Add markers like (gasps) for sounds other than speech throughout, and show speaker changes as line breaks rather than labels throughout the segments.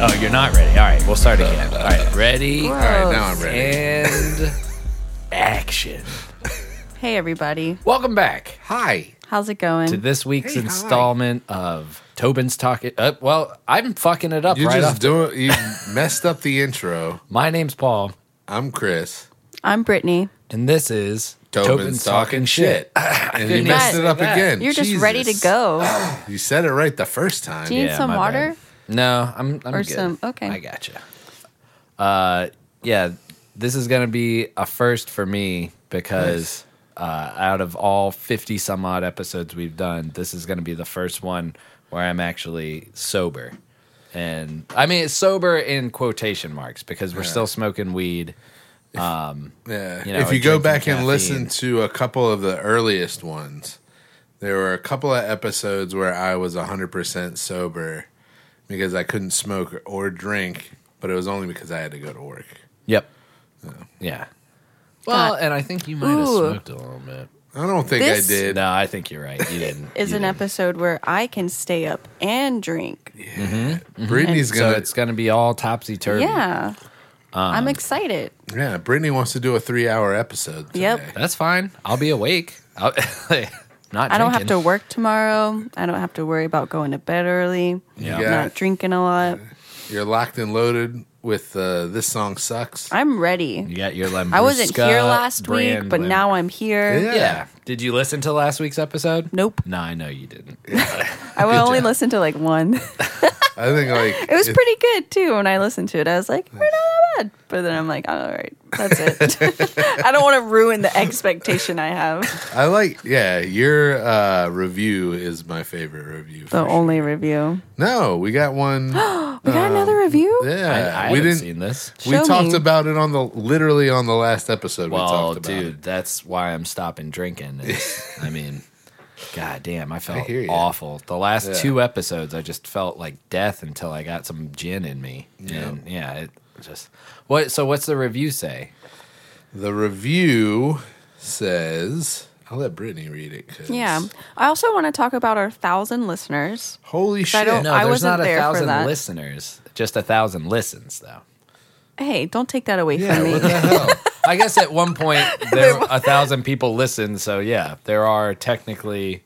Oh, you're not ready. All right, we'll start again. All right, ready?
Oh,
right, now I'm ready.
And action.
Hey, everybody.
Welcome back
Hi.
How's it going?
to this week's
Hey, hi.
installment of Tobin's Talking. Uh, well, I'm fucking it up
You
right off.
just doing. You messed up the intro.
My name's Paul,
I'm Chris.
I'm Brittany.
and this is
Tobin's, talking shit, (laughs) and you
couldn't
messed
even
it up
say that.
again.
You're just ready to
Jesus.
go.
You said it right the first time.
Do you need
Yeah,
some
my bad.
water?
No, I'm, I'm
Or
good.
some- okay.
I gotcha. Uh, yeah, this is gonna be a first for me because uh, out of all fifty some odd episodes we've done, this is gonna be the first one where I'm actually sober, and I mean it's sober in quotation marks because we're still smoking weed.
Yeah.
you know,
if you
and
go
drinking
back and
caffeine.
listen to a couple of the earliest ones, there were a couple of episodes where I was 100% sober because I couldn't smoke or drink, but it was only because I had to go to work.
Yep. Yeah. Well,
God.
and I think you might have
Ooh.
smoked a little bit.
I don't think
This-
I did.
No, I think you're right. You didn't. (laughs)
Is
you
an
didn't.
episode where I can stay up and drink. Yeah.
Brittany's
So
going to
it's gonna be all topsy turvy.
Um,
I'm excited.
Yeah, Brittany wants to do a three-hour episode. Today.
Yep.
That's fine. I'll be awake. I'll, (laughs) not.
I don't have to
drinking.
work tomorrow. I don't have to worry about going to bed early.
Yeah.
I'm
Yeah.
not drinking a lot.
You're locked and loaded with uh, this song sucks.
I'm ready.
You got your lemon.
I wasn't here last week, but now I'm here.
Yeah.
Yeah. Did you listen to last week's episode?
(laughs)
Nope.
No, I know you didn't.
I would only
job.
listen to like one. (laughs) it
I think
(laughs)
like
was pretty good too when I listened to it. I was like, we're not that bad. But then I'm like, all right, that's it. (laughs) I don't want to ruin the expectation I have.
I like yeah. Your uh, review is my favorite review.
The
for sure.
only review.
No, we got
(gasps)
one.
We got another review?
Yeah,
I, I
we
haven't
didn't.
seen this.
We
Show
talked
me.
about it on the literally on the last episode. we
Well,
talked about
dude,
it.
that's why I'm stopping drinking.
(laughs)
is- I mean, god damn, I felt
hear ya.
awful. The last
Yeah.
two episodes, I just felt like death until I got some gin in me. And yeah, it just what. So what's the review say?
the review says. I'll let Brittany read it. 'cause-
Yeah. I also want to talk about our thousand listeners.
Holy shit!
I don't-
No,
I
there's
wasn't
not a
there for
thousand
that.
listeners, just a thousand listens though.
Hey, don't take that away
yeah,
from me.
what the hell?
I guess at one
(laughs)
point there a thousand people listened, so yeah, there are technically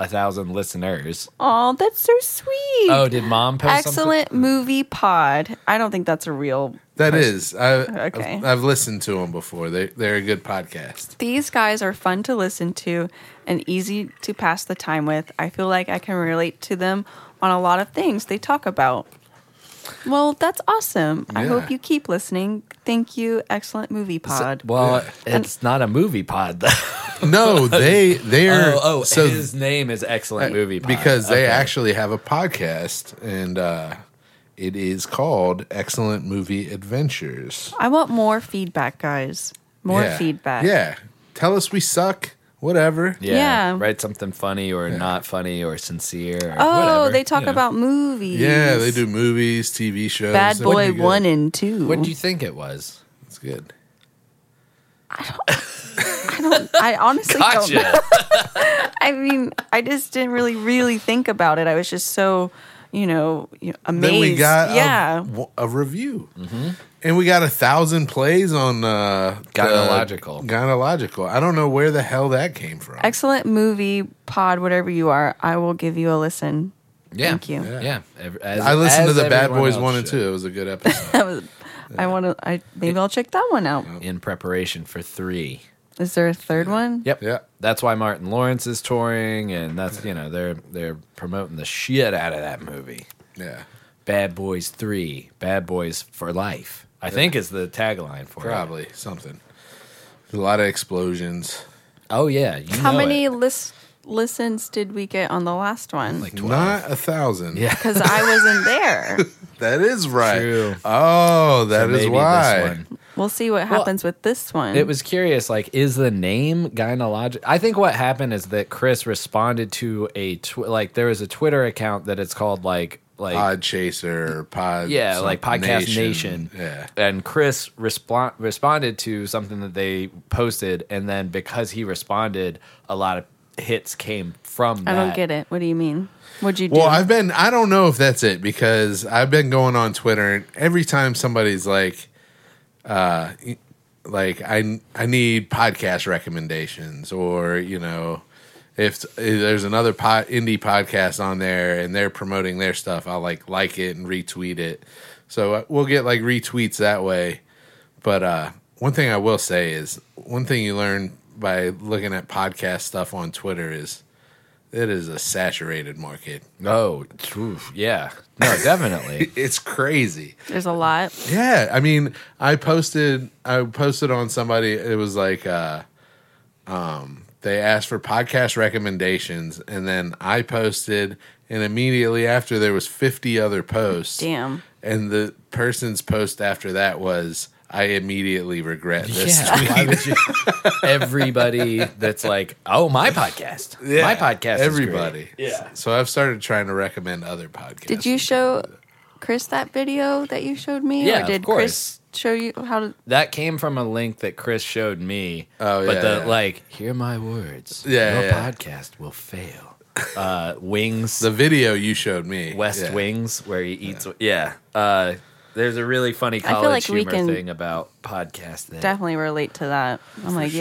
a thousand listeners.
Oh, that's so sweet.
Oh, did mom post
Excellent movie pod. I don't think that's a real.
That is. I,
Okay.
I've, I've listened to them before. They they're a good podcast.
These guys are fun to listen to and easy to pass the time with. I feel like I can relate to them on a lot of things they talk about. Well, that's awesome. I
Yeah.
hope you keep listening. Thank you. Excellent movie pod.
something? Well, it's not a movie pod
(laughs)
though.
No, they
(laughs)
they're
oh, oh,
so Uh,
his name is Excellent Movie Pod
because they
Okay.
actually have a podcast and uh, it is called Excellent Movie Adventures.
I want more feedback, guys. More
Yeah.
feedback.
Yeah, tell us we suck. Whatever.
yeah,
yeah.
write something funny or not funny or sincere. Or
Oh,
whatever,
they talk
you know.
about movies.
Yeah, they do movies, TV shows.
Bad
They're
Boy
pretty good.
One and Two.
What do you think it was?
It's good.
I honestly don't know.
Gotcha.
I mean, I just didn't really, really think about it. I was just so, you know, you know, amazed.
Then we got a-
yeah.
w- a, review,
Mm-hmm.
and we got a thousand plays on uh, the-
Gynecological.
Gynecological. I don't know where the hell that came from.
Excellent movie pod, whatever you are. I will give you a listen.
(laughs)
(laughs)
yeah,
Thank you.
Yeah, Ev- as-
I listened to
as
the Bad
everyone
Boys
else
one and
should.
two. It was a good episode. (laughs)
That was, I want to. I maybe I'll check that one out.
in preparation for three.
Is there a third one?
Yep.
Yeah.
That's why Martin Lawrence is touring, and that's you know they're they're promoting the shit out of that movie.
yeah,
Bad Boys Three, Bad Boys for Life. I think is the tagline for it.
probably something. A lot of explosions.
Oh yeah, you
How
know
many
it.
lis- listens did we get on the last one?
Like (laughs) twelve.
Not a thousand.
Yeah.
Because I
(laughs)
wasn't there.
that is right.
True.
Oh, that
Maybe
is
this
why.
one.
We'll see what happens with this one.
It was curious. Like, is the name gynecologic? I think what happened is that Chris responded to a tw- like there is a Twitter account that it's called like like
Pod Chaser, Pod.
yeah,
some-
like Podcast Nation.
Yeah.
And Chris respon responded to something that they posted, and then because he responded, a lot of hits came from
I
that.
don't get it. What do you mean? What'd you do?
Well, I've been I don't know if that's it because I've been going on Twitter and every time somebody's like uh like I I need podcast recommendations or, you know, if, if there's another pod, indie podcast on there and they're promoting their stuff, I'll like like it and retweet it. So uh, we'll get like retweets that way. But uh, one thing I will say is one thing you learn by looking at podcast stuff on Twitter is it is a saturated market.
Oh, oof, yeah. (laughs) No, definitely.
It's crazy.
There's a lot.
Yeah, I mean, I posted I posted on somebody it was like uh um they asked for podcast recommendations and then I posted and immediately after there was 50 other posts.
Damn.
And the person's post after that was I immediately regret this.
yeah.
(laughs)
why would you- everybody that's like, oh, my podcast. my podcast. is great."
Everybody. Yeah. So I've started trying to recommend other podcasts.
Did you show Chris that video that you showed me?
Yeah,
or
of
did
course.
Chris show you how to
That came from a link that Chris showed me.
Oh,
But
yeah,
the
yeah.
like, hear my words.
Yeah,
Your
yeah.
podcast will fail. Uh, wings.
the video you showed me?
West
Yeah.
Wings where he eats. Yeah. Uh, there's a really funny
feel
college
like we
humor
can-
thing about podcasting.
definitely relate to that? I'm like,
sure.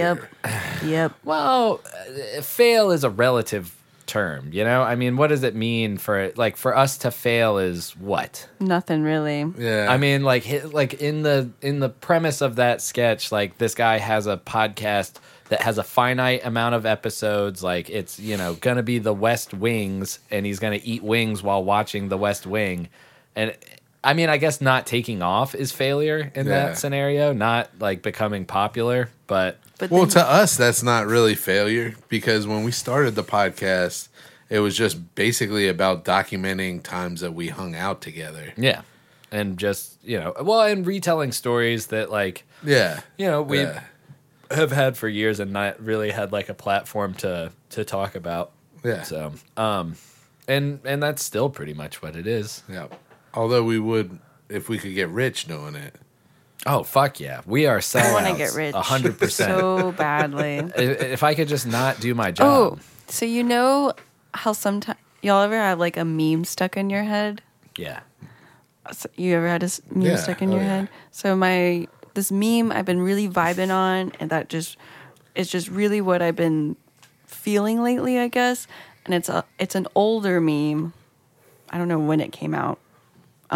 yep, yep.
well, uh, fail is a relative term, you know? I mean, what does it mean for it? Like, for us to fail is what?
Nothing really.
Yeah.
I mean, like, hi- like in the in the premise of that sketch, like this guy has a podcast that has a finite amount of episodes. Like, it's you know gonna be the West Wings, and he's gonna eat wings while watching the West Wing. And I mean, I guess not taking off is failure in
Yeah.
that scenario, not like becoming popular, but
But
Well, to
then,
us, that's not really failure because when we started the podcast, it was just basically about documenting times that we hung out together.
yeah, and just you know, well, and retelling stories that like
Yeah.
you know we
Yeah.
have had for years and not really had like a platform to to talk about.
Yeah.
So, um, and and that's still pretty much what it is.
Yeah. Although we would, if we could get rich doing it.
Oh fuck yeah, we are selling.
wanna get rich. (laughs)
hundred percent.
so badly.
If if I could just not do my
Oh,
job,
so you know how sometimes y'all ever have like a meme stuck in your head?
yeah.
So you ever had a s- meme
Yeah,
stuck in
oh
your
yeah.
head? So my this meme I've been really vibing on, and that just it's just really what I've been feeling lately, I guess. And it's a it's an older meme. I don't know when it came out, um,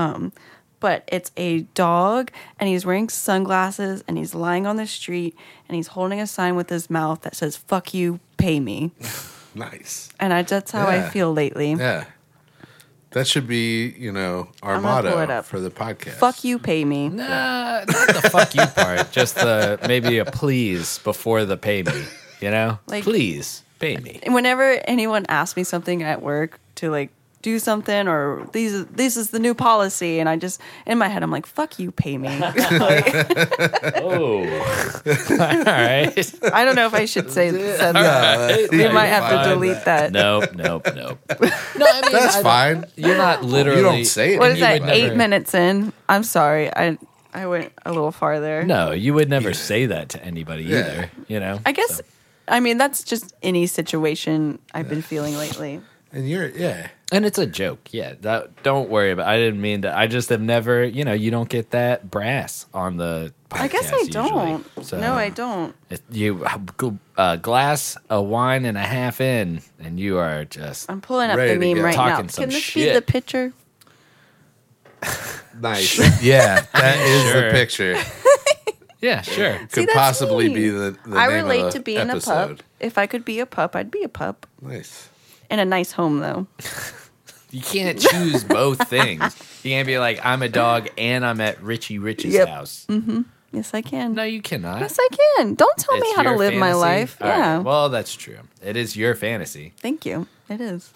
but it's a dog and he's wearing sunglasses and he's lying on the street and he's holding a sign with his mouth that says "fuck you, pay me."
Nice.
And I, that's how
Yeah.
I feel lately.
Yeah. That should be, you know, our
I'm gonna pull it
motto
up.
for the podcast.
Fuck you, pay me.
Nah, not the fuck you part. Just the maybe a please before the pay me. You know,
Like-
please pay
(laughs)
me.
And whenever anyone asks me something at work to like do something or these this is the new policy and I just in my head I'm like fuck you
(laughs)
pay me. (laughs) Like,
Oh, (laughs) all right.
I don't know if I should say said that. (laughs) We
Yeah,
might have
fine.
to delete that.
Nope, nope,
(laughs)
nope. No, I mean
That's
I-
fine.
You're not literally.
You don't say it.
What is that?
anymore.
Eight minutes in. I'm sorry. I I went a little farther.
No, you would never say that to anybody
Yeah.
either. You know.
I guess
So-
I mean that's just any situation I've been feeling lately.
And you're, yeah.
And it's a joke. Yeah. That don't worry about I didn't mean to I just have never, you know, you don't get that brass on the podcast.
I guess I
usually.
don't.
So
no, I don't.
it- you a glass a wine and a half in and you are just
I'm pulling up
Ready
the
to
meme
go.
right now.
Talking
Can
some
this be
shit.
the picture?
Nice. (laughs) yeah. That is
Sure.
the picture.
(laughs) Yeah, sure.
Could
that's
possibly
me.
be the, the
I
name
relate
of the
to being a
episode.
pup. If I could be a pup, I'd be a pup.
Nice.
In a nice home, though.
You can't
(laughs)
choose both things. You can't be like I'm a dog and I'm at Richie Rich's
Yep.
house.
Yes, I can.
No, you cannot.
Yes, I can. Don't tell me
It's
how to
your
live my
fantasy.
life.
All right.
yeah.
Well, that's true. It is your fantasy.
Thank you. It is.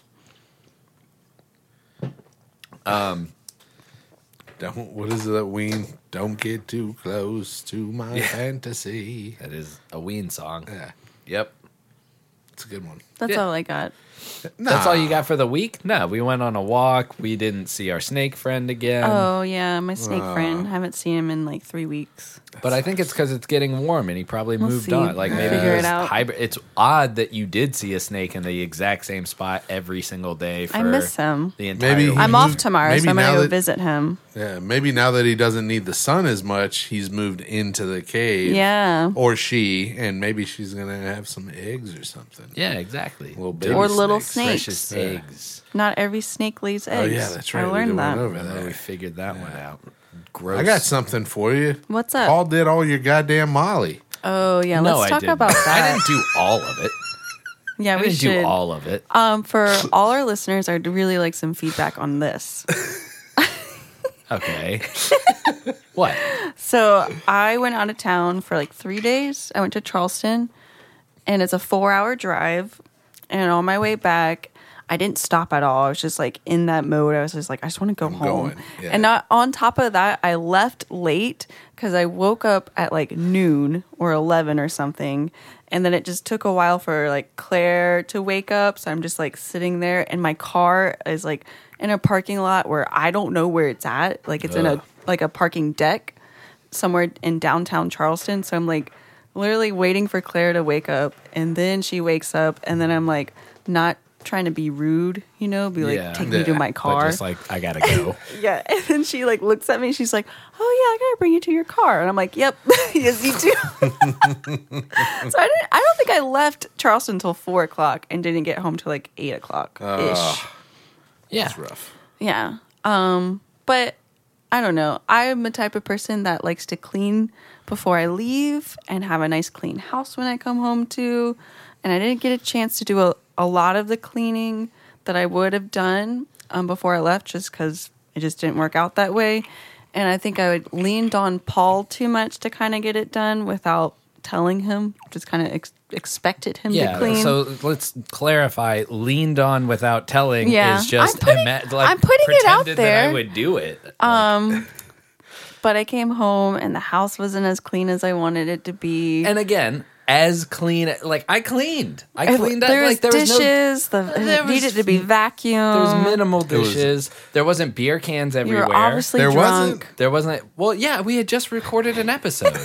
Don't. What is that? Ween. Don't get too close to my fantasy.
That is a Ween song.
Yeah.
Yep.
It's a good one.
That's
Yeah.
all I got.
That's all
Nah.
you got for the week? No, we went on a walk. We didn't see our snake friend again.
oh yeah, my snake
uh,
friend. Haven't seen him in like three weeks.
but I think it's because it's getting warm and he probably
We'll
moved
see.
on. Like maybe
Figure it
it's
out.
hybrid. It's odd that you did see a snake in the exact same spot every single day. For
I miss him.
The entire
Maybe
week.
he
I'm off
moved-
tomorrow,
maybe
so I'm
now
gonna go
that-
visit him.
Yeah, maybe now that he doesn't need the sun as much, he's moved into the cave.
Yeah.
Or she, and maybe she's going to have some eggs or something.
yeah, exactly.
Little
Dude,
baby
Or little snakes.
precious
Yeah.
eggs.
Not every snake lays
Oh,
eggs.
yeah, that's right.
I
We
learned
did one
that.
over
I
there.
we figured that one out. Gross.
I got something for you.
What's up?
Paul did all your goddamn Molly.
Oh yeah,
No, (laughs)
let's
I
talk
didn't.
about
I
that.
didn't do all of it.
yeah,
I
we
didn't
should.
do all of it.
Um, for all our listeners, I'd really like some feedback on this. (laughs)
Okay. what?
So I went out of town for like three days. I went to Charleston, and it's a four-hour drive. And on my way back, I didn't stop at all. I was just like in that mode. I was just like, I just want to go home.
going, yeah.
And not on top of that, I left late because I woke up at like noon or eleven or something. And then it just took a while for like Claire to wake up. So I'm just like sitting there, and my car is like in a parking lot where I don't know where it's at. Like it's in
Ugh.
a like a parking deck somewhere in downtown Charleston. So I'm like literally waiting for Claire to wake up. And then she wakes up. And then I'm like, not trying to be rude, you know, be like,
Yeah.
take me to
Yeah.
my car.
But just like I gotta
(laughs)
go.
yeah. And then she like looks at me. She's like, oh, yeah, I got to bring you to your car. And I'm like, yep, (laughs) yes, you do. so I, didn't, I don't think I left Charleston until four o'clock and didn't get home till like eight o'clock ish.
yeah.
It's rough.
Yeah. Um, but I don't know. I'm the type of person that likes to clean before I leave and have a nice clean house when I come home too. And I didn't get a chance to do a, a lot of the cleaning that I would have done um, before I left just because it just didn't work out that way. And I think I would leaned on Paul too much to kind of get it done without telling him, just kind of ex- expected him to
Yeah.
clean.
So let's clarify. Leaned on without telling
Yeah.
is just
I'm putting-
ima-
I'm putting it out
pretended That
there.
I would do it.
but I came home and the house wasn't as clean as I wanted it to be.
and again, as clean. Like I cleaned. I
I-
cleaned. up
there was
like there was no.
dishes. um, the,
(laughs) there
it
was-
needed to be vacuumed.
There was minimal
was-
dishes. there wasn't beer cans
you
everywhere.
were obviously
There
drunk.
wasn't-
There wasn't. Well, yeah, we had just recorded an
(laughs)
episode.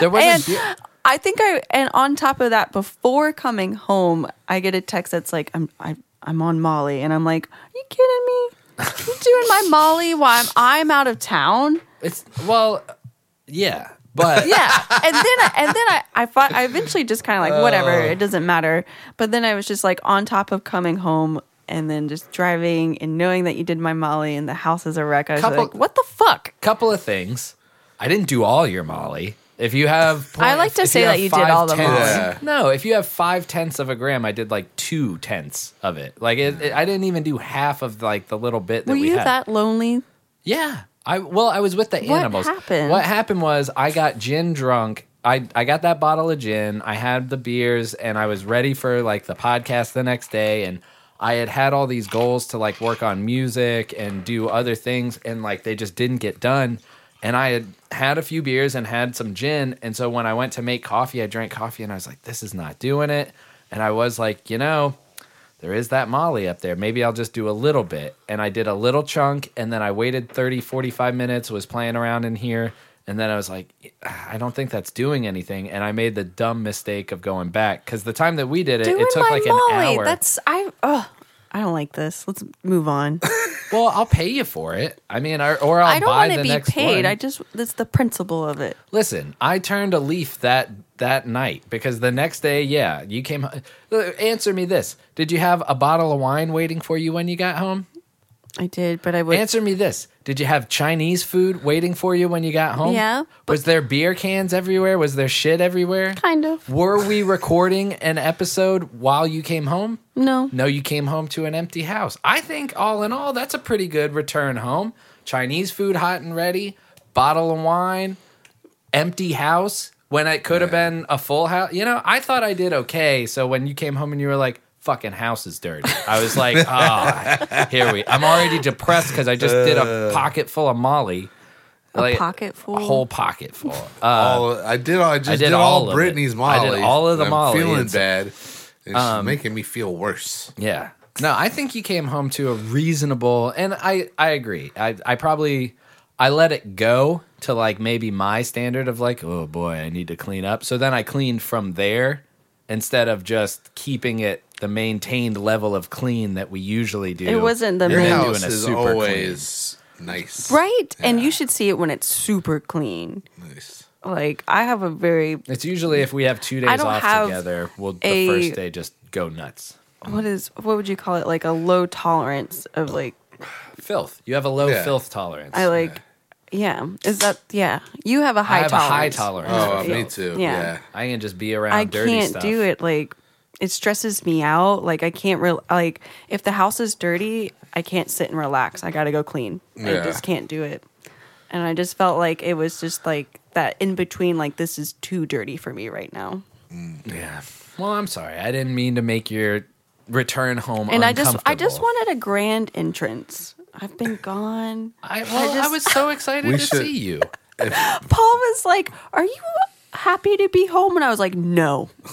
there wasn't.
And-
beer-
I think I and on top of that, before coming home, I get a text that's like, "I'm I, I'm on Molly," and I'm like, "Are you kidding me? You doing my Molly while I'm, I'm out of town?"
It's well, yeah, but
yeah and then I, and then I I, fought, I eventually just kind of like whatever it doesn't matter but then I was just like on top of coming home and then just driving and knowing that you did my Molly and the house is a wreck I was
Couple-
like what the fuck
couple of things. I didn't do all your Molly. If you have, point-
(laughs) I like to
if
say
have
that you did
five
all the
tenths-
Molly. Yeah.
No, if you have five tenths of a gram, I did like two tenths of it. Like it, it- I didn't even do half of like the little bit that
were
we
you
had.
that lonely
Yeah. I well, I was with the
What
animals.
happened?
What happened was I got gin drunk. I I got that bottle of gin. I had the beers and I was ready for like the podcast the next day and I had had all these goals to like work on music and do other things and like they just didn't get done. And I had had a few beers and had some gin and so when I went to make coffee, I drank coffee and I was like this is not doing it. And I was like, you know, there is that molly up there maybe i'll just do a little bit and i did a little chunk and then i waited 30 45 minutes was playing around in here and then i was like i don't think that's doing anything and i made the dumb mistake of going back because the time that we did it
doing
it took
my
like
Molly
an hour
that's I oh I don't like this let's move on
well i'll pay you for it i mean or, or i'll
I don't
buy
want
the
to be
next
paid
one.
I just that's the principle of it
Listen, I turned a leaf that that night because the next day, yeah, you came. uh, Answer me this: Did you have a bottle of wine waiting for you when you got home?
I did but I would
Answer me this: Did you have Chinese food waiting for you when you got home?
Yeah,
Was there beer cans everywhere? Was there shit everywhere?
kind of
Were we recording an episode while you came home?
no
No, you came home to an empty house. I think all in all, that's a pretty good return home. Chinese food hot and ready, bottle of wine, empty house when it could have been a full house. You know, I thought I did okay. So when you came home and you were like, fucking house is dirty, I was like, ah, here we. I'm already depressed because I just did a pocket full of Molly. Like,
pocket full?
A whole pocket full. Uh,
all I did all I just
I did
did, all,
all of it.
Brittany's
I
Molly.
did all of the Um,
I'm
Molly.
Feeling
It's-
bad It's making me feel worse.
Yeah. No, I think you came home to a reasonable, and I I agree. I I probably I let it go to like maybe my standard of like, oh boy, I need to clean up. So then I cleaned from there instead of just keeping it the maintained level of clean that we usually do.
It wasn't the
You're
Your
main-
doing
house
a
is
super
always nice.
Right? And you should see it when it's super clean.
Nice.
Like I have a very
clean. It's usually if we have two days
don't
off
have
together, we'll
a-
the first day just go nuts.
what is what would you call it? Like a low tolerance of like
Filth. You have a low
Yeah.
filth tolerance.
I like yeah. Is that yeah. You have a
I
high
have
tolerance.
a high tolerance.
Oh,
for
me
filth.
too.
Yeah.
Yeah.
I can just be around
I
dirty
can't
stuff.
do it. Like it stresses me out. Like I can't real like if the house is dirty, I can't sit and relax. I got to go clean. I
Yeah.
just can't do it. And I just felt like it was just like that in between. Like this is too dirty for me right now.
Yeah. Well, I'm sorry. I didn't mean to make your return home
And I just I
uncomfortable.
just wanted a grand entrance. I've been gone.
I, well, I,
just-
was so excited to
We should-
see
(laughs)
you.
Paul was like, "Are you happy to be home?" And I was like, "No." (laughs)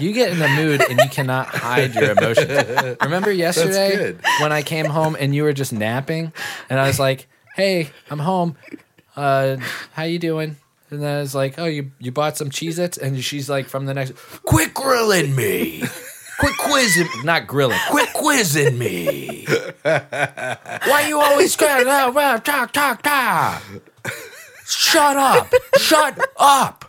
You get in the mood and you cannot hide your emotions. Remember yesterday
good.
when I came home and you were just napping, and I was like, "Hey, I'm home. Uh, how you doing?" And then I was like, "Oh, you you bought some Cheez-Its?" And she's like, "From the next, quit grilling me, quit quizzing, not grilling, quit quizzing me. Why you always going that well, talk talk talk? Shut up, shut up,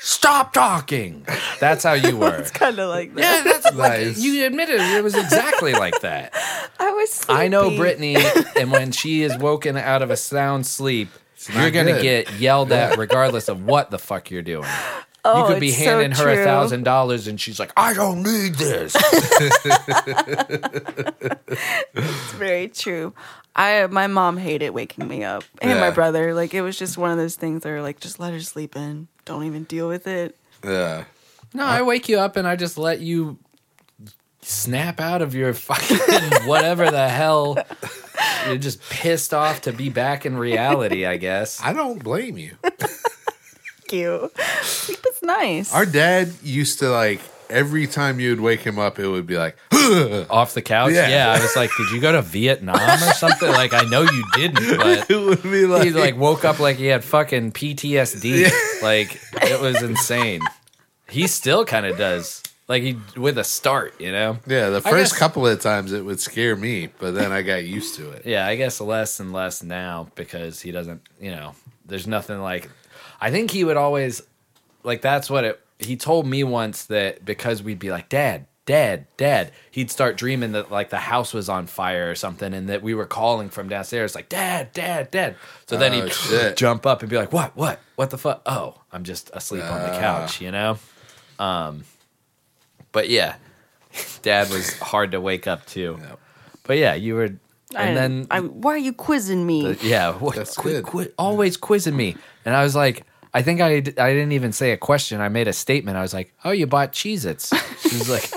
stop talking." That's how you were.
kind of like that.
Yeah, that's like
Nice.
you admitted it was exactly like that.
I was. Sleepy.
I know Brittany, and when she is woken out of a sound sleep,
not
you're gonna
good.
get yelled at regardless of what the fuck you're doing.
Oh,
you could be
it's so
handing her
true.
a thousand dollars, and she's like, "I don't need this."
It's very true. I my mom hated waking me up, and my
Yeah.
brother. Like it was just one of those things. They were like, "Just let her sleep in. Don't even deal with it."
Yeah.
no, I wake you up and I just let you snap out of your fucking (laughs) whatever the hell. You're just pissed off to be back in reality, I guess.
I don't blame you.
Cute. Sleep is nice.
Our dad used to like every time you'd wake him up, it would be like, (laughs)
off the couch. Yeah.
Yeah.
I was like, did you go to Vietnam or something? like, I know you didn't, but
it would be (laughs) like,
he like woke up like he had fucking PTSD. Like it was insane. He still kind of does. Like he with a start, you know.
yeah. The
I
first
guess-
couple of times it would scare me, but then I got used to it.
Yeah, I guess less and less now because he doesn't, you know, there's nothing like I think he would always like that's what it he told me once that because we'd be like, Dad, Dad, Dad, he'd start dreaming that like the house was on fire or something and that we were calling from downstairs like Dad, Dad, Dad. So then
Oh,
he'd (laughs)
shit.
jump up and be like, What, what, what the fuck? Oh, I'm just asleep on
Ah.
the couch, you know? Um But yeah. Dad was hard to wake up to.
Yep.
But yeah, you were and then
I, why are you quizzing me?
(laughs) yeah, what,
That's
quit,
good.
quit- always quizzing me. And I was like, I think I, d- I didn't even say a question. I made a statement. I was like, oh, you bought Cheez Its. She's like,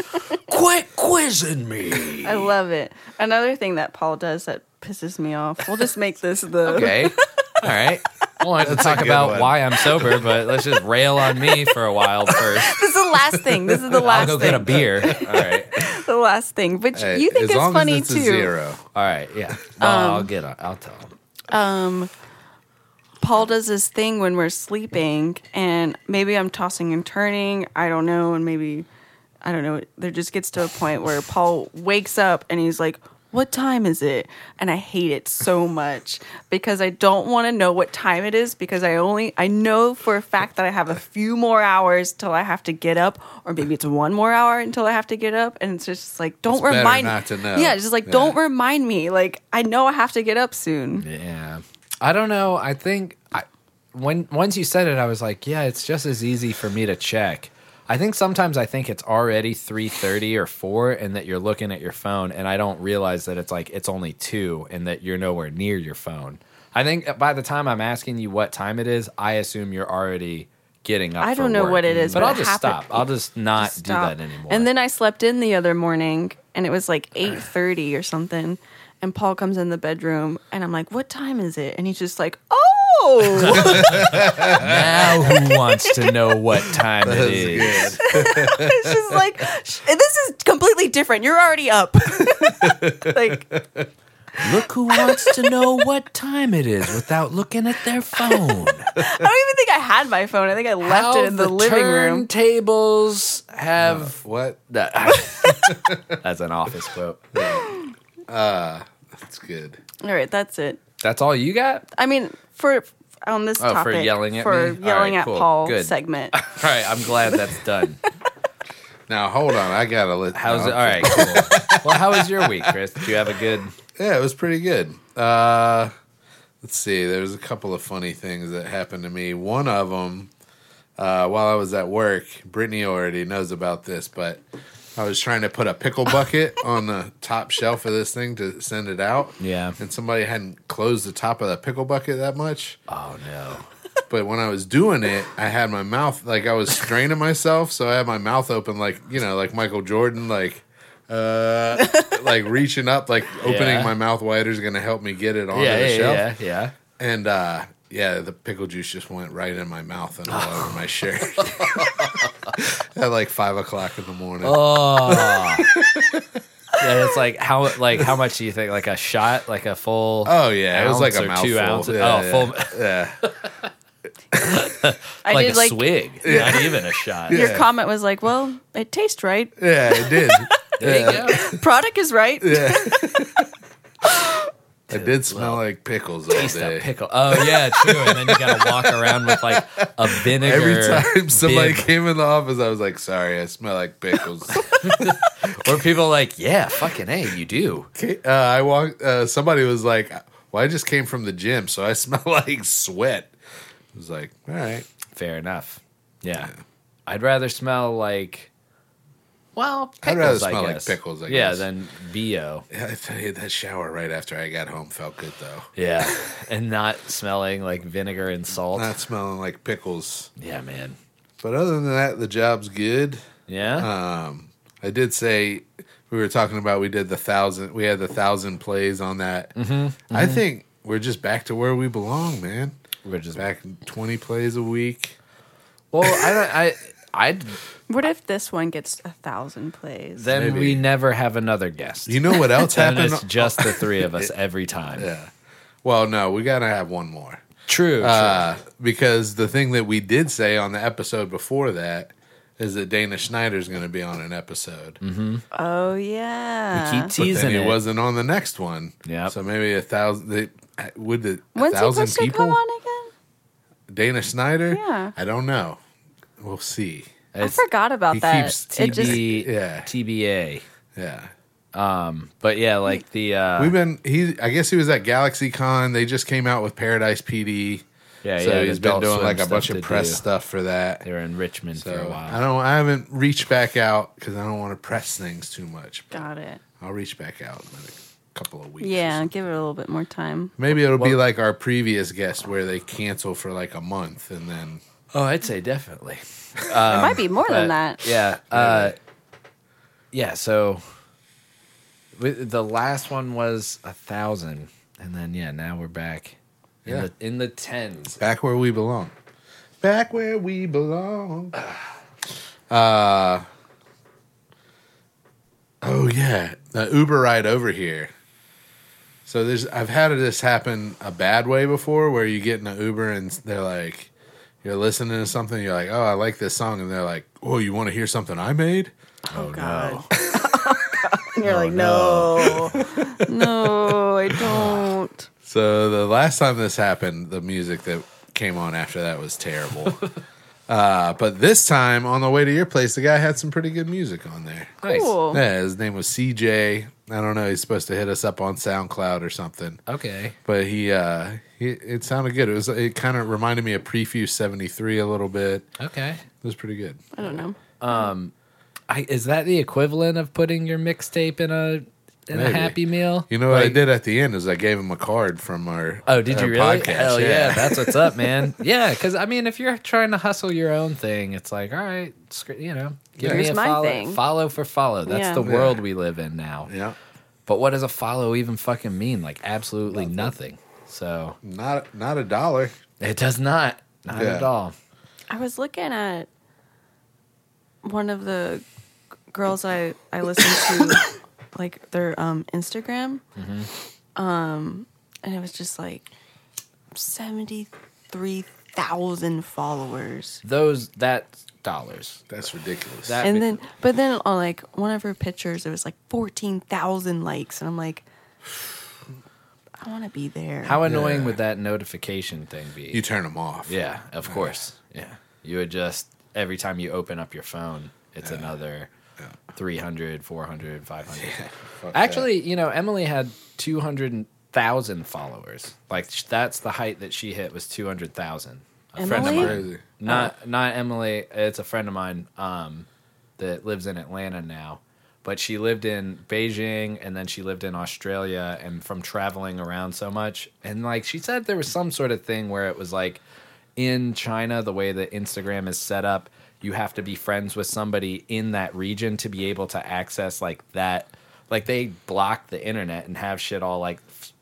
(laughs)
quit quizzing me.
I love it. Another thing that Paul does that pisses me off. We'll just make this the
Okay. All right. I wanted to talk
good
about
one.
why I'm sober, but let's just rail on me for a while first.
(laughs) This is the last thing. This is the
I'll
last
go
thing.
get a beer. All right.
The last thing. But
Hey,
you think
as
it's
long
funny
as it's
too.
A zero.
All right. Yeah.
Um,
Well, I'll get on. I'll tell him.
Paul does this thing when we're sleeping, and maybe I'm tossing and turning. I don't know. And maybe, I don't know. There just gets to a point where Paul wakes up and he's like, What time is it? And I hate it so much because I don't want to know what time it is because I only, I know for a fact that I have a few more hours till I have to get up, or maybe it's one more hour until I have to get up. And it's just like, Don't
It's better
remind
not to know.
Yeah, it's just like,
Yeah.
Don't remind me. Like, I know I have to get up soon.
Yeah. I don't know. I think I when once you said it, I was like, yeah, it's just as easy for me to check. I think sometimes I think it's already three thirty or four, and that you're looking at your phone, and I don't realize that it's like it's only two, and that you're nowhere near your phone. I think by the time I'm asking you what time it is, I assume you're already getting up.
I
for
don't know
work.
what it is,
but,
but
I'll
it
just
happened.
stop. I'll just not do
stop.
that anymore.
(laughs) And then I slept in the other morning, and it
(sighs)
was like eight thirty or something. And Paul comes in the bedroom, and I'm like, "What time is it?" And he's just like, "Oh,
(laughs)
(laughs) No.
Now who wants to know what time it is?
That's good.
it's just like sh- this is completely different. You're already up. (laughs) like
Look who wants to know what time it is without looking at their phone.
I don't even think I had my phone. I think I (laughs) left
How
it in the, living room.
Turntables have.
What?
(laughs)
(laughs) That's an office quote.
That's good.
All right, that's it.
That's all you got?
I mean, for on this
Oh, for
topic,
yelling at
for
me? All
yelling
right,
at
cool.
Paul
Good. (laughs)
segment.
All right, I'm glad that's done.
Now hold on, I gotta let.
How's it?
no.
All right, cool. Well, how was your week, Chris? Did you have a good.
Yeah, it was pretty good. Uh, let's see. There was a couple of funny things that happened to me. One of them, uh, while I was at work, Brittany already knows about this, but I was trying to put
(laughs)
a pickle bucket on the top shelf of this thing to send it out.
Yeah.
And somebody hadn't closed the top of the pickle bucket that much.
Oh, no.
But when I was doing it, I had my mouth like I was straining myself, so I had my mouth open like you know, like Michael Jordan, like
(laughs)
uh like reaching up, like opening
Yeah.
my mouth wider is gonna help me get it onto
Yeah,
the
yeah,
shelf.
yeah, yeah.
And uh yeah, the pickle juice just went right in my mouth and all over my
(laughs)
shirt. (laughs) At like five o'clock in the morning.
Oh. yeah, it's like how like how much do you think? Like a shot, like a full.
Oh, yeah, it was like
ounce
a
or
mouthful.
two ounces.
Yeah,
oh,
yeah.
full.
yeah.
I
like
did
a
like
swig, not even a shot.
your comment was like, well, it tastes right.
Yeah,
(laughs)
it did.
There you go.
(laughs) Product is right.
Yeah. (laughs) it did smell like pickles all
Taste a
day.
pickle. Oh yeah, true. And then you gotta walk around with like a vinegar.
Every time somebody
bib.
came in the office, I was like, "Sorry, I smell like pickles." (laughs)
or people like, yeah, fucking a, you do.
uh, I walked. Uh, somebody was like, "Well, I just came from the gym, so I (laughs) smell like sweat." I was like, "All right,
Fair enough. Yeah, I'd rather smell like. Well, pickles,
I'd rather
I
smell like
guess.
pickles, I
Yeah,
guess.
than bo.
Yeah, I tell you, that shower right after I got home felt good though.
Yeah, (laughs) and not smelling like vinegar and salt.
Not Uh, smelling like pickles.
yeah, man.
But other than that, the job's good.
Yeah.
Um, I did say we were talking about we did the thousand. We had the thousand plays on that. I think we're just back to where we belong, man.
We're just
Back twenty plays a week.
well. I don't. I. I
What if this one gets a thousand plays?
then
Maybe.
we never have another guest.
You know
(laughs)
what else
then
happened?
it's just the three of us every time.
(laughs) yeah. Well, no, we gotta have one more
True. true.
uh, because the thing that we did say on the episode before that is that Dana Schneider's going to be on an episode,
Oh yeah.
we keep
but
Mm-hmm. teasing
then
it.
he wasn't on the next one.
Yep.
So maybe a thousand. They, would the a
When's he
thousand
supposed to
people?
come on again?
Dana Schneider?
Yeah.
I don't know. We'll see.
It's
I forgot about
he
that.
keeps
it just
TB,
yeah.
TBA.
Yeah.
But yeah, like the uh,
We've been he I guess he was at GalaxyCon. They just came out with Paradise PD.
yeah,
so
yeah, the
he's been
Adult
doing
Swim
like a
stuff
bunch
to
of press
do.
stuff for that.
They were in Richmond for a
So I
while.
don't I haven't reached back out cuz I don't want to press things too much. But
got it.
I'll reach back out in a couple of weeks. or
Yeah,
something.
give it a little bit more time.
Maybe it'll be like our previous guest where they cancel for like a month and then
Oh, I'd say definitely.
it might be more than
But,
that.
Yeah. Uh, yeah. So we, the last one was a thousand, and then yeah, now we're back in
Yeah.
the in the tens.
back where we belong. Back where we belong. Uh Oh yeah, the Uber ride over here. So there's I've had this happen a bad way before where you get in an Uber and they're like you're listening to something you're like, "Oh, I like this song." And they're like, "Oh, you want to hear something I made?"
Oh, god. (laughs) and you're like, no, no, I don't.
So the last time this happened, the music that came on after that was
(laughs)
terrible. uh, but this time on the way to your place, the guy had some pretty good music on there.
Nice.
Cool.
Yeah, his name was CJ. I don't know. He's supposed to hit us up on SoundCloud or something.
Okay.
But he, uh, he it sounded good. It was. It kind of reminded me of Prefuse '73 a little bit.
Okay.
It was pretty good.
I don't know.
I, is that the equivalent of putting your mixtape in a in a
Maybe.
Happy Meal?
You know what I
Like-
did at the end is I gave him a card from our
Oh, did
our
you really?
Uh, podcast.
Hell yeah. that's what's up,
(laughs)
man. yeah, because I mean, if you're trying to hustle your own thing, it's like, all right, scr- you know, give
Here's
me a
my
follow,
thing.
follow for follow. That's
Yeah.
the
Yeah.
world we live in now.
yeah.
But what does a follow even fucking mean? Like absolutely nothing. So
Not not a dollar.
it does not. Not
Yeah.
at all.
I was looking at one of the g- girls I I listen to, (coughs) like their um, Instagram, um,
Mm-hmm.
and it was just like seventy three thousand followers.
Those that dollars.
That's ridiculous.
That-
And then, but then on like one of her pictures, it was like fourteen thousand likes, and I'm like, (sighs) I want to be there.
How annoying
Yeah.
would that notification thing be?
you turn them off.
yeah, of course. Yeah. You would just every time you open up your phone, it's another
Yeah.
300, 400, 500.
Fuck
Actually, you know, Emily had 200,000 followers. Like sh- that's the height that she hit was 200,000. A friend of
that.
Emily?
mine.
Crazy.
Not not Emily, it's a friend of mine um that lives in Atlanta now, but she lived in Beijing and then she lived in Australia and from traveling around so much and like she said there was some sort of thing where it was like in China the way that Instagram is set up, you have to be friends with somebody in that region to be able to access like that like they block the internet and have shit all like f-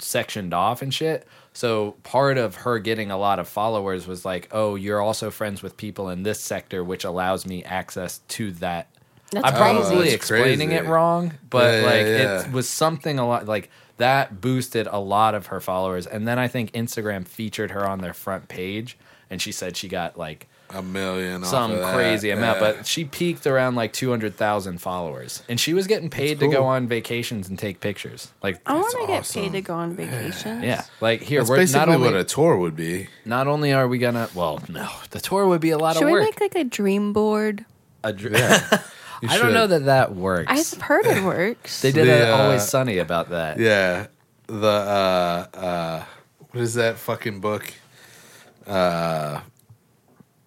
sectioned off and shit. So part of her getting a lot of followers was like, "Oh, you're also friends with people in this sector, which allows me access to that."
That's
I'm probably
crazy.
explaining
That's
it
crazy.
wrong, but
Yeah,
like
yeah, yeah.
it was something a lot like that boosted a lot of her followers, and then I think Instagram featured her on their front page, and she said she got like
A million. off
some
of that.
crazy amount,
Yeah.
but she peaked around like two hundred thousand followers, and she was getting paid to go
cool.
on vacations and take pictures. Like,
I want to
That's
get
awesome.
paid to go on vacation.
yeah, like here
that's
we're not
basically
only
what a tour would be.
not only are we gonna well no the tour would be a lot
Should
of
we
work
make like a dream board?
A dr- (laughs)
Yeah. (laughs) You
i don't
should.
know that that works
I've heard it works.
they did
The,
a always
uh,
sunny about that
Yeah. The uh uh what is that fucking book?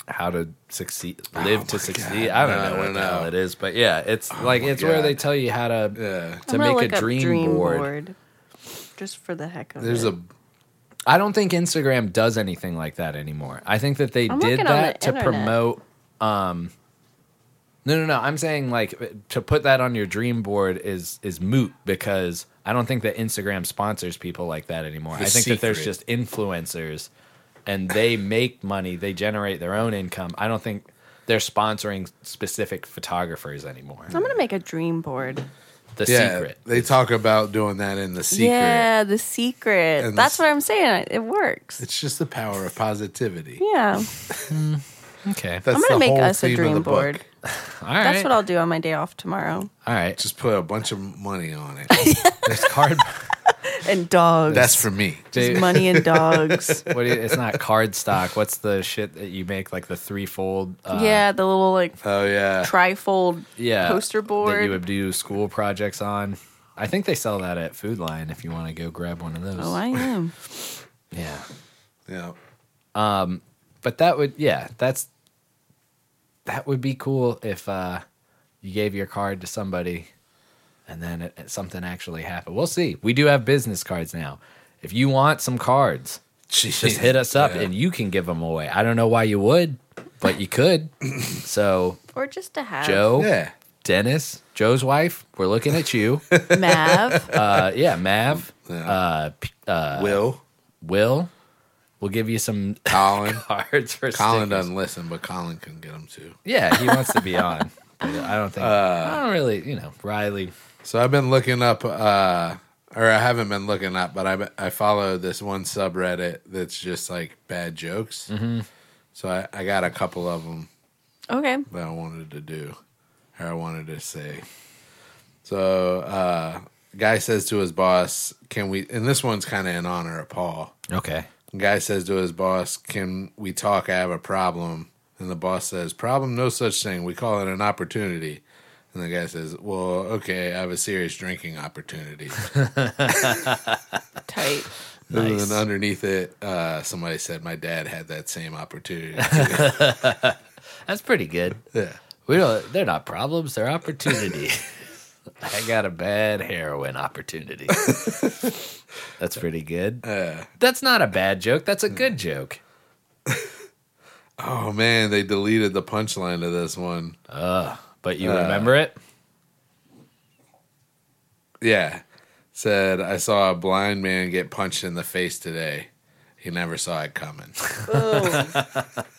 how to succeed live
Oh my
to succeed
God.
i don't
No,
know
no,
what the hell
no.
it is but yeah it's like
my
it's where
God.
they tell you how to
Yeah.
to
I'm gonna
make
look
a
up
dream, board.
just for the heck of
There's
it.
a
i don't think instagram does anything like that anymore i think that they
I'm
did
looking on
that
the
to
internet.
promote um no no no i'm saying like to put that on your dream board is is moot because i don't think that instagram sponsors people like that anymore
The
i think that there's
secret.
just influencers and they make money they generate their own income i don't think they're sponsoring specific photographers anymore
I'm gonna make a dream board.
the
yeah,
secret
They talk about doing that in the secret.
Yeah, the secret.
And
That's
this-
what I'm saying. It works.
It's just the power of positivity.
Yeah,
okay
That's
I'm gonna
the
make
whole
us
theme
a
of
dream
the
board.
book.
all right
That's what I'll do on my day off tomorrow.
all right
Just put a bunch of money on it.
it's (laughs) card
(laughs) And dogs.
That's for me.
just money and dogs.
what do you, it's not card stock what's the shit that you make like the threefold uh,
yeah, the little like
Oh yeah.
trifold
yeah
poster board.
that you would do school projects on. I think they sell that at Food Lion if you want to go grab one of those.
oh, I am.
yeah,
Yeah.
but that would yeah that's that would be cool if uh, you gave your card to somebody and then it, it- something actually happened. We'll see. We do have business cards now. If you want some cards, just hit us up
Yeah.
and you can give them away. I don't know why you would, but you could. so
Or just to have
Joe,
Yeah.
Dennis, Joe's wife, we're looking at
(laughs)
you.
Mav.
uh, yeah, Mav,
Yeah.
uh, P- uh,
Will,
Will, we'll give you some (laughs)
Colin.
cards for
Colin
stickers.
doesn't listen, but Colin can get them too.
Yeah, he wants to
(laughs)
be on. But I don't think.
Uh,
I don't really. You know, Riley.
So I've been looking up, uh, or I haven't been looking up, but I I follow this one subreddit that's just like bad jokes. So I, I got a couple of them
okay.
that I wanted to do, or I wanted to say. So uh, guy says to his boss, "Can we?" And this one's kind of in honor of Paul.
Okay.
Guy says to his boss, "Can we talk? I have a problem." And the boss says, "Problem? No such thing. We call it an opportunity." And the guy says, "Well, okay, I have a serious
(laughs)
drinking opportunity."
Tight.
And
Nice.
then underneath it, uh, somebody said, "My dad had that same opportunity." (laughs)
That's pretty good.
yeah.
We don't. They're not problems. They're opportunity.
(laughs)
I got a bad heroin
(laughs)
opportunity. That's pretty good. That's not a bad joke. That's
Mm.
a good joke.
Oh man, they deleted the punchline of this one. Uh,
But you remember it?
Yeah. said, I saw a blind man get punched in the face today. He never saw
(laughs)
it coming.
Oh.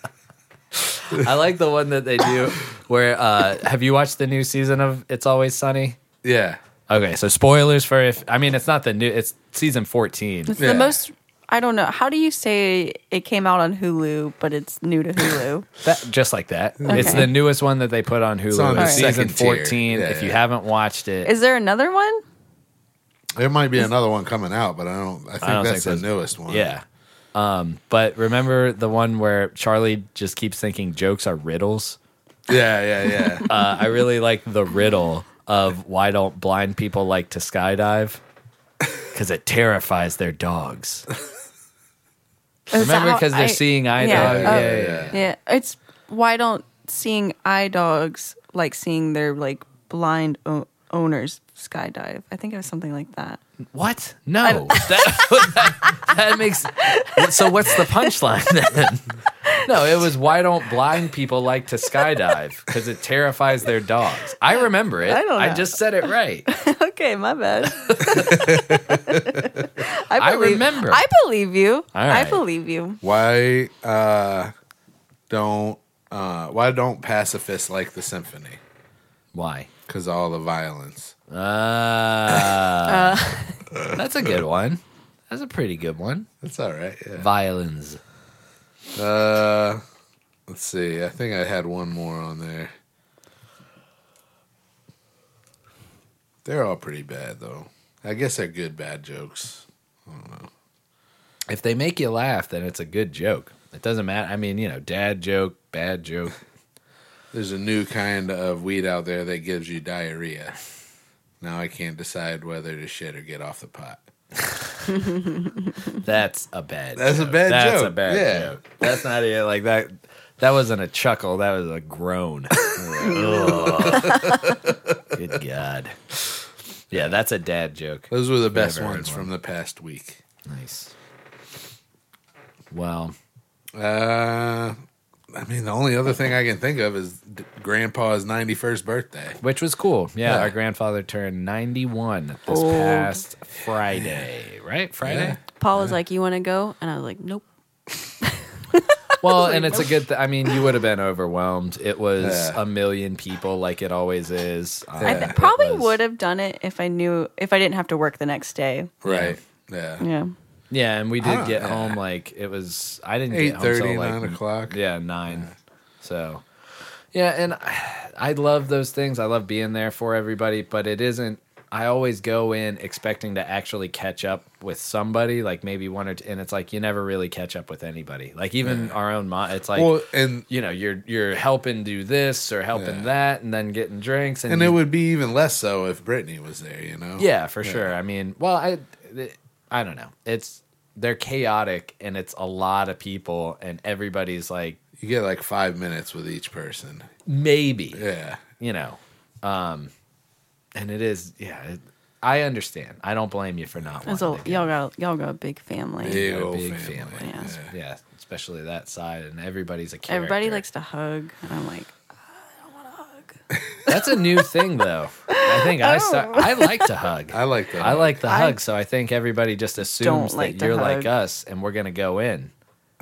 I like the one that they do where uh have you watched the new season of It's Always Sunny?
yeah.
Okay, so spoilers for if I mean it's not the new it's season 14.
It's
Yeah.
the most. I don't know. How do you say it came out on Hulu, but it's new to Hulu?
(coughs) That just like that. It's
Okay.
the newest one that they put on Hulu. It's
on the
season
second tier.
14.
Yeah,
if you
yeah.
haven't watched it,
Is there another one?
There might be another one coming out, but I don't I think
don't
that's
think
the newest one.
yeah. Um, but remember the one where Charlie just keeps thinking jokes are riddles?
Yeah, yeah, yeah.
Uh, I
(laughs)
really like the riddle of why don't blind people like to skydive? Because it terrifies their dogs.
Is that
Remember,
how
because they're
I-
seeing eye
yeah.
dog.
Oh.
Yeah, yeah, yeah.
Yeah, it's why don't seeing eye dogs like seeing their like blind o- owners skydive? I think it was something like that. (laughs)
What? No. (laughs) That, that, that makes. So what's the punchline then? No, it was why don't blind people like to skydive? Because it terrifies their dogs. I remember it.
I don't
I
know.
just said it right.
okay, my
(laughs)
bad.
I
believe-
remember.
I believe you.
right.
I believe you.
why uh don't uh why don't pacifists like the symphony?
Why?
Cuz all the violence.
Uh,
Uh.
that's a good one. That's a pretty good one.
That's all right. Yeah.
Violins.
Uh, let's see. I think I had one more on there. They're all pretty bad, though. I guess they're good bad jokes.
If they make you laugh, then it's a good joke. It doesn't matter. I mean, you know, dad joke, bad joke.
There's a new kind of weed out there that gives you diarrhea. Now I can't decide whether to shit or get off the pot.
That's a bad.
That's a
joke.
bad
That's
joke.
a bad
Yeah.
joke. That's not it. Like that. That wasn't a chuckle. That was a
(laughs)
groan. Ugh. Good God. Yeah, that's a dad joke.
Those were the best
Never heard
ones
one.
from the past week.
Nice. Well,
Uh, I mean, the only other thing I can think of is d- Grandpa's 91st birthday.
which was cool. Yeah,
Yeah. Oh.
our grandfather turned 91 this
Old.
past Friday, right? Friday?
Yeah.
Paul was like, "You want to go?" And I was like, "Nope."
Well,
(laughs)
and it's a good thing. I mean, you would have been overwhelmed. It was
Yeah.
a million people like it always is. Um,
I
Yeah.
th- probably
it was-
would have done it if I knew if I didn't have to work the next day.
Right. Yeah.
Yeah.
Yeah, and we
I
did
don't-
get
Ah, yeah.
home like it was. I didn't get
Eight
home
thirty,
till, like,
nine o'clock.
Yeah, nine. So, yeah, and I- I love those things. I love being there for everybody, but it isn't. I always go in expecting to actually catch up with somebody, like maybe one or two, and it's like you never really catch up with anybody. Like even our own mom, it's like
Well, and
you know you're you're helping do this or helping
Yeah.
that, and then getting drinks, and,
And it
you-
would be even less so if Brittany was there, you know?
Yeah, for sure. I mean, well, I, I don't know. It's they're chaotic and it's a lot of people and everybody's like
You get like five minutes with each person.
maybe
Yeah.
you know, um, and it is yeah. It, I understand. I don't blame you for not wanting
And so
to go.
y'all got y'all got a big family.
Big
They're a
old
big
family.
family.
Yeah.
Yeah. especially that side, and everybody's a character.
Everybody likes to hug, and I'm like,
(laughs) That's a new thing, though. I think I start, I like to hug.
(laughs) I like that.
I like the
I
hug, so I think everybody just assumes
like
that
to
you're like
hug.
us, and we're gonna go in.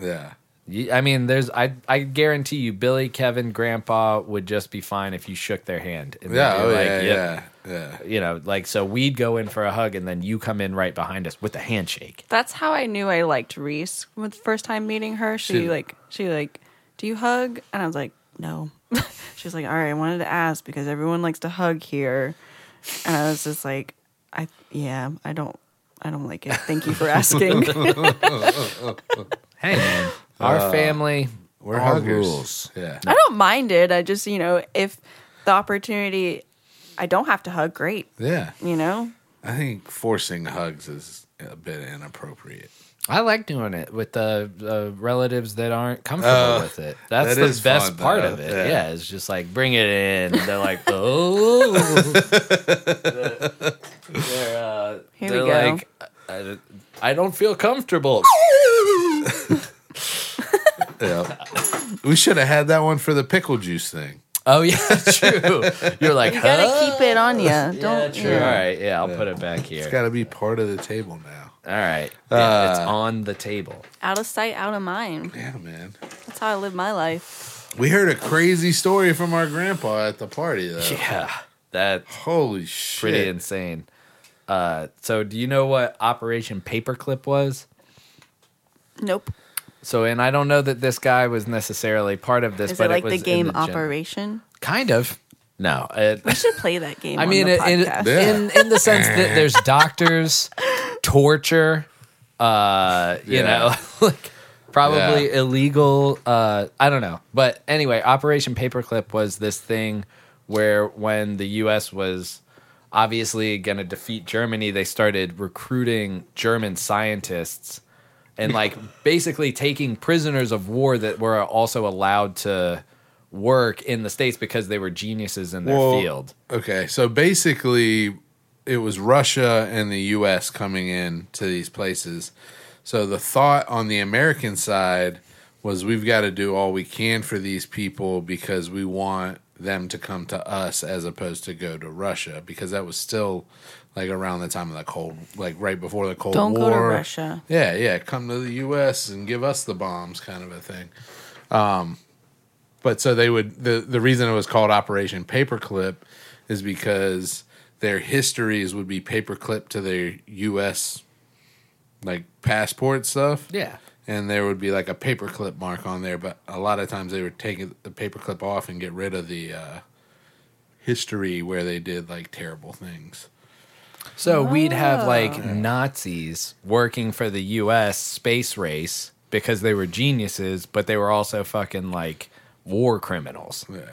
Yeah.
You- I mean, there's I I guarantee you, Billy, Kevin, Grandpa would just be fine if you shook their hand. And they'd
Yeah.
be
Oh,
like,
yeah,
"Yep."
yeah. Yeah.
You know, like so we'd go in for a hug, and then you come in right behind us with a handshake.
That's how I knew I liked Reese with the first time meeting her. She,
She-
like she like, do you hug? And I was like, no. (laughs) She's like, all right, I wanted to ask because everyone likes to hug here, and I was just like, I yeah, I don't, I don't like it. Thank
(laughs)
you for asking. (laughs)
Hey, man, (laughs) our family,
Uh, We're
our
huggers.
rules.
Yeah.
I don't mind it. I just you know if the opportunity, I don't have to hug. Great,
Yeah.
you know.
I think forcing hugs is a bit inappropriate.
I like doing it with the uh, relatives that aren't comfortable
Uh,
with it. That's
that
the
is
best
fun,
part
though.
of it. Yeah.
Yeah.
it's just like bring it
(laughs)
in. And they're like, oh, they're, uh,
Here
they're
we go.
like, I, I don't feel comfortable. (laughs)
Yeah. we should have had that one for the pickle juice thing.
Oh yeah, (laughs) true. You're like,
You gotta
huh?
keep it on you. Don't.
Yeah, true.
yeah.
All right, yeah, I'll put it back here.
It's got to be part of the table now.
All right, yeah, it's
Uh,
on the table.
Out of sight, out of mind.
Yeah, man.
That's how I live my life.
We heard a crazy story from our grandpa at the party, though.
Yeah, that's
Holy shit.
pretty insane. Uh, so, do you know what Operation Paperclip was?
Nope.
So, and I don't know that this guy was necessarily part of this,
Is
but
it like
was
the
in
game
gen-
Operation?
Kind of. No, it,
We should play that game.
I mean,
on
it,
the
it-
podcast.
Yeah.
in in the sense that
(laughs)
there's doctors, torture, uh, you
Yeah.
know, (laughs) like probably
Yeah.
illegal. Uh, I don't know, but anyway, Operation Paperclip was this thing where when the U.S. was obviously going to defeat Germany, they started recruiting German scientists and
(laughs)
like basically taking prisoners of war that were also allowed to work in the states because they were geniuses in their
Well,
field.
Okay, so basically, it was Russia and the U.S. coming in to these places. So the thought on the American side was we've got to do all we can for these people because we want them to come to us as opposed to go to Russia because that was still like around the time of the Cold, like right before the Cold
Don't
War.
go to Russia.
Yeah, yeah, come to the U.S. and give us the bombs, kind of a thing. Um, but so they would the the reason it was called Operation Paperclip is because their histories would be paperclip to their U.S. like passport stuff.
Yeah.
and there would be like a paperclip mark on there, but a lot of times they would take the paperclip off and get rid of the uh, history where they did like terrible things.
So we'd have
Ah.
like Nazis working for the US space race because they were geniuses, but they were also fucking like war criminals.
Yeah,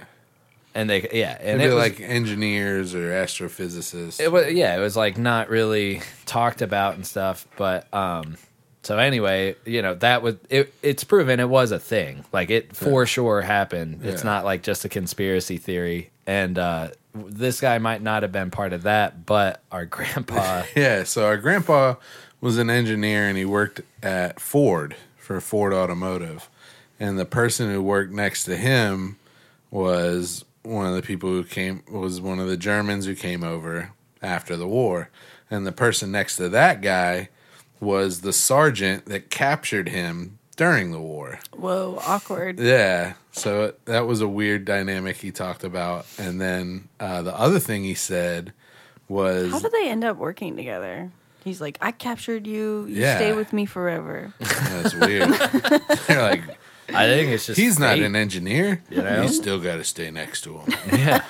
And they yeah, and
and
it was,
like engineers or astrophysicists.
it was yeah, it was like not really talked about and stuff, but um so anyway, you know, that was it it's proven it was a thing. Like it for sure happened. It's
Yeah.
not like just a conspiracy theory and uh this guy might not have been part of that, but our (laughs) grandpa
Yeah, so our grandpa was an engineer and he worked at Ford for Ford Automotive. And the person who worked next to him was one of the people who came was one of the Germans who came over after the war. And the person next to that guy was the sergeant that captured him during the war.
Whoa, awkward.
Yeah. So that was a weird dynamic he talked about. And then uh, the other thing he said was
How did they end up working together? He's like, I captured you. You
Yeah.
stay with me forever.
That's
(laughs)
weird. They're like,
I think it's just
he's not
fate.
an engineer. You,
know?
still got to stay next to him.
(laughs)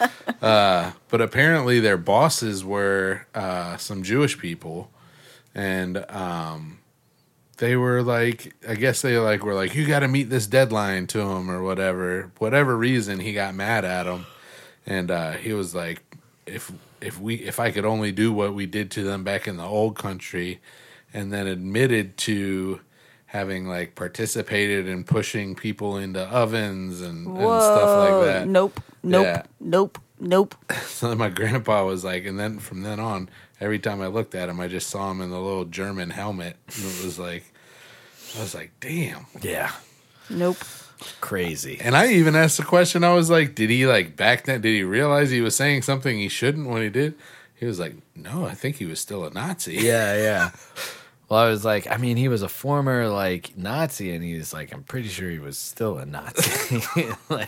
yeah.
Uh, But apparently, their bosses were uh, some Jewish people, and um, they were like, I guess they like were like, you got to meet this deadline to him or whatever. Whatever reason, he got mad at him, and uh, he was like, if if we if I could only do what we did to them back in the old country, and then admitted to having like participated in pushing people into ovens and, and
Whoa.
stuff like that.
Nope. Nope.
Yeah.
Nope. Nope.
So then my grandpa was like, and then from then on, every time I looked at him, I just saw him in the little German helmet. And it was like, I was like, damn.
Yeah.
Nope.
Crazy.
And I even asked the question, I was like, did he like back then, did he realize he was saying something he shouldn't when he did? He was like, no, I think he was still a Nazi. (laughs)
Yeah, yeah. Well, I was like, I mean, he was a former like Nazi, and he's like, I'm pretty sure he was still a Nazi. (laughs) like,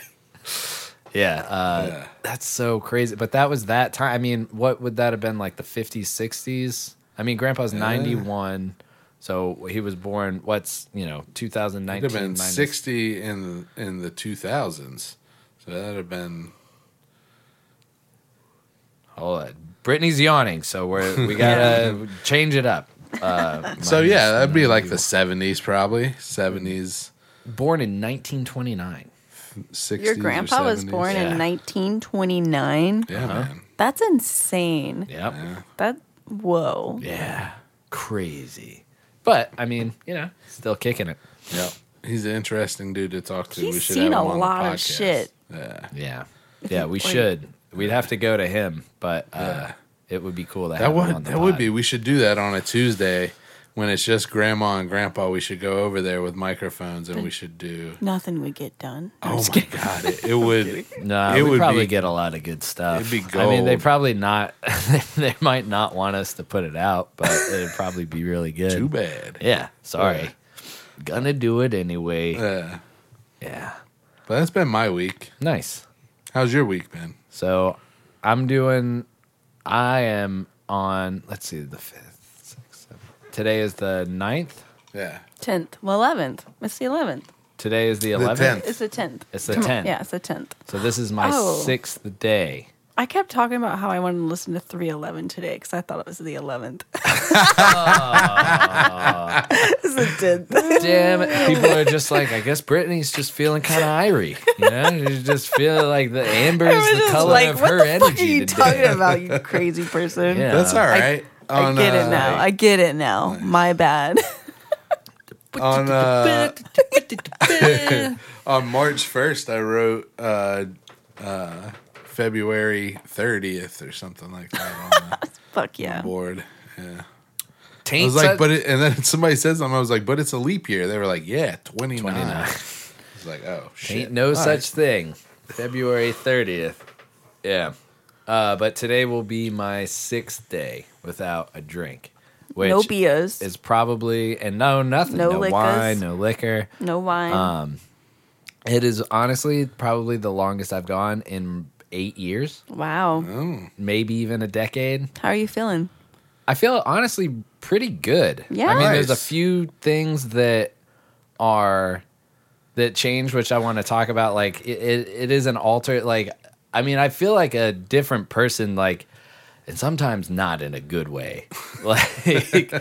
yeah, uh,
Yeah.
that's so crazy. But that was that time. I mean, what would that have been like the 50s, 60s? I mean, Grandpa's 91, so he was born. What's you know,
It would
2019?
have been 60 in, in the 2000s. So that would have been,
Hold on. Brittany's yawning, so we're
(laughs)
we gotta change it up. Uh,
so
minus
yeah, that'd be like the
91.
70s probably, 70s,
born in 1929.
60s.
Your
or Uh-huh.
grandpa was
70s.
born
Yeah.
in 1929.
Yeah, man.
That's insane.
Yep.
Yeah.
That whoa.
Yeah. Crazy. But I mean, you know, still kicking it.
Yep. He's an interesting dude to talk to.
He's
we should
seen
have him
a
on the
lot of
podcast.
shit.
Yeah.
Yeah. Yeah, we
Wait.
should. We'd have to go to him, but uh
Yeah.
it would be cool to have
That
him on
would
the
that would
pod.
be we should do that on a Tuesday when it's just grandma and grandpa, we should go over there with microphones and we
(laughs)
should do.
Nothing would get done.
Oh my god, it, it would.
No,
it
we
would
probably
be-
get a lot of good stuff.
It'd be
I mean, they
gold.
probably not. (laughs) they might not want us to put it out, but it'd probably be really good.
(laughs) Too bad.
Yeah, sorry.
Yeah.
Gonna do it anyway.
Uh,
yeah,
but that's been my week.
nice.
How's your week been?
So I'm doing. I am on. Let's see, the fifth, sixth, seventh. Today is the 9th.
Yeah.
10th. Well, 11th. It's the 11th.
Today is the
tenth.
eleventh.
It's the 10th.
It's the tenth.
Yeah, it's the 10th.
So this is my
Oh.
sixth day.
I kept talking about how I wanted to listen to 311 today because I thought it was the 11th. (laughs) It's the 10th.
Damn it! People are just like, I guess Brittany's just feeling kind of irie. You know, she's just feeling like the amber
I
is
was
the
just
color
like,
of
what
her
the fuck are
energy
you talking
today. (laughs)
about, you crazy person?
Yeah.
That's all right.
I
On,
get
uh,
it now. I get it now. My bad. (laughs)
on
(laughs)
uh, on March first, I wrote uh, uh, February thirtieth or something like that on the
Fuck
(laughs)
yeah.
board. Yeah. I
Taint
was like,
such-
but it, and then (laughs) somebody says something. I was like, but it's a leap year. They were like, yeah, twenty nine.
29.
I was like, oh shit,
Ain't no
All
such
right.
thing. February 30th. Yeah. Uh, but today will be my sixth day without a drink. Which
no beers.
is probably, and no, nothing.
No
No,
liquors.
wine, no liquor.
no wine.
uh, It is honestly probably the longest I've gone in eight years,
wow.
maybe even a decade.
How are you feeling?
I feel honestly pretty good.
Yeah.
I mean, there's a
Nice.
few things that are that change, which I want to talk about. Like it, it, it is an alter. Like I mean, I feel like a different person. Like and sometimes not in a good way. (laughs) Like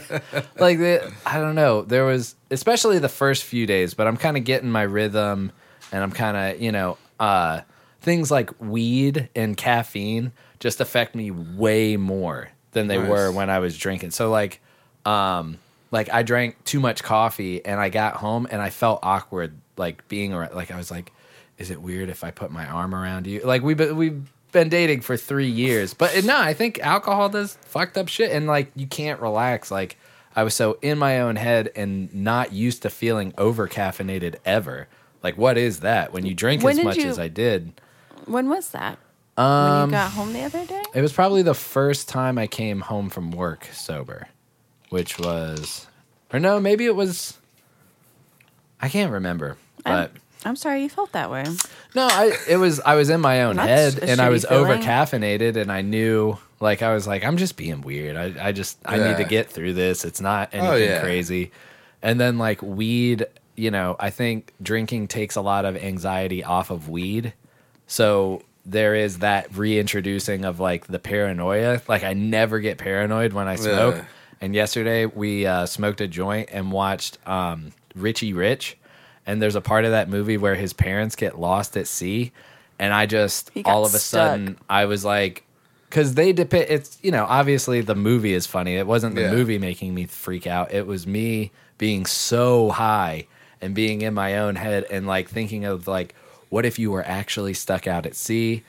like the, I don't know. There was especially the first few days, but I'm kind of getting my rhythm, and I'm kind of you know uh, things like weed and caffeine just affect me way more than they
Nice.
were when I was drinking. So like um like I drank too much coffee and I got home and I felt awkward like being around like I was like is it weird if I put my arm around you? Like we have we've been dating for 3 years. But no, I think alcohol does fucked up shit and like you can't relax like I was so in my own head and not used to feeling over caffeinated ever. Like what is that when you drink
When
as
did
much
you-
as I did?
When was that? when you got home the other day?
Um, It was probably the first time I came home from work sober, which was, or no, maybe it was. I can't remember, but
I'm sorry you felt that way.
no, I it was I was in my own
That's
head
a
and I
shitty
was
feeling.
over caffeinated and I knew like I was like I'm just being weird. I I just I
Yeah. Oh,
need to get through this. It's not anything
yeah.
crazy. And then like weed, you know, I think drinking takes a lot of anxiety off of weed. So there is that reintroducing of like the paranoia. Like I never get paranoid when I smoke.
Yeah.
And yesterday we uh, smoked a joint and watched um, Richie Rich. And there's a part of that movie where his parents get lost at sea. And I just,
He got
all of a
stuck.
sudden, I was like, because they depict, it's, you know, obviously the movie is funny. It wasn't the
Yeah.
movie making me freak out. It was me being so high and being in my own head and like thinking of like, what if you were actually stuck out at sea?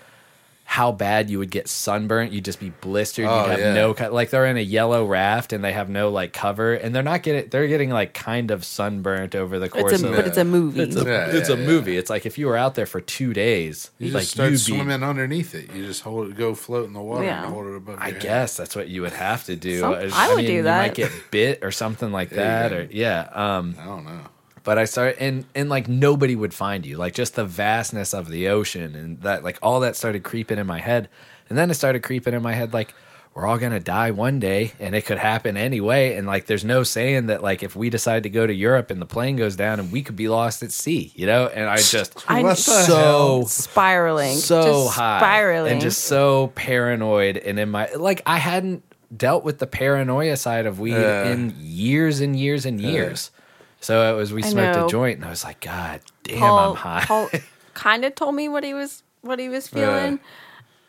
how bad you would get sunburnt. You'd just be blistered.
Oh,
You'd have
yeah.
no co- like they're in a yellow raft and they have no like cover and they're not getting they're getting like kind of sunburnt over the course
It's a,
of
but it's a movie.
it's a,
Yeah,
it's
yeah,
a
yeah.
movie. It's like if you were out there for two days,
You just
like
start
you'd be-
swimming underneath it. You just hold, go float in the water
Yeah.
and hold it above.
I
your head.
guess that's what you would have to do.
Some- I would do
You
that.
might get bit or something
(laughs)
like
There you
that, or yeah. Um,
I don't know.
but I started and and like nobody would find you. Like just the vastness of the ocean and that like all that started creeping in my head. And then it started creeping in my head like we're all gonna die one day and it could happen anyway. And like there's no saying that like if we decide to go to Europe and the plane goes down and we could be lost at sea, you know? And I just
I
What the
kn-
so
spiraling.
so
just
high
Spiraling.
and just so paranoid and in my like I hadn't dealt with the paranoia side of weed
Yeah.
in years and years and years. So it was we
I
smoked
know.
a joint and I was like, God damn, I'm high.
kind of told me what he was what he was feeling.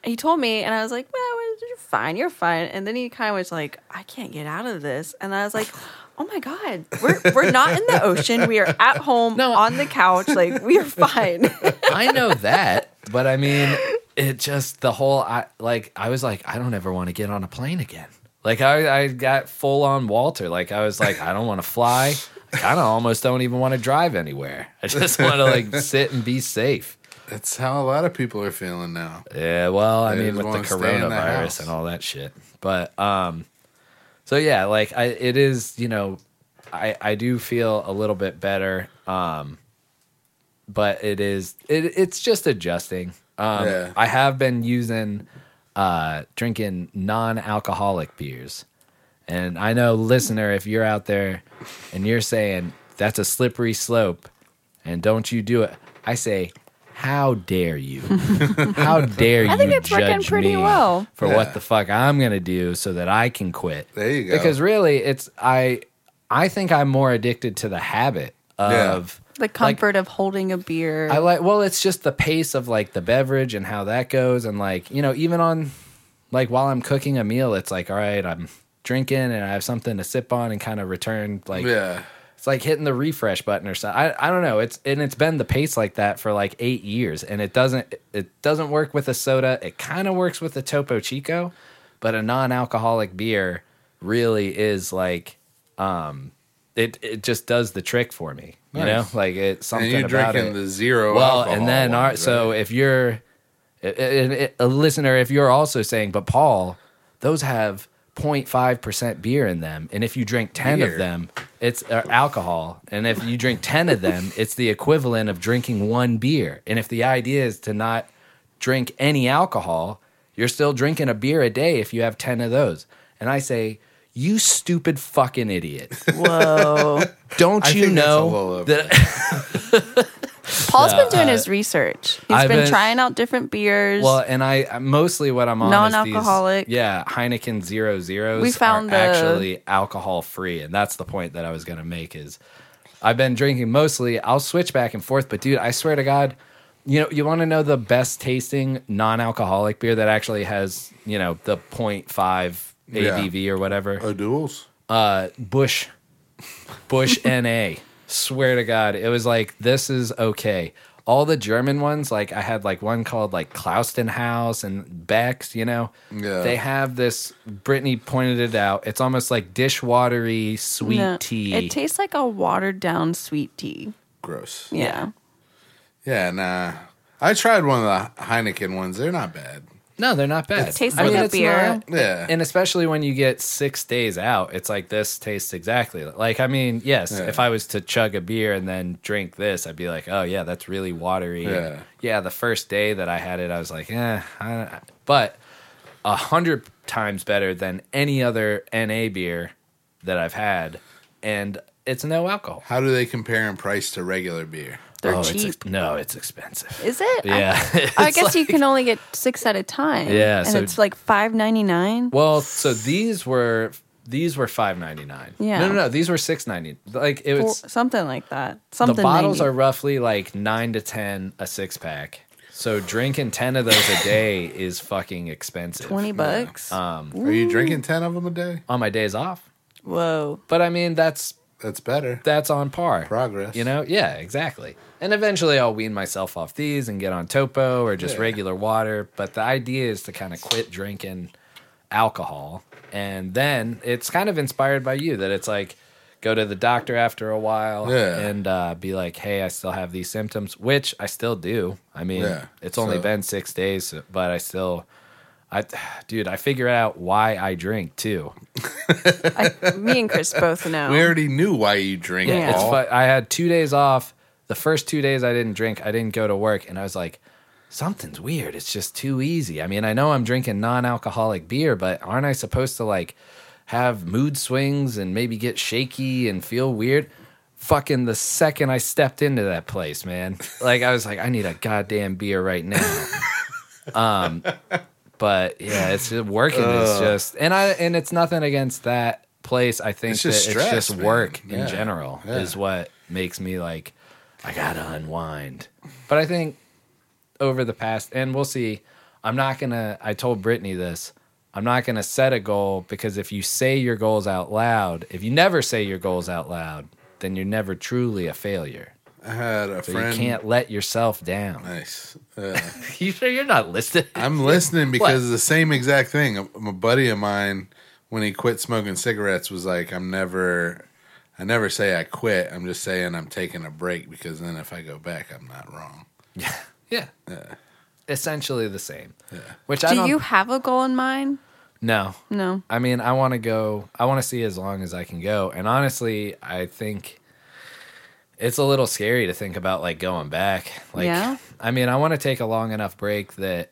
he told me, and I was like, "Well, you're fine, you're fine." And then he kind of was like, "I can't get out of this," and I was
(sighs)
like. Oh my God, we're, we're not in the ocean. We are at home
No.
on the
(laughs)
couch. Like, we are fine.
(laughs) I know that, but I mean, it just the whole I like I was like, I don't ever want to get on a plane again. Like I, I got full on Walter. Like I was like, I don't want to fly. I kind of almost don't even want to drive anywhere. I just want to like sit and be safe.
That's how a lot of people are feeling now.
Yeah, well, I
They
mean,
just
with the
wanna stay in the house.
coronavirus and all that shit. But um, so yeah, like I, it is, you know, I I do feel a little bit better. Um, but it is it it's just adjusting. Um,
Yeah.
I have been using uh drinking non-alcoholic beers, and I know, listener, if you're out there and you're saying that's a slippery slope, and don't you do it, I say. How dare
(laughs)
you? How dare you?
I think it's working
judge
pretty
me
well.
for
Yeah.
what the fuck I'm gonna do so that I can quit.
There you go.
Because really, it's I. I think I'm more addicted to the habit
Yeah.
of
The comfort of holding a beer.
I like well, it's just the pace of like the beverage and how that goes, and like you know, even on like while I'm cooking a meal, it's like all right, I'm drinking and I have something to sip on and kind of return like
Yeah.
it's like hitting the refresh button or something. I, I don't know. It's and it's been the pace like that for like eight years, and it doesn't it doesn't work with a soda. It kind of works with a Topo Chico, but a non-alcoholic beer really is like um it it just does the trick for me. You
Nice.
know, like it's something
And you're
about
drinking
it
the zero.
well
alcohol
and then
ones,
our, so
right?
if you're i- i- i- a listener if you're also saying but paul those have 0.5% beer in them and if you drink 10
Beer.
of them it's uh, alcohol and if you drink 10 of
(laughs)
them it's the equivalent of drinking one beer and if the idea is to not drink any alcohol you're still drinking a beer a day if you have 10 of those and i say you stupid fucking idiot
Whoa.
don't
(laughs) I
you
think that's a little
know
over
that
Paul's been doing his research. He's
uh, I've
been,
been-
trying out different beers.
Well, and I I- mostly what I'm on Is
Non-alcoholic.
these, yeah, Heineken zero zeros.
We found
are
the-
actually alcohol free, and that's the point that I was gonna make is I've been drinking mostly. I'll switch back and forth, but dude, I swear to God, you know, you want to know the best tasting non-alcoholic beer that actually has you know the 0.5
Yeah.
ABV or whatever
oh, duels.
uh, Bush, Bush NA. Swear to God, it was like this is okay. All the German ones, like I had like one called like Klaustenhaus and Beck's, you know,
Yeah.
they have this. Brittany pointed it out. It's almost like dishwatery sweet
No,
tea.
It tastes like a watered down sweet tea.
Gross.
Yeah.
Yeah, nah. I tried one of the Heineken ones. They're not bad.
no, they're not bad.
It tastes
I
like
mean,
a
it's
beer.
not-
Yeah.
and especially when you get six days out, it's like this tastes exactly li- like. I mean, yes,
Yeah.
if I was to chug a beer and then drink this, I'd be like, oh yeah, that's really watery.
Yeah.
yeah. The first day that I had it, I was like, eh, I, but a hundred times better than any other NA beer that I've had, and it's no alcohol.
How do they compare in price to regular beer?
They're
oh, it's
cheap.
ex- no, it's expensive.
Is it?
(laughs)
I-
Yeah,
Oh, I,
it's
guess you
like-
can only get six at a time.
Yeah,
And
so-
it's like five ninety nine.
Well, so these were these were five ninety nine.
Yeah.
No, no, no. These were six ninety. Like it was.
Something like that. Something
the bottles
90.
are roughly like nine to ten a six pack. So drinking ten of those a day is fucking expensive.
twenty bucks.
Uh,
Are you drinking 10 of them a day?
on my days off.
Whoa.
But I mean that's
That's better.
that's on par.
Progress.
You know? Yeah, exactly. And eventually I'll wean myself off these and get on topo or just
Yeah.
regular water. But the idea is to kind of quit drinking alcohol. And then it's kind of inspired by you that it's like go to the doctor after a while
Yeah.
and uh, be like, hey, I still have these symptoms, which I still do. I mean,
Yeah.
it's only
So-
been six days, but I still. I, dude, I figure out why I drink too.
Me and Chris both know.
We already knew why you drink.
um, Yeah, it's
Paul.
fun. I had two days off. The first two days I didn't drink. I didn't go to work, and I was like, something's weird. It's just too easy. I mean, I know I'm drinking non-alcoholic beer, but aren't I supposed to like have mood swings and maybe get shaky and feel weird? Fucking the second I stepped into that place, man. Like I was like, I need a goddamn beer right now. (laughs) Um, but yeah, it's just working is just and I and it's nothing against that place. I think
It's
that
just
it's just
stress, man.
work
Yeah.
in general
Yeah.
is what makes me like I gotta unwind. But I think over the past and we'll see. I'm not gonna I told Brittany this. I'm not gonna set a goal because if you say your goals out loud, if you never say your goals out loud, then you're never truly a failure.
I had a
So
friend.
you can't let yourself down.
Nice.
(laughs)
Uh,
you sure you're not listening?
I'm listening because it's the same exact thing. A, a buddy of mine when he quit smoking cigarettes was like, I'm never, I never say I quit. I'm just saying I'm taking a break because then if I go back, I'm not wrong.
Yeah. Essentially the same. Which I
Do
don't
you have a goal in mind?
No.
No.
I mean, I want to go. I want to see as long as I can go. And honestly, I think it's a little scary to think about like going back. Like,
Yeah?
I mean, I want to take a long enough break that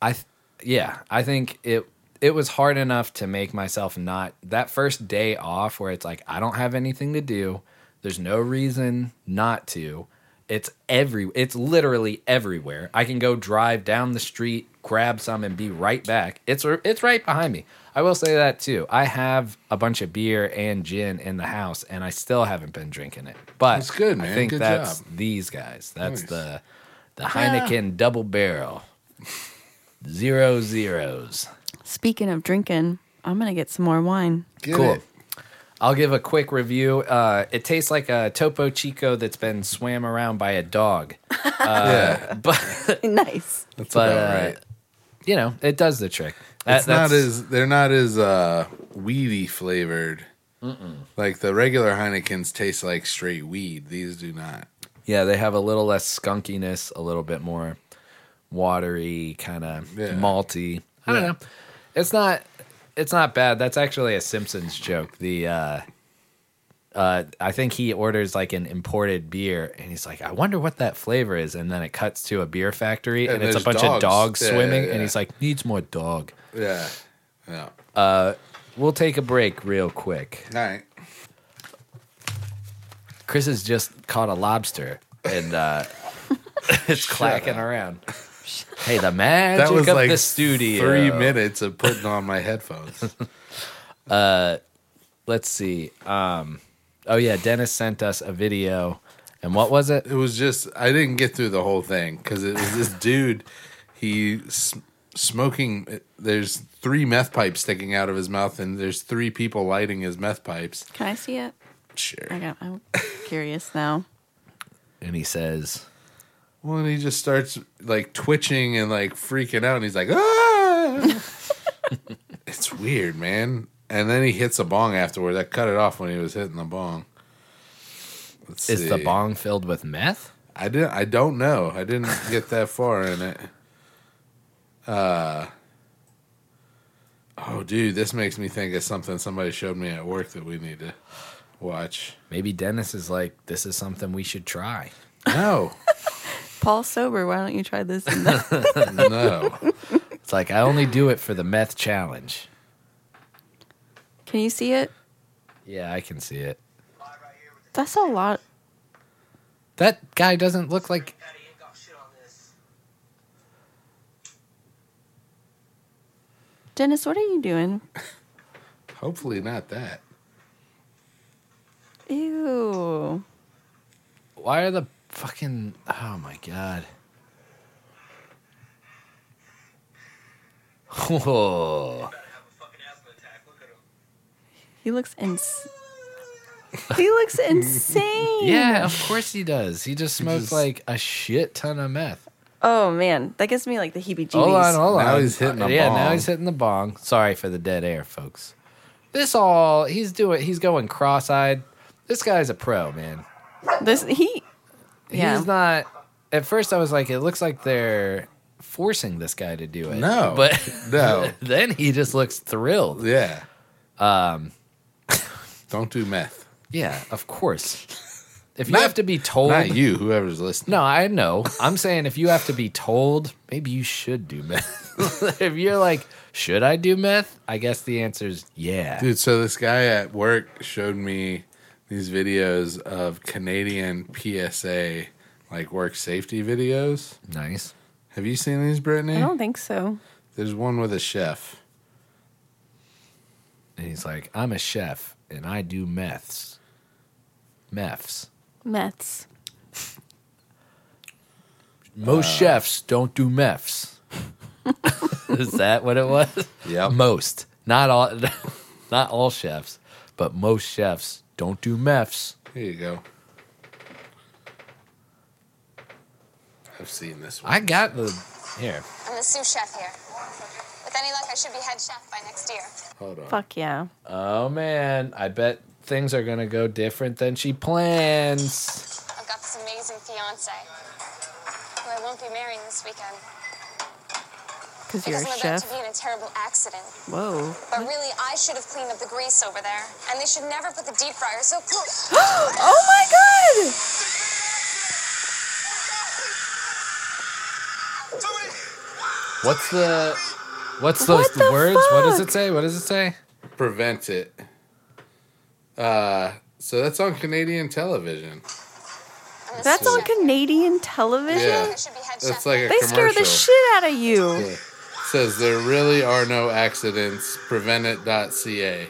I, th- yeah, I think it. It was hard enough to make myself not that first day off where it's like I don't have anything to do. There's no reason not to. It's every it's literally everywhere. I can go drive down the street, grab some and be right back. It's it's right behind me. I will say that too. I have a bunch of beer and gin in the house and I still haven't been drinking it. But
That's good,
I
man.
think
Good
that's
job.
these guys. That's
Nice.
the the Heineken double barrel. Zero zeros.
Speaking of drinking, I'm gonna get some more wine. (laughs)
Get
Cool.
it?
I'll give a quick review. Uh, it tastes like a Topo Chico that's been swam around by a dog,
yeah,
but
nice.
that's
Uh, but,
about
uh,
right.
you know it does the trick. That-
It's not
that's-
as they're not as uh, weedy flavored. Like the regular Heinekens taste like straight weed. These do not.
yeah. They have a little less skunkiness, a little bit more watery, kind of
Yeah.
malty. I don't
Yeah.
know. It's not. It's not bad. That's actually a Simpsons joke. The uh, uh, I think he orders like an imported beer, and he's like, "I wonder what that flavor is." And then it cuts to a beer factory, and,
And
it's a
there's
bunch of
dogs.
dogs
Yeah,
swimming,
yeah, yeah.
and he's like, "Needs more dog."
Yeah. Yeah.
We'll take a break real quick.
All right.
Chris has just caught a lobster, and uh, (laughs) it's clacking around. Hey, the magic
That was
of
like
the studio.
three minutes of putting on my headphones.
Let's see. Um, oh yeah, Dennis sent us a video, and what was it?
it was just I didn't get through the whole thing because it was this dude. He s- smoking. There's three meth pipes sticking out of his mouth, and there's three people lighting his meth pipes.
Can I see it? I
Sure.
got, I'm curious now.
And he says,
Well, and he just starts like twitching and like freaking out, and he's like,
(laughs)
ah. it's weird, man. And then he hits a bong afterward. I cut it off when he was hitting the bong. Let's
"Is the
see.
bong filled with meth?"
I didn't. I don't know. I didn't get that far in it. Uh. Oh, dude, this makes me think of something somebody showed me at work that we need to watch.
Maybe Dennis is like, "This is something we should try." (laughs)
No,
Paul's sober. Why don't you try this? And that? (laughs)
no.
It's like I only do it for the meth challenge.
Can you see it?
Yeah, I can see it.
That's a lot.
That guy doesn't look like
Eddie ain't got Oh, shit on this.
Dennis, what are you doing?
Hopefully not that.
Ew.
Why are the fucking oh my god. Whoa.
Gotta have a fucking asthma attack. Look at him.
He looks ins.
(laughs)
he looks insane.
Yeah, of course he does. He just smoked
just-
like a shit ton of meth.
Oh man, that gives me like the heebie-jeebies.
Hold on, hold on.
Now he's hitting the
yeah, now
bong.
he's hitting the bong. Sorry for the dead air, folks. This all he's doing he's going cross eyed. This guy's a pro, man.
This he. Yeah.
He's not at first I was like, it looks like they're forcing this guy to do it.
No,
But (laughs)
no.
then he just looks thrilled.
Yeah. Um. (laughs) Don't do meth.
Yeah, of
(laughs)
course. If you
Not-
have to be told,
Not you. Whoever's listening.
no, I know. I'm saying if you have to be told, maybe you should do meth. (laughs) if you're like, should I do meth? I guess the answer is yeah.
Dude, so this guy at work showed me these videos of Canadian PSA like work safety videos.
Nice.
Have you seen these, Brittany?
I don't think so.
There's one with a chef.
And he's like, I'm a chef and I do meths. Meths.
Mets.
Most
Uh.
chefs don't do meths. (laughs) is that what it was?
Yep.
Most. Not all (laughs) not all chefs, but most chefs don't do meths.
Here you go. I've seen this one.
I got the here.
I'm the sous chef here. With any luck, I should be head chef by next year.
Hold on.
Fuck yeah.
Oh man, I bet things are gonna go different than she plans.
I've got this amazing fiance who I won't be marrying this weekend
Because you're a
because I'm about to
chef.
be in a terrible accident.
Whoa. (gasps)
But really, I should have cleaned up the grease over there, and they should never put the deep fryer so (laughs) close.
oh my god!
What's the what's the,
What the
words? What does
fuck?
it say? What does it say?
Prevent it. Uh, so that's on Canadian television.
I'm a
That's
sous
on
chef.
Canadian television?
Yeah.
I should be head chef.
That's like a
They
commercial.
scare the shit out of you.
Yeah. Says there really are no accidents. Preventit.ca.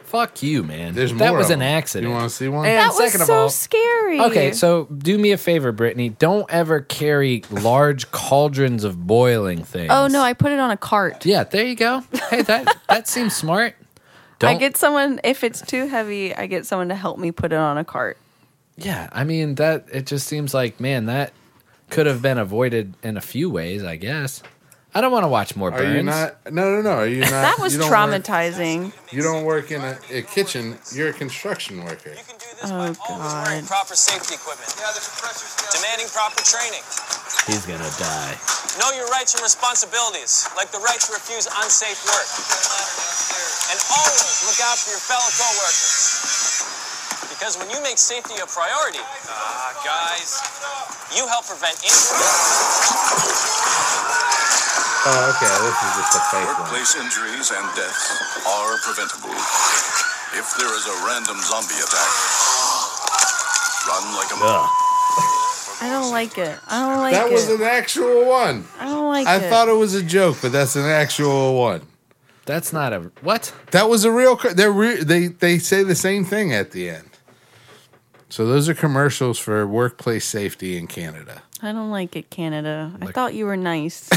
Fuck you, man.
There's
that
more
was
of
an
them.
accident.
You want to see one?
And
That was
second of
so
all-
scary.
Okay, so do me a favor, Brittany. Don't ever carry large cauldrons of boiling things.
Oh no, I put it on a cart.
Yeah, there you go. Hey,
(laughs)
that that seems smart.
I
Don't-
get someone if it's too heavy, I get someone to help me put it on a cart.
Yeah, I mean that it just seems like man that could have been avoided in a few ways, I guess. I don't want to watch more
are
burns.
you not? No, no, no.
(laughs)
Are
Uh,
you not?
That was
you don't work-
traumatizing.
you don't work in a, a kitchen. You're a construction worker.
You can do this
Oh,
by always wearing
God.
proper safety equipment. Yeah, the compressor's down. Demanding proper training.
He's gonna die.
Know your rights and responsibilities, like the right to refuse unsafe work. And always look out for your fellow coworkers. Because when you make safety a priority, ah, guys, you help prevent injury.
Oh, okay. This is just a fake one.
Workplace injuries and deaths are preventable. If there is a random zombie attack, run like a
Ugh.
I don't like it. I don't like
That
it.
was an actual one.
I don't like
I
it.
thought it was a joke, but that's an actual one.
That's not a what?
That was a real. co- They're re- they they say the same thing at the end. So those are commercials for workplace safety in Canada.
I don't like it, Canada. I thought you
(laughs)
were nice.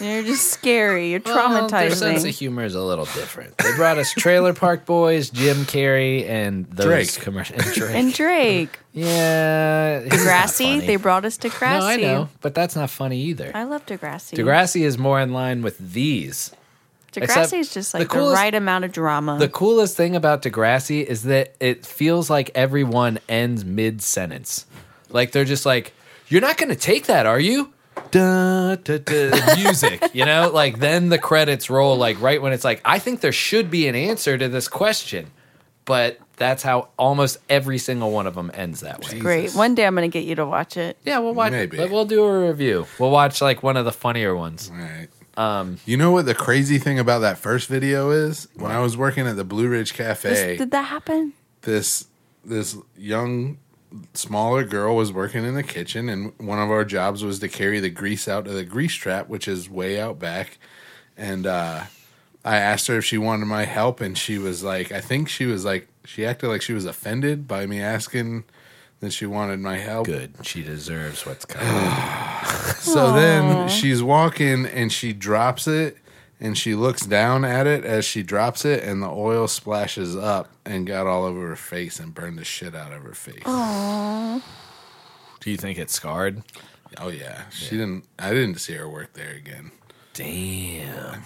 You're just scary. You're
Their sense of
traumatizing.
humor is a little different. They brought us Trailer Park Boys, Jim Carrey, and those
Drake.
commercial. And Drake.
and Drake,
(laughs) yeah, he's not
Degrassi,
funny.
they brought us Degrassi.
No, I know, but that's not funny either.
I love Degrassi.
Degrassi is more in line with these. Except
Degrassi is just
the
like the,
coolest-
right amount of drama.
The coolest thing about Degrassi is that it feels like everyone ends mid sentence. Like they're just like, you're not going to take that, are you? Da, da, (laughs) da, music, you know? Like then the credits roll, like right when it's like, I think there should be an answer to this question. But that's how almost every single one of them ends that way.
Great. One day I'm going to get you to watch it.
Yeah, we'll watch.
Maybe.
but We'll do a review. We'll watch like one of the funnier ones.
All right. Um, you know what the crazy thing about that first video is? When I was working at the Blue Ridge Cafe,
This, did that happen?
this this young smaller girl was working in the kitchen and one of our jobs was to carry the grease out to the grease trap which is way out back and uh i asked her if she wanted my help and she was like i think she was like she acted like she was offended by me asking that she wanted my help
Good. She deserves what's coming.
so then she's walking and she drops it and she looks down at it as she drops it and the oil splashes up and got all over her face and burned the shit out of her face
(sighs) do you think it's scarred?
Oh yeah, she didn't. I didn't see her work there again.
Damn.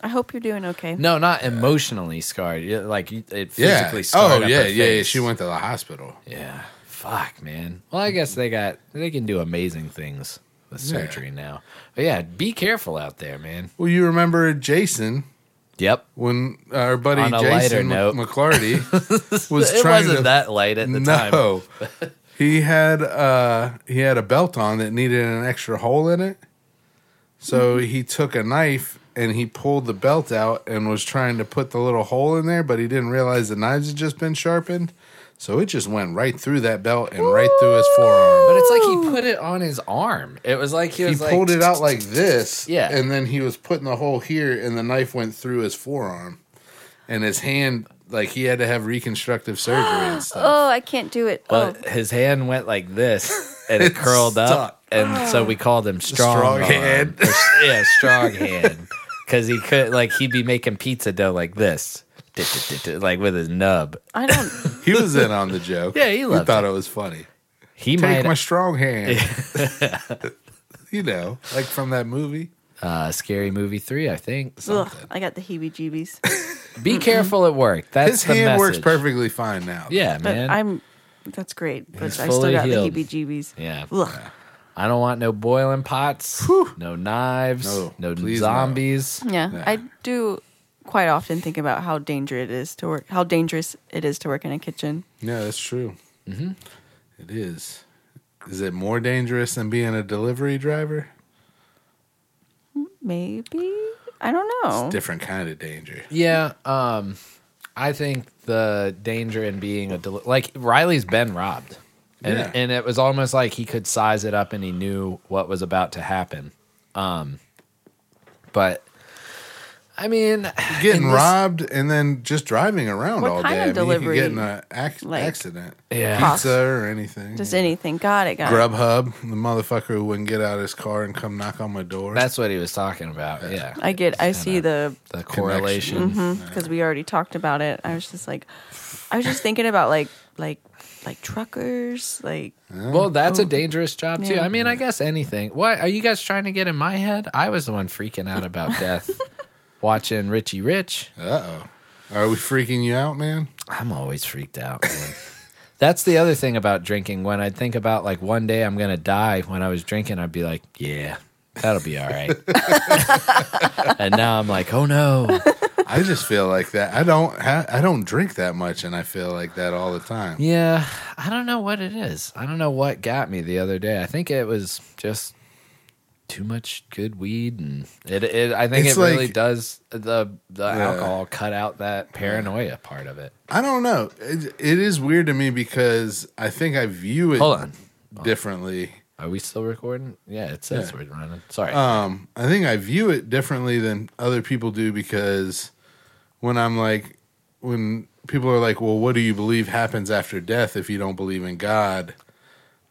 I hope you're doing okay.
No, not emotionally scarred. Yeah, Like you- it
Yeah.
physically scarred.
Oh
up
yeah,
her
yeah, yeah.
face.
She went to the hospital.
Yeah. Fuck, man. Well, I guess they got they can do amazing things with surgery now. But yeah, be careful out there, man.
Well, you remember Jason
Yep.
when uh, our buddy
On a lighter
Jason
note. (laughs)
McClarty was
it
trying
wasn't
to.
that light at the time.
no, (laughs) he had uh he had a belt on that needed an extra hole in it, so
Hmm.
he took a knife. And he pulled the belt out and was trying to put the little hole in there, but he didn't realize the knives had just been sharpened. So it just went right through that belt and right through his forearm.
But it's like he put it on his arm. It was like he
he
was like,
pulled it out like this.
Yeah.
And then he was putting the hole here, and the knife went through his forearm. And his hand, like, he had to have reconstructive
(gasps)
surgery and stuff.
Oh, I can't do it.
But
oh.
his hand went like this, and it,
(laughs) It
curled up,
stuck.
and so we called him strong, Arm.
Strong Hand.
Or s- yeah, strong hand, because he could like he'd be making pizza dough like this, Dit-dit-dit-dit, like with his nub.
I don't. (laughs)
He was in on the joke.
(laughs) Yeah, he loved
thought it was funny.
He might
Take (laughs) my strong hand. you know, like from that movie.
Uh, scary movie three, I think. So
Ugh, I got the heebie-jeebies.
be careful at work. That's
His
the
hand works
message.
perfectly fine now.
Yeah,
But
man.
I'm that's great, but
He's
I still
fully
got
healed.
the heebie-jeebies.
yeah.
Ugh.
I don't want no boiling pots, no knives,
No,
no,
please no.
zombies.
Yeah,
Yeah.
I do quite often think about how dangerous it is to work. How dangerous it is to work in a kitchen.
Yeah, that's true.
Mm-hmm.
It is. Is it more dangerous than being a delivery driver?
Maybe I don't know.
Different kind of danger.
Yeah, um, I think the danger in being a deli- like Riley's been robbed, and
Yeah.
and it was almost like he could size it up and he knew what was about to happen. Um, but I mean,
Getting
in this-
robbed and then just driving around
What
all
kind
day.
of
I mean,
delivery?
You could get in an ac-
Like-
accident.
Yeah.
Pizza or anything.
Just anything. Got it. Got it.
Grubhub, the motherfucker who wouldn't get out of his car and come knock on my door.
That's what he was talking about. Yeah,
I Mm-hmm. get. I see the
the correlation.
because we already talked about it. I was just like, I was just thinking about like like like truckers. Like
Well, that's a dangerous job too.
Yeah.
I mean, I guess anything. What are you guys trying to get in my head? I was the one freaking out about
(laughs)
death, watching Richie Rich.
Uh oh. Are we freaking you out, man?
I'm always freaked out. man. That's the other thing about drinking. When I think about like one day I'm gonna die, when I was drinking, I'd be like, yeah, that'll be all right. (laughs) and now I'm like, oh no,
I just feel like that. I don't. Ha- I don't drink that much, and I feel like that all the time.
yeah. I don't know what it is. I don't know what got me the other day. I think it was just too much good weed, and it. it I think
It's
it really
like-
does the the alcohol cut out that paranoia part of it.
I don't know. It, it is weird to me because I think I view it
Hold on.
differently.
Are we still recording? Yeah, it says
Yeah.
we're running. Sorry.
Um, I think I view it differently than other people do because when I'm like, when people are like, "Well, what do you believe happens after death if you don't believe in God?"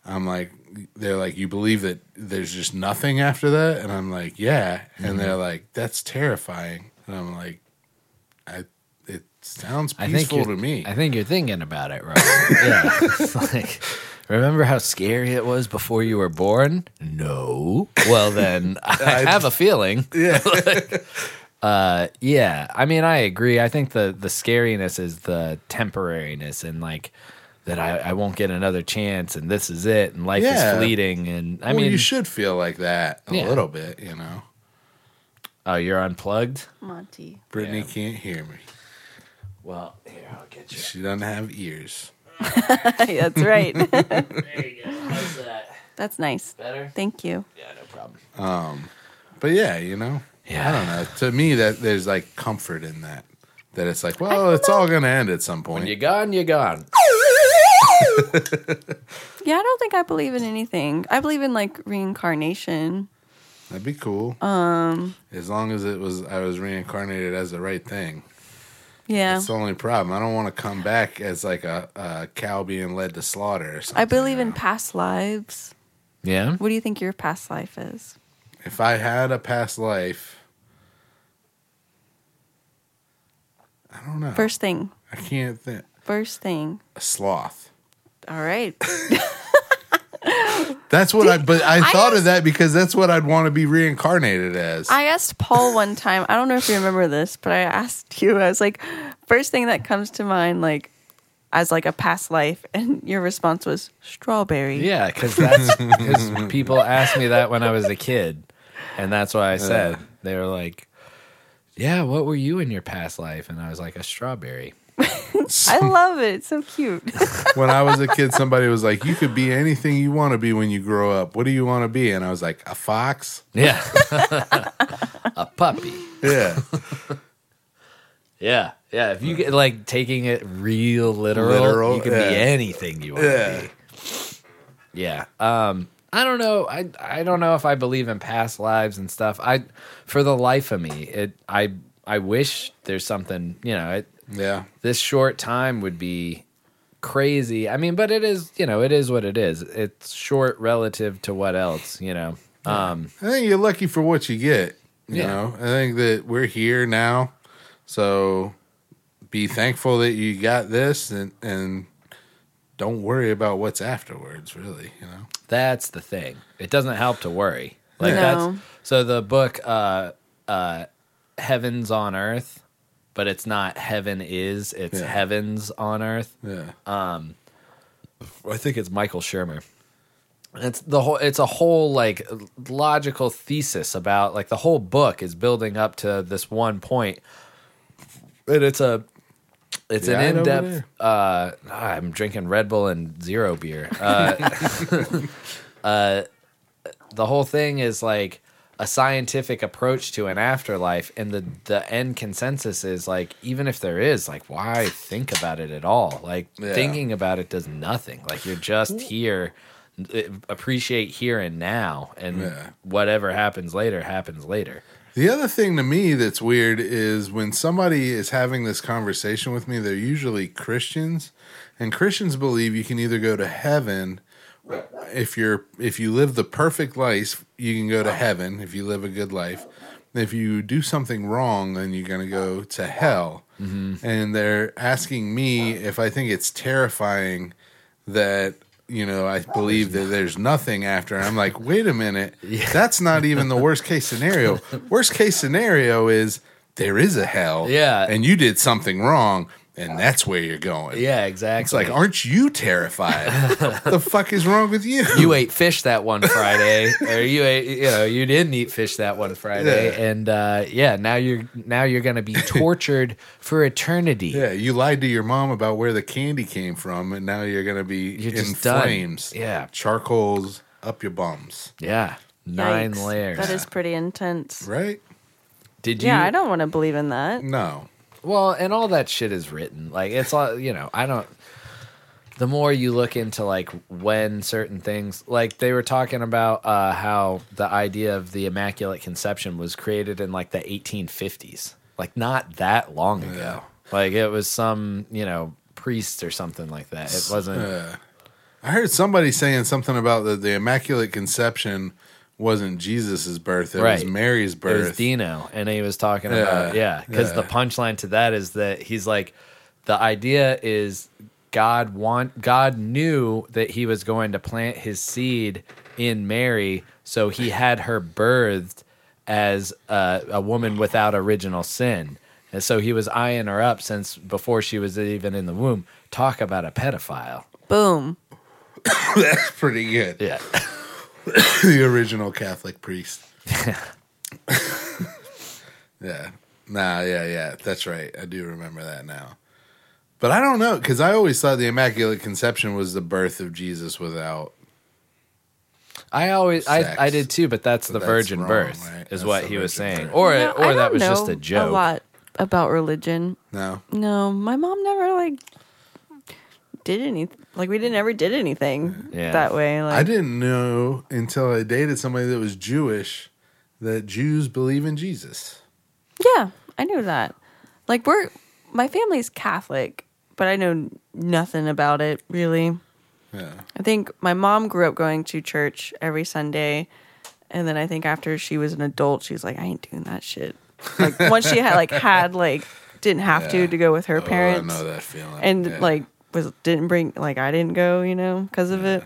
I'm like, they're like, "You believe that there's just nothing after that?" And I'm like, "Yeah."
Mm-hmm.
And they're like, "That's terrifying." And I'm like, "I." It sounds
I think
peaceful
you're-
to me.
I think you're thinking about it wrong. (laughs) yeah. It's like, remember how scary it was before you were born? No. Well, then (laughs) I have a feeling.
(laughs)
Yeah. (laughs) uh, yeah. I mean, I agree. I think the the scariness is the temporariness and like that I, I won't get another chance and this is it and life
Yeah.
is fleeting and I
well,
mean
you should feel like that a
Yeah.
little bit, you know.
oh you're unplugged.
(laughs) Monty.
Brittany can't hear me.
Well, here I'll get you.
She doesn't have ears.
That's right. (laughs)
There you go. How's that?
That's nice.
Better?
Thank you.
Yeah, no problem.
But yeah, you know,
Yeah.
I don't know. To me, that there's like comfort in that. That it's like, well, it's all gonna end at some point.
When you're gone, you're gone.
Yeah, I don't think I believe in anything. I believe in like reincarnation.
That'd be cool. Um, as long as it was, I was reincarnated as the right thing.
Yeah.
That's the only problem. I don't want to come back as like a, a cow being led to slaughter. Or something.
I believe in past lives.
Yeah.
What do you think your past life is?
if I had a past life, I don't know.
First thing.
I can't think.
First thing.
A sloth.
All right.
That's what I. But I,
I
thought
was-
of that because that's what I'd want to be reincarnated as.
I asked Paul one time, I don't know if you remember this, but I asked you, I was like, first thing that comes to mind, like, as like a past life, and your response was strawberry.
Yeah, because that's because people asked me that when I was a kid, and that's why I said they were like, "Yeah, what were you in your past life?" And I was like, "A strawberry."
I love it. It's so cute.
when I was a kid, somebody was like, "You could be anything you want to be when you grow up. What do you want to be?" And I was like, "A fox."
Yeah, (laughs) a puppy.
Yeah,
Yeah, yeah. If you get like taking it real literal,
Literal,
you can be
yeah.
anything you want
Yeah.
to be. Yeah. Um, I don't know. I I don't know if I believe in past lives and stuff. I, for the life of me, it I I wish there's something you know. It,
(laughs) yeah.
this short time would be crazy. I mean, but it is, you know, it is what it is. It's short relative to what else, you know. Um,
I think you're lucky for what you get. You
Yeah.
know, I think that we're here now, so be thankful that you got this, and and don't worry about what's afterwards. Really, you know.
that's the thing. It doesn't help to worry. Like
No.
that's so the book uh uh Heavens on Earth, but it's not heaven is, it's
Yeah.
heavens on earth.
Yeah.
I think it's Michael Shermer. It's the whole. It's a whole like logical thesis about like the whole book is building up to this one point, and it's a it's
Yeah, I
an
know
in
over
depth. Uh, I'm drinking Red Bull and zero beer. Uh, the whole thing is like a scientific approach to an afterlife and the the end consensus is like even if there is like why think about it at all like
Yeah.
thinking about it does nothing like you're just here Uh, appreciate here and now and
Yeah.
whatever happens later happens later
The other thing to me that's weird is when somebody is having this conversation with me, they're usually Christians, and Christians believe you can either go to heaven if you're if you live the perfect life, you can go to heaven if you live a good life. If you do something wrong, then you're going to go to hell. And they're asking me if I think it's terrifying that you know I believe that there's nothing after. And I'm like, wait a minute, that's not even the worst case scenario. Worst case scenario is there is a hell,
Yeah.
and you did something wrong, and that's where you're going.
yeah exactly
It's like, aren't you terrified? the fuck is wrong with you?
you ate fish that one
(laughs)
Friday, or you ate, you know, you didn't eat fish that one Friday,
Yeah.
and uh, yeah, now you're now you're gonna be tortured for eternity.
Yeah, you lied to your mom about where the candy came from, and now you're gonna be
You're
in
just done.
flames.
Yeah.
charcoals up your bums,
Yeah, nine
Yikes.
layers.
That is pretty intense.
right?
Did you?
Yeah, I don't want to believe in that.
No,
Well, and all that shit is written. Like it's all you know. I don't. The more you look into like when certain things, like they were talking about uh, how the idea of the Immaculate Conception was created in like the 1850s, like not that long ago.
Yeah.
Like it was some you know priest or something like that. It wasn't.
I heard somebody saying something about that the Immaculate Conception wasn't Jesus's birth; it was
Right.
Mary's
It
birth.
was Dino, and he was talking
Yeah,
about yeah, because the
yeah.
punchline to that is that he's like, the idea is God want God knew that he was going to plant his seed in Mary, so he had her birthed as a, a woman without original sin, and so he was eyeing her up since before she was even in the womb. Talk about a pedophile.
Boom.
That's pretty good.
Yeah.
the original Catholic priest.
(laughs)
yeah. Nah, yeah, yeah. That's right. I do remember that now. But I don't know because I always thought the Immaculate Conception was the birth of Jesus without.
(laughs) I always I,
Sex.
I did too, but that's the
that's
virgin
wrong,
birth
right?
is
That's
what
the
he was
virgin
saying,
birth.
or
You know, I
or that
don't
was just
know
a joke.
A lot about religion.
No.
No, my mom never like did any like we didn't ever did anything
Yeah.
that way. Like
I didn't know until I dated somebody that was Jewish that Jews believe in Jesus.
Yeah, I knew that. Like we're my family's Catholic, but I know nothing about it really.
Yeah.
I think my mom grew up going to church every Sunday, and then I think after she was an adult, she was like, "I ain't doing that shit."
(laughs)
Like once she had like had like didn't have to to go with her parents,
Oh, I know that feeling.
and
Yeah.
like was didn't bring like I didn't go, you know, because of it.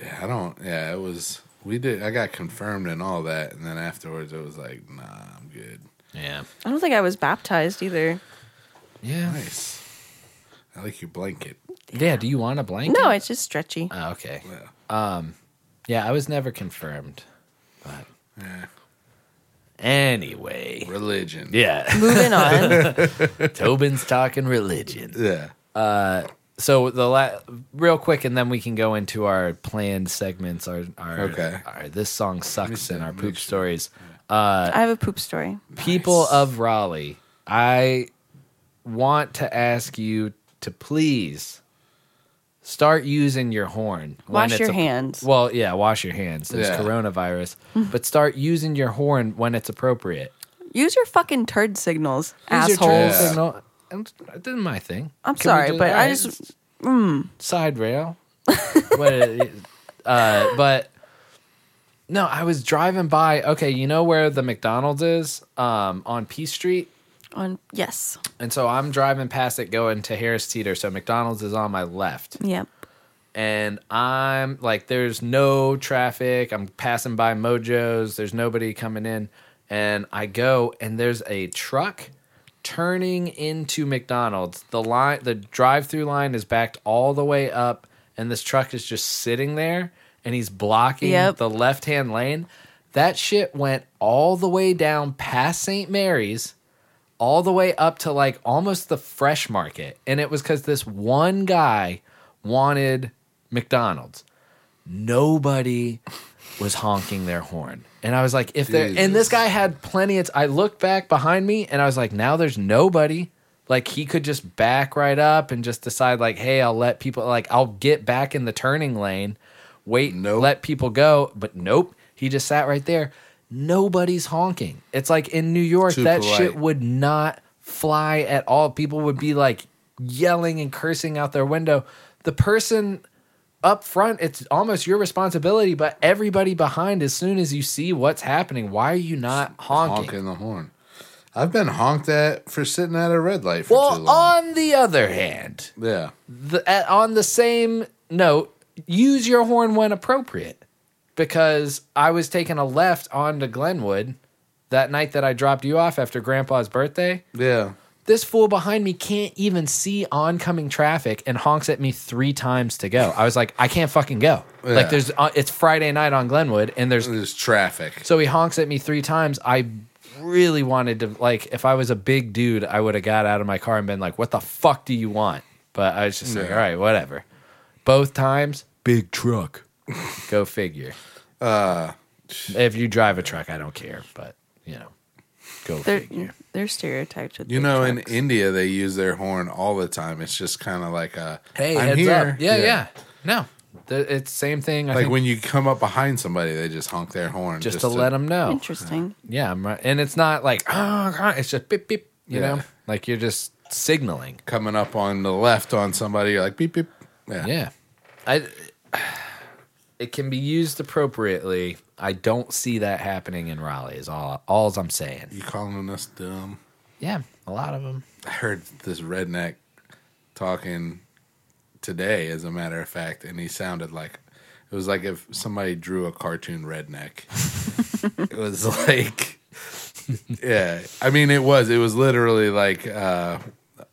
Yeah, I don't. Yeah, it was. We did. I got confirmed and all that. And then afterwards, it was like, nah, I'm good.
Yeah.
I don't think I was baptized either.
Yeah.
Nice. I like your blanket.
Yeah. Do you want a blanket?
No, it's just stretchy.
Oh, okay.
Yeah.
Yeah, I was never confirmed.
Yeah.
Anyway.
Religion.
Yeah. (laughs)
(laughs)
Moving on.
Tobin's talking religion.
Yeah.
So the la- real quick, and then we can go into our planned segments. Our our,
Okay.
our this song sucks
see,
and our
let me
poop
see.
stories.
I have a poop story.
People of Raleigh, I want to ask you to please start using your horn. when
Wash
it's
your
a-
hands.
Well, yeah, wash your hands. There's
Yeah.
(laughs)
coronavirus, but start using your horn when it's appropriate.
Use your fucking turd signals,
Use
asshole.
your turn
assholes. Yeah.
signal. And It didn't my thing.
I'm
Can we
sorry,
do
but
that?
I just mm.
side
(laughs)
rail. What it- uh, but no, I was driving by. Okay, you know where the McDonald's is um, on Peace Street,
on yes,
and so I'm driving past it going to Harris Teeter. So McDonald's is on my left,
yep.
and I'm like, there's no traffic. I'm passing by Mojo's. There's nobody coming in. And I go, and there's a truck turning into McDonald's. The line, the drive-through line is backed all the way up, and this truck is just sitting there, and he's blocking
Yep.
the left-hand lane. That shit went all the way down past St. Mary's all the way up to like almost the fresh market. And it was because this one guy wanted McDonald's. Nobody was honking their horn. And I was like, if there, and this
Jesus.
guy had plenty of, I looked back behind me and I was like, now there's nobody. Like he could just back right up and just decide, like, hey, I'll let people, like, I'll get back in the turning lane, wait,
Nope.
let people go. But nope, he just sat right there. Nobody's honking. It's like in New York,
Too
that
polite.
shit would not fly at all. People would be like yelling and cursing out their window. The person up front, it's almost your responsibility, but everybody behind, as soon as you see what's happening, why are you not honking?
honking the horn. I've been honked at for sitting at a red light for too
Well,
long.
on the other hand,
yeah,
the, at, on the same note, use your horn when appropriate. Because I was taking a left onto Glenwood that night that I dropped you off after Grandpa's birthday.
yeah.
This fool behind me can't even see oncoming traffic and honks at me three times to go. I was like, I can't fucking go.
Yeah.
Like, there's uh, it's Friday night on Glenwood, and there's
There's traffic.
so he honks at me three times. I really wanted to like if I was a big dude, I would have got out of my car and been like, "What the fuck do you want?" But I was just like,
Yeah.
"All right, whatever." Both times, big truck. Go figure. Uh, if you drive a truck, I don't care, but you know, go
They're
figure.
they're stereotyped with
You
big
know, in
trucks.
India they use their horn all the time. It's just kind of like a
Hey, heads up. Yeah, yeah. No, The- it's same thing. I
Like
think,
when you come up behind somebody, they just honk their horn
just, to, let 'em let them know.
interesting.
(laughs) Yeah, I'm right. and it's not like oh, God," it's just beep beep. You
Yeah.
know, like you're just signaling.
coming up on the left on somebody. You're like beep beep. Yeah,
Yeah. I it can be used appropriately. I don't see that happening in Raleigh is all all's I'm saying.
you calling us dumb?
Yeah, a lot of them.
I heard this redneck talking today, as a matter of fact, and he sounded like it was like if somebody drew a cartoon
(laughs)
redneck. it was like, yeah, I mean, it was. It was literally like, uh,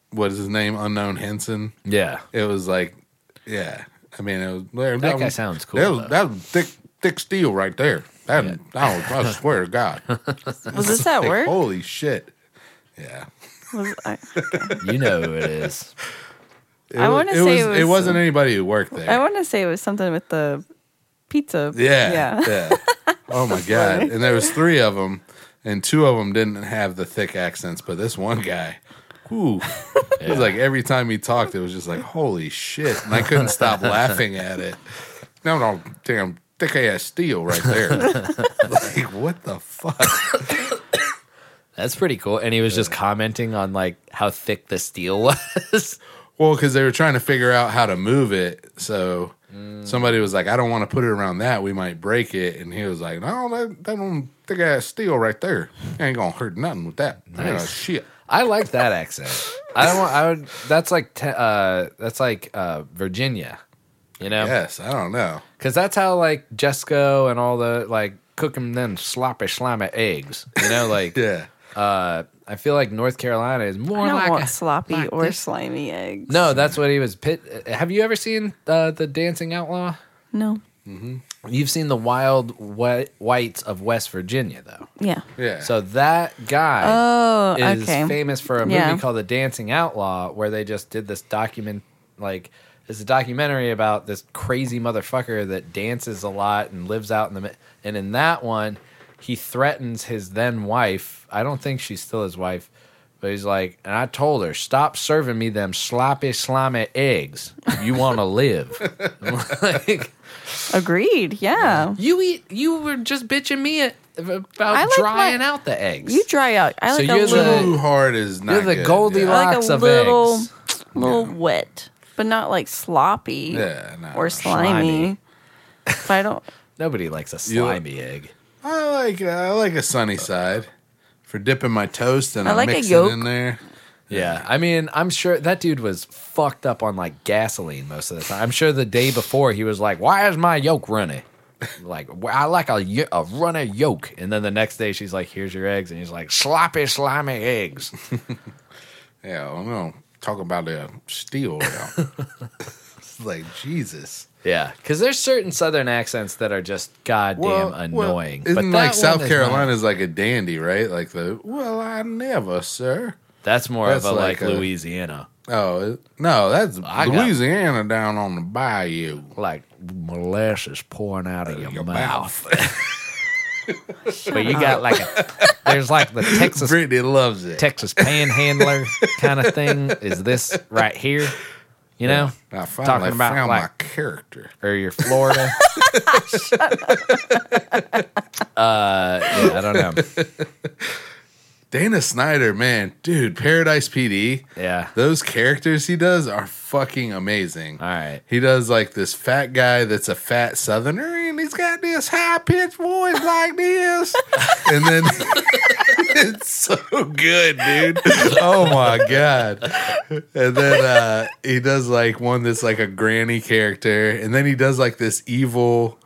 what is his name? Unknown Henson.
Yeah.
It was like, yeah. I mean, it was that,
guy sounds cool,
That was,
though.
that was thick, thick steel right there. That, I, don't- I swear to God,
(laughs)
Was this at
Like,
oh.
work?
holy shit! Yeah.
Was I,
You know who it is.
It
I
wa-
wanna say it was-
it wasn't anybody who worked there.
I want to say it was something with the pizza.
Yeah.
yeah.
Yeah. oh my god. And there was three of them, and two of them didn't have the thick accents, but this one guy, whoo, it was like every time he talked, it was just like holy shit, and I couldn't stop laughing at it. No, no, damn thick ass steel right there. like what the fuck?
That's pretty cool. And he was just commenting on like how thick the steel (laughs) was.
Well, because they were trying to figure out how to move it, so.
Mm.
Somebody was like, "I don't want to put it around that. We might break it." And he was like, "No, that that one thick ass steel right there ain't gonna hurt nothing with that. You know,
Nice.
shit."
I like that accent. I don't want I would that's like te- uh that's like uh Virginia. You know?
Yes, I don't know.
Because that's how like Jesco and all the like cook 'em them sloppy slimy eggs. You know, like
Yeah.
uh, I feel like North Carolina is more
I don't
like
want
a-
sloppy
like
or
this.
slimy eggs.
No, that's what he was. Pit. Have you ever seen uh, the Dancing Outlaw?
no.
You've seen the Wild Whi- Whites of West Virginia, though.
Yeah.
Yeah.
So that guy
Oh,
is
okay.
famous for a movie
Yeah.
called The Dancing Outlaw, where they just did this document like it's a documentary about this crazy motherfucker that dances a lot and lives out in the mi- and in that one he threatens his then wife. I don't think she's still his wife, but he's like, and I told her, stop serving me them sloppy slimy eggs. if You want to live? (laughs) like,
Agreed. Yeah.
you eat? You were just bitching me at, about
like my-
drying out the eggs.
You dry out. I
So
like
you're
a
the-
little,
too hard is not.
You're the
good.
Goldilocks.
I like
box
a
of
little,
eggs.
little wet, but not like sloppy
Yeah. yeah no.
or slimy. If I don't,
Nobody likes a
You-
slimy egg.
I like I like a sunny side for dipping my toast and
I
I,
like a
mix
yolk.
it in there.
Yeah. I mean, I'm sure that dude was fucked up on like gasoline most of the time. I'm sure the day before he was like, "Why is my yolk runny?"
(laughs)
Like, "Well, I like a yo- a runny yolk. And then the next day she's like, "Here's your eggs," and he's like, "Sloppy, slimy eggs."
(laughs) Yeah, I'm gonna talk about the steel
(laughs)
now. It's like Jesus.
Yeah, because there's certain Southern accents that are just goddamn annoying.
Isn't
that
like
one
South
is not.
Carolina's like a dandy, right? Like the well, I never, sir.
That's more
That's
of a like,
like a-
Louisiana,
Oh it- no, that's
I got-
Louisiana down on the bayou.
like molasses pouring out of your, mouth. (laughs) but you got like a, there's like the Texas
Brittany loves it.
Texas Panhandler kind of thing. Is this right here? You know,
I finally
talking about
found
like
my character.
or your (laughs) Florida. uh, yeah, I don't know.
Dana Snyder, man, dude, Paradise PD.
Yeah.
Those characters he does are fucking amazing.
All right.
He does like this fat guy that's a fat southerner and he's got this high pitched voice like this. and then (laughs) it's so good, dude. Oh my god. And then uh he does like one that's like a granny character and then he does like this evil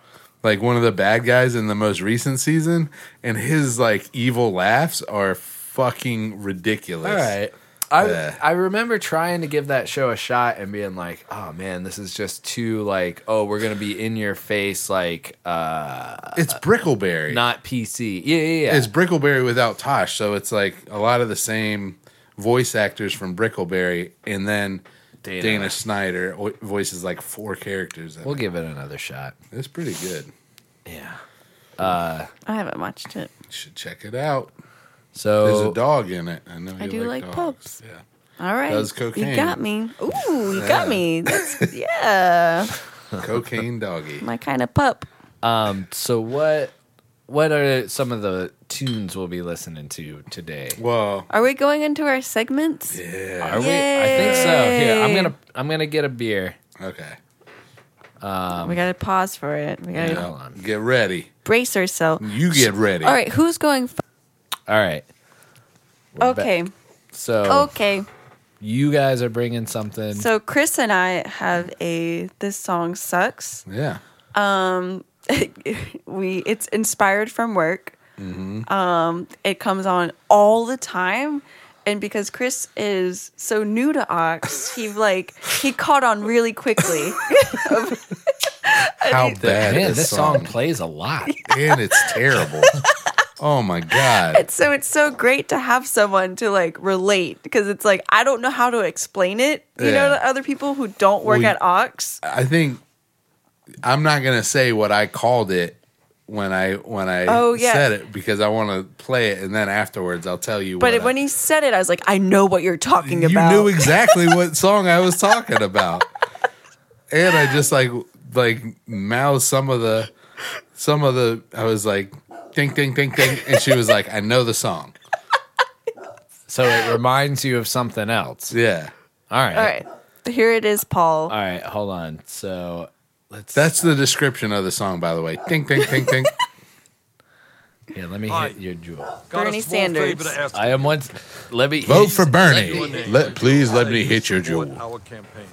like one of the bad guys in the most recent season and his like evil laughs are fucking ridiculous.
All right. I
Yeah.
I remember trying to give that show a shot and being like, oh man, this is just too like, oh, we're gonna be in your face, like uh
It's Brickleberry.
not PC. Yeah, yeah, yeah.
It's Brickleberry without Tosh, so it's like a lot of the same voice actors from Brickleberry, and then
Dana.
Dana, Snyder o- voices like four characters. I
We'll
think.
give it another shot.
it's pretty good.
Yeah.
I haven't watched it.
You should check it out. There's
So
a dog in it. I know.
I
you
do like
dogs.
pups.
Yeah.
All right.
Does cocaine.
You got me. Ooh, you got me. That's, yeah.
(laughs)
Cocaine doggy.
My kind of pup.
um so what what are some of the tunes we'll be listening to today?
Well,
Are we going into our segments?
yeah.
Are we I think so. Here, I'm
Yay.
gonna I'm gonna get a beer.
Okay.
we got to pause for it. We got to
Hold on.
Get ready.
brace ourselves.
You get ready.
All right, who's going? F-
All right. back.
okay.
So
Oh.
Okay.
you guys are bringing something.
So Chris and I have a this song sucks.
Yeah.
we it's inspired from work.
Mm-hmm.
Um, it comes on all the time, and because Chris is so new to Ox, he like he caught on really
(laughs)
quickly.
How
Man,
bad is
this song plays a lot.
and
(laughs)
it's terrible. oh my god.
so it's so great to have someone to like relate because it's like I don't know how to explain it. You know,
Yeah.
to other people who don't work
We-
at Ox.
I think I'm not gonna say what I called it when I when I
Oh, yeah.
said it because I want to play it and then afterwards I'll tell you.
But
what
when
I,
he said it, I was like, I know what you're talking
you
about.
knew exactly what song I was talking about, and I just like like mouthed some of the some of the I was like think think think think and she was like I know the song
So
(laughs)
it reminds you of something else.
yeah
All right.
all right, here it is, Paul.
All right, hold on. So let's
that's the description of the song by the way think think think think
yeah, let me
Hi.
hit your jewel.
Bernie Sanders.
I am once let me
vote for Bernie
your name.
let please let me hit your jewel
Our campaign,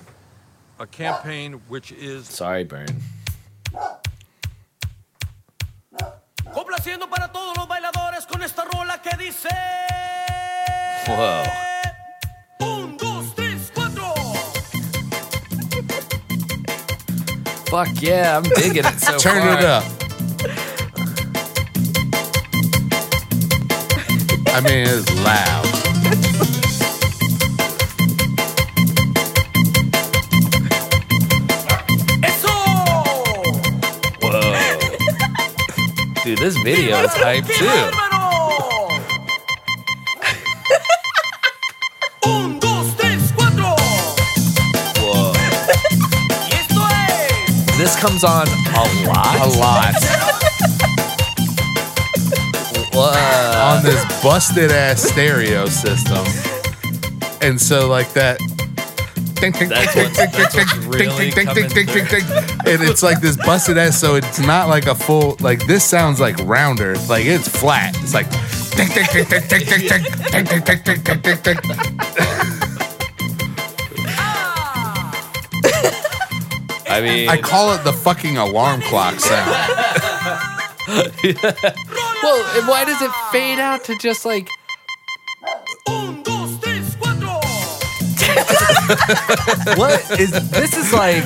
a campaign which is
Sorry, Bern.
Complaciendo para todos los bailadores con esta rola que dice.
Whoa.
Un, dos, tres, cuatro.
Fuck yeah, I'm digging it so
Oh, (laughs) turn
far.
it up. I mean, it's loud.
¡Eso!
(laughs) Dude, this video
(laughs)
is hype
¡Qué
too.
bárbaro! Un, dos, tres, cuatro.
Whoa.
Y esto es.
This comes on a lot.
A lot
(laughs) Whoa.
on this busted ass stereo system. And so, like that.
That's what- that's what's really coming
And it's like this busted ass, so it's not like a full. Like this sounds like rounder. Like it's flat. It's like. Tick, tick, tick, tick, tick, tick, tick, tick, tick, tick, tick, tick, tick, tick.
I mean,
I call it the fucking alarm clock sound.
well, and why does it fade out to just like?
Un, dos, tres, cuatro.
(laughs) What is this? Is like,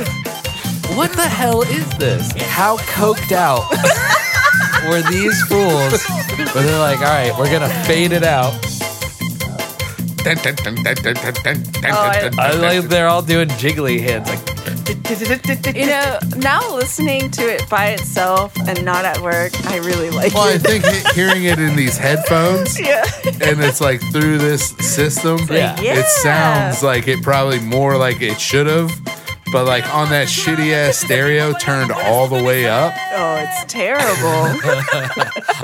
what the hell is this? How coked out were these fools? Where they're like, all right, we're gonna fade it out.
Oh,
(laughs)
I like they're all doing jiggly hands. Like,
You know, now listening to it by itself and not at work, I really like
Well, I
it. (laughs)
think he- hearing it in these headphones,
Yeah.
and it's like through this system,
Yeah.
it sounds like it probably more like it should have, but like on that shitty ass stereo turned all the way up.
Oh, it's terrible.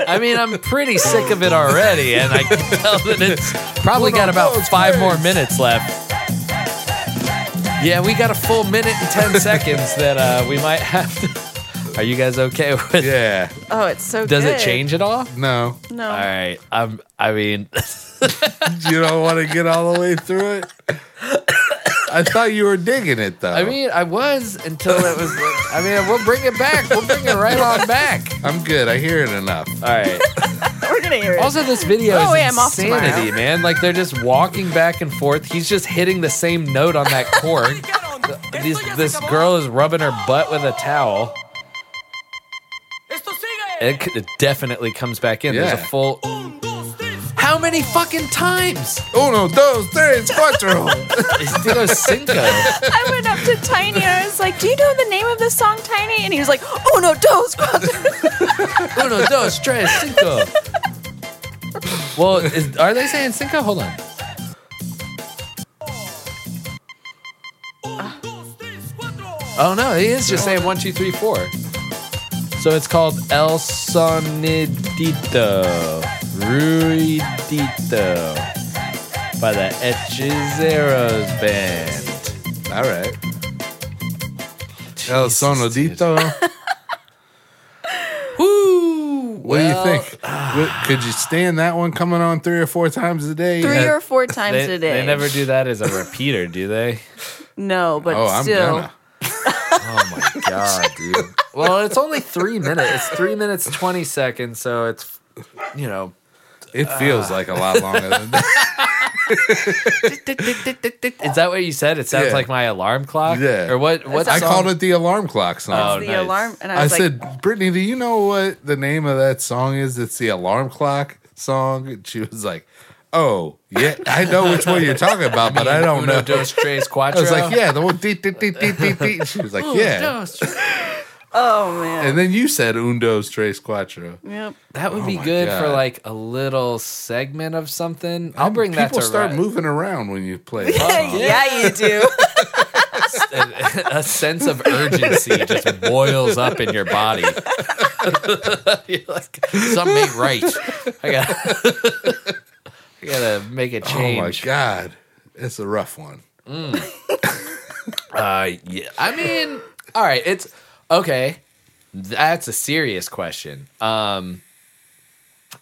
I mean, I'm pretty sick of it already, and I can tell that it's probably got about five more minutes left. Yeah, we got a full minute and ten seconds that uh, we might have to. Are you guys okay with?
Yeah,
oh, it's so
Does
good.
it change at all?
no,
No.
All right. I'm. I mean, (laughs)
you don't want to get all the way through it. I thought you were digging it though.
I mean, I was until it was. I mean, we'll bring it back. We'll bring it right on back.
I'm good. I hear it enough.
All right.
We're gonna hear it.
Also, this video
Oh,
is
wait, I'm off tomorrow.
insanity, man. Like they're just walking back and forth. He's just hitting the same note on
(laughs)
that chord.
Dijeron, esto
These,
ya se
this
acabó.
girl is rubbing her butt with a towel.
Esto sigue.
It, c- it definitely comes back in. There's a
Yeah.
full.
Un, dos, tres,
How many fucking times?
Uno, dos, tres, cuatro.
It's de los cinco.
(laughs)
I went up to Tiny and I was like, "Do you know the name of this song, Tiny?" And he was like, "Oh no, dos (laughs) cuatro."
Uno, dos, tres, cinco. Well, is, are they saying cinco? Hold on.
un, dos, tres, cuatro.
Oh no, he is just saying one, two, three, four. So it's called El Sonidito Ruidito by the Hechizeros band.
All right. El sonodito.
Woo!
What do you think?
ah.
What- Could you stand that one coming on three or four times a day?
Three or four times
They,
a day.
they never do that as a repeater, do they?
No, but
oh, I'm
still,
gonna.
Oh my god, dude. Well, it's only three minutes. It's three minutes twenty seconds, so it's you know.
It feels like a lot longer
(laughs)
than that.
Is that what you said? It sounds
Yeah.
like my alarm clock.
Yeah.
Or what? What
I
song-
called it the alarm clock song.
Oh,
the
nice.
alarm. And I
I,
was like,
said, Brittany, do you know what the name of that song is? It's the alarm clock song. And she was like, Oh, yeah, I know which one you're talking about, but I don't
Uno,
know.
dos, tres,
(laughs) I
cuatro.
was like, Yeah, the one. Dee, dee, dee, dee, dee, dee. She was like, Yeah.
"Oh man,
And then you said Undos Tres Cuatro.
yep."
That would
Oh
be
my
good for
God.
like a little segment of something. I'll bring that
People
to
start
Ryan.
moving around when you play. it.
(laughs) yeah, you do.
a sense of urgency
(laughs)
just boils up in your body. (laughs) You're like, Something ain't right. I gotta, (laughs) I gotta make a
Oh my
(laughs) change.
god, it's a rough one.
Uh, yeah. I mean, all right. It's okay. That's a serious question. Um,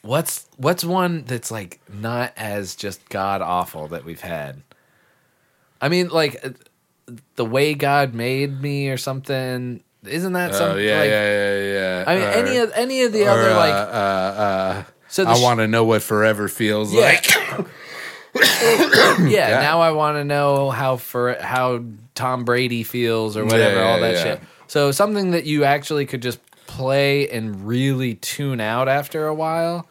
what's what's one that's like not as just god awful that we've had? I mean, like uh, the way God made me or something. Isn't that
Oh
something?
yeah,
like,
yeah, yeah, Uh, yeah.
I mean, any of any of the other like. so the
uh, I
sh-
want to know what forever feels
Yeah.
like. (laughs)
yeah,
Yeah.
now I want to know how for how Tom Brady feels or whatever,
Yeah,
all
yeah,
that
yeah.
shit. So something that you actually could just play and really tune out after a while,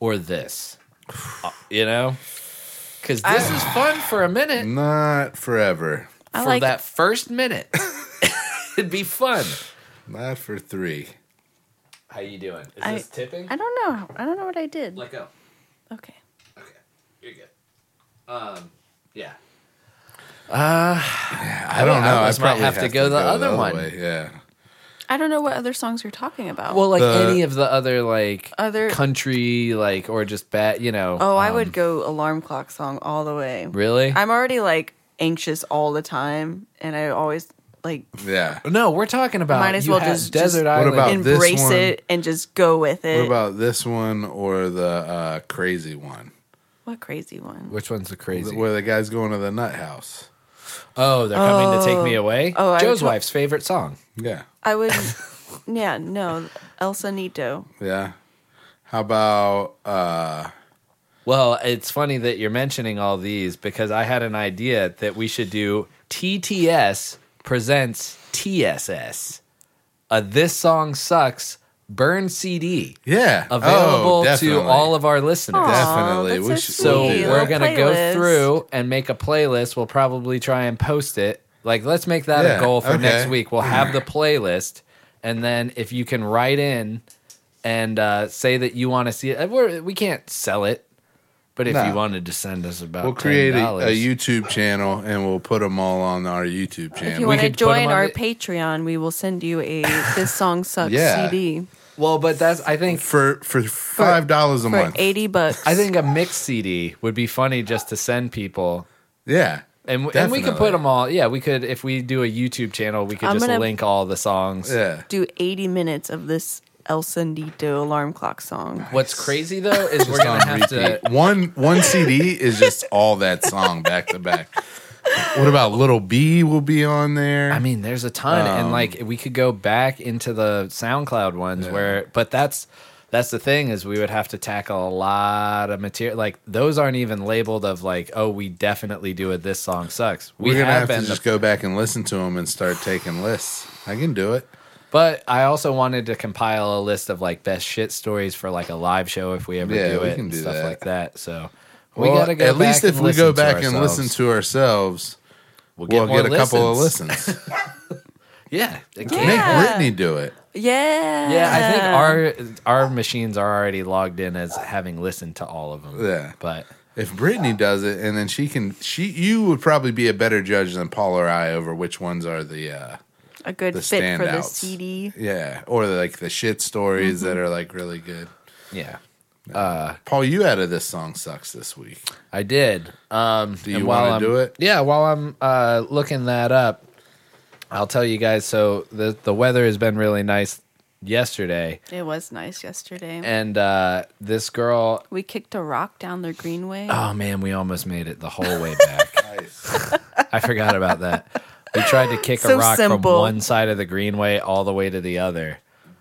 or this, Uh, you know, because this is fun for a
Mm.
minute.
Not forever.
I
for
like
that first
(laughs)
minute, it'd be fun.
Not for three.
How you doing? Is
I-
this tipping?
I don't know. I don't know what I did.
Let go.
Okay.
You're good. Um, yeah. (sighs)
Uh, I don't know. I,
almost might
probably
have to go the other one.
way, Yeah.
I don't know what other songs you're talking about.
Well, like
The-
any of the other like
Other-
country like or just bat, you know.
oh, I
um,
would go alarm clock song all the way.
Really?
I'm already like anxious all the time, and I always like
Yeah.
No, we're talking about
Might as
you
well
had
just-
desert
just-
island.
What about- this
embrace
one-
it and just go with it.
What about this one or the uh, crazy one?
What crazy one?
which one's the crazy?
Where the guy's going to the nut house.
Oh, they're coming to take me away.
Oh, I
Joe's
to-
wife's favorite song.
Yeah.
I would. (laughs) yeah, no, El Sanito.
Yeah. How about uh
Well, it's funny that you're mentioning all these because I had an idea that we should do TTS presents TSS. A Uh, this song sucks burn CD
yeah. Oh,
available to all
of.
of our listeners.
Aw, Definitely.
That's
We
so,
should-
So
Ooh,
sweet.
we're
Little
gonna go
playlist.
through and make a playlist. We'll probably try and post it. Like, let's make that
Yeah,
a goal for
okay.
next week. We'll have the playlist, and then if you can write in and uh, say that you want to see it, we're, we can't sell it, but if
No.
you wanted to send us about,
We'll create a,
$10,
a YouTube channel and we'll put them all on our YouTube
If
channel.
We
you want to
could put 'em
join
on
our
the-
Patreon, we will send you a This Song Sucks
Yeah.
CD
Well, but that's I think
for for five dollars a
for
month.
80 bucks.
I think a mix CD would be funny just to send people.
Yeah,
And, and we could
Definitely.
put them all. Yeah, we could. If we do a YouTube channel, we could
I'm
just
gonna-
link all the songs.
yeah.
do 80 minutes of this El Sandito alarm clock song.
What's crazy though is we're
Just
gonna
on
have to.
repeat. One one CD is just all that song back to back. What about Little B will be on there?
I mean, there's a ton,
Um,
and like we could go back into the SoundCloud ones where, but that's that's the thing is we would have to tackle a lot of material. Like those aren't even labeled of like, oh, we definitely do it. This song sucks. We
we're gonna
have
have,
been,
to
the-
just go back and listen to them and start taking lists. I can do it.
but I also wanted to compile a list of like best shit stories for like a live show if we ever
Yeah,
do
we
it
can
and
do
stuff
that.
like that. So. We
Well,
gotta go
at least
back
if
and
we
listen
go
to
back and
ourselves.
listen to ourselves,
we'll
we'll
more
get a couple of
listens. (laughs)
listens.
Yeah, exactly.
Make
Yeah.
Brittany do it.
Yeah.
Yeah, I
Uh.
think our our machines are already logged in as having listened to all of them.
Yeah.
But
If Brittany does it, and then she can, she you would probably be a better judge than Paul or I over which ones are the, uh
a good
the
fit for the
standouts.
CD.
yeah, or like the shit stories
Mm-hmm.
that are like really good.
yeah,
Paul, you added this song sucks this week.
I did. Um,
Do
and
you
while
wanna
I'm-
do it?
Yeah, while I'm uh, looking that up, I'll tell you guys. So the the weather has been really nice yesterday,
It was nice yesterday.
and uh, this girl.
we kicked a rock down the greenway.
Oh man, we almost made it the whole way back.
(laughs)
I forgot about that. We tried to kick a
So
rock
simple.
from one side of the greenway all the way to the other.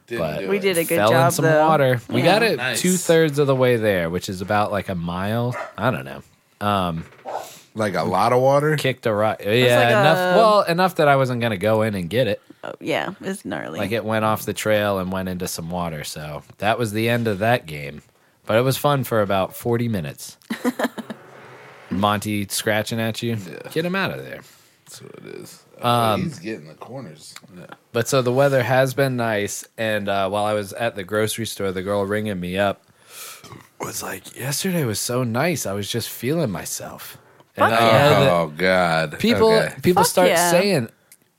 But-
do
we
it.
did a good
fell
job
in some
though.
water. We
Yeah.
got it
Nice.
two thirds of the way there, which is about like a mile. I don't know.
like a lot of water.
Kicked a rock. Yeah,
like
enough.
a-
Well, enough that I wasn't gonna go in and get it.
Oh, yeah, it's gnarly.
Like it went off the trail and went into some water. So that was the end of that game. But it was fun for about forty
(laughs)
minutes. Monty scratching at you. Get him out of there.
That's what it is. Oh,
Um,
he's getting the corners. Yeah.
But so the weather has been nice, and uh, while I was at the grocery store, the girl ringing me up was like, "Yesterday was so nice. I was just feeling myself." And I know that
Oh God,
people
Okay.
people
Fuck
start
yeah.
saying,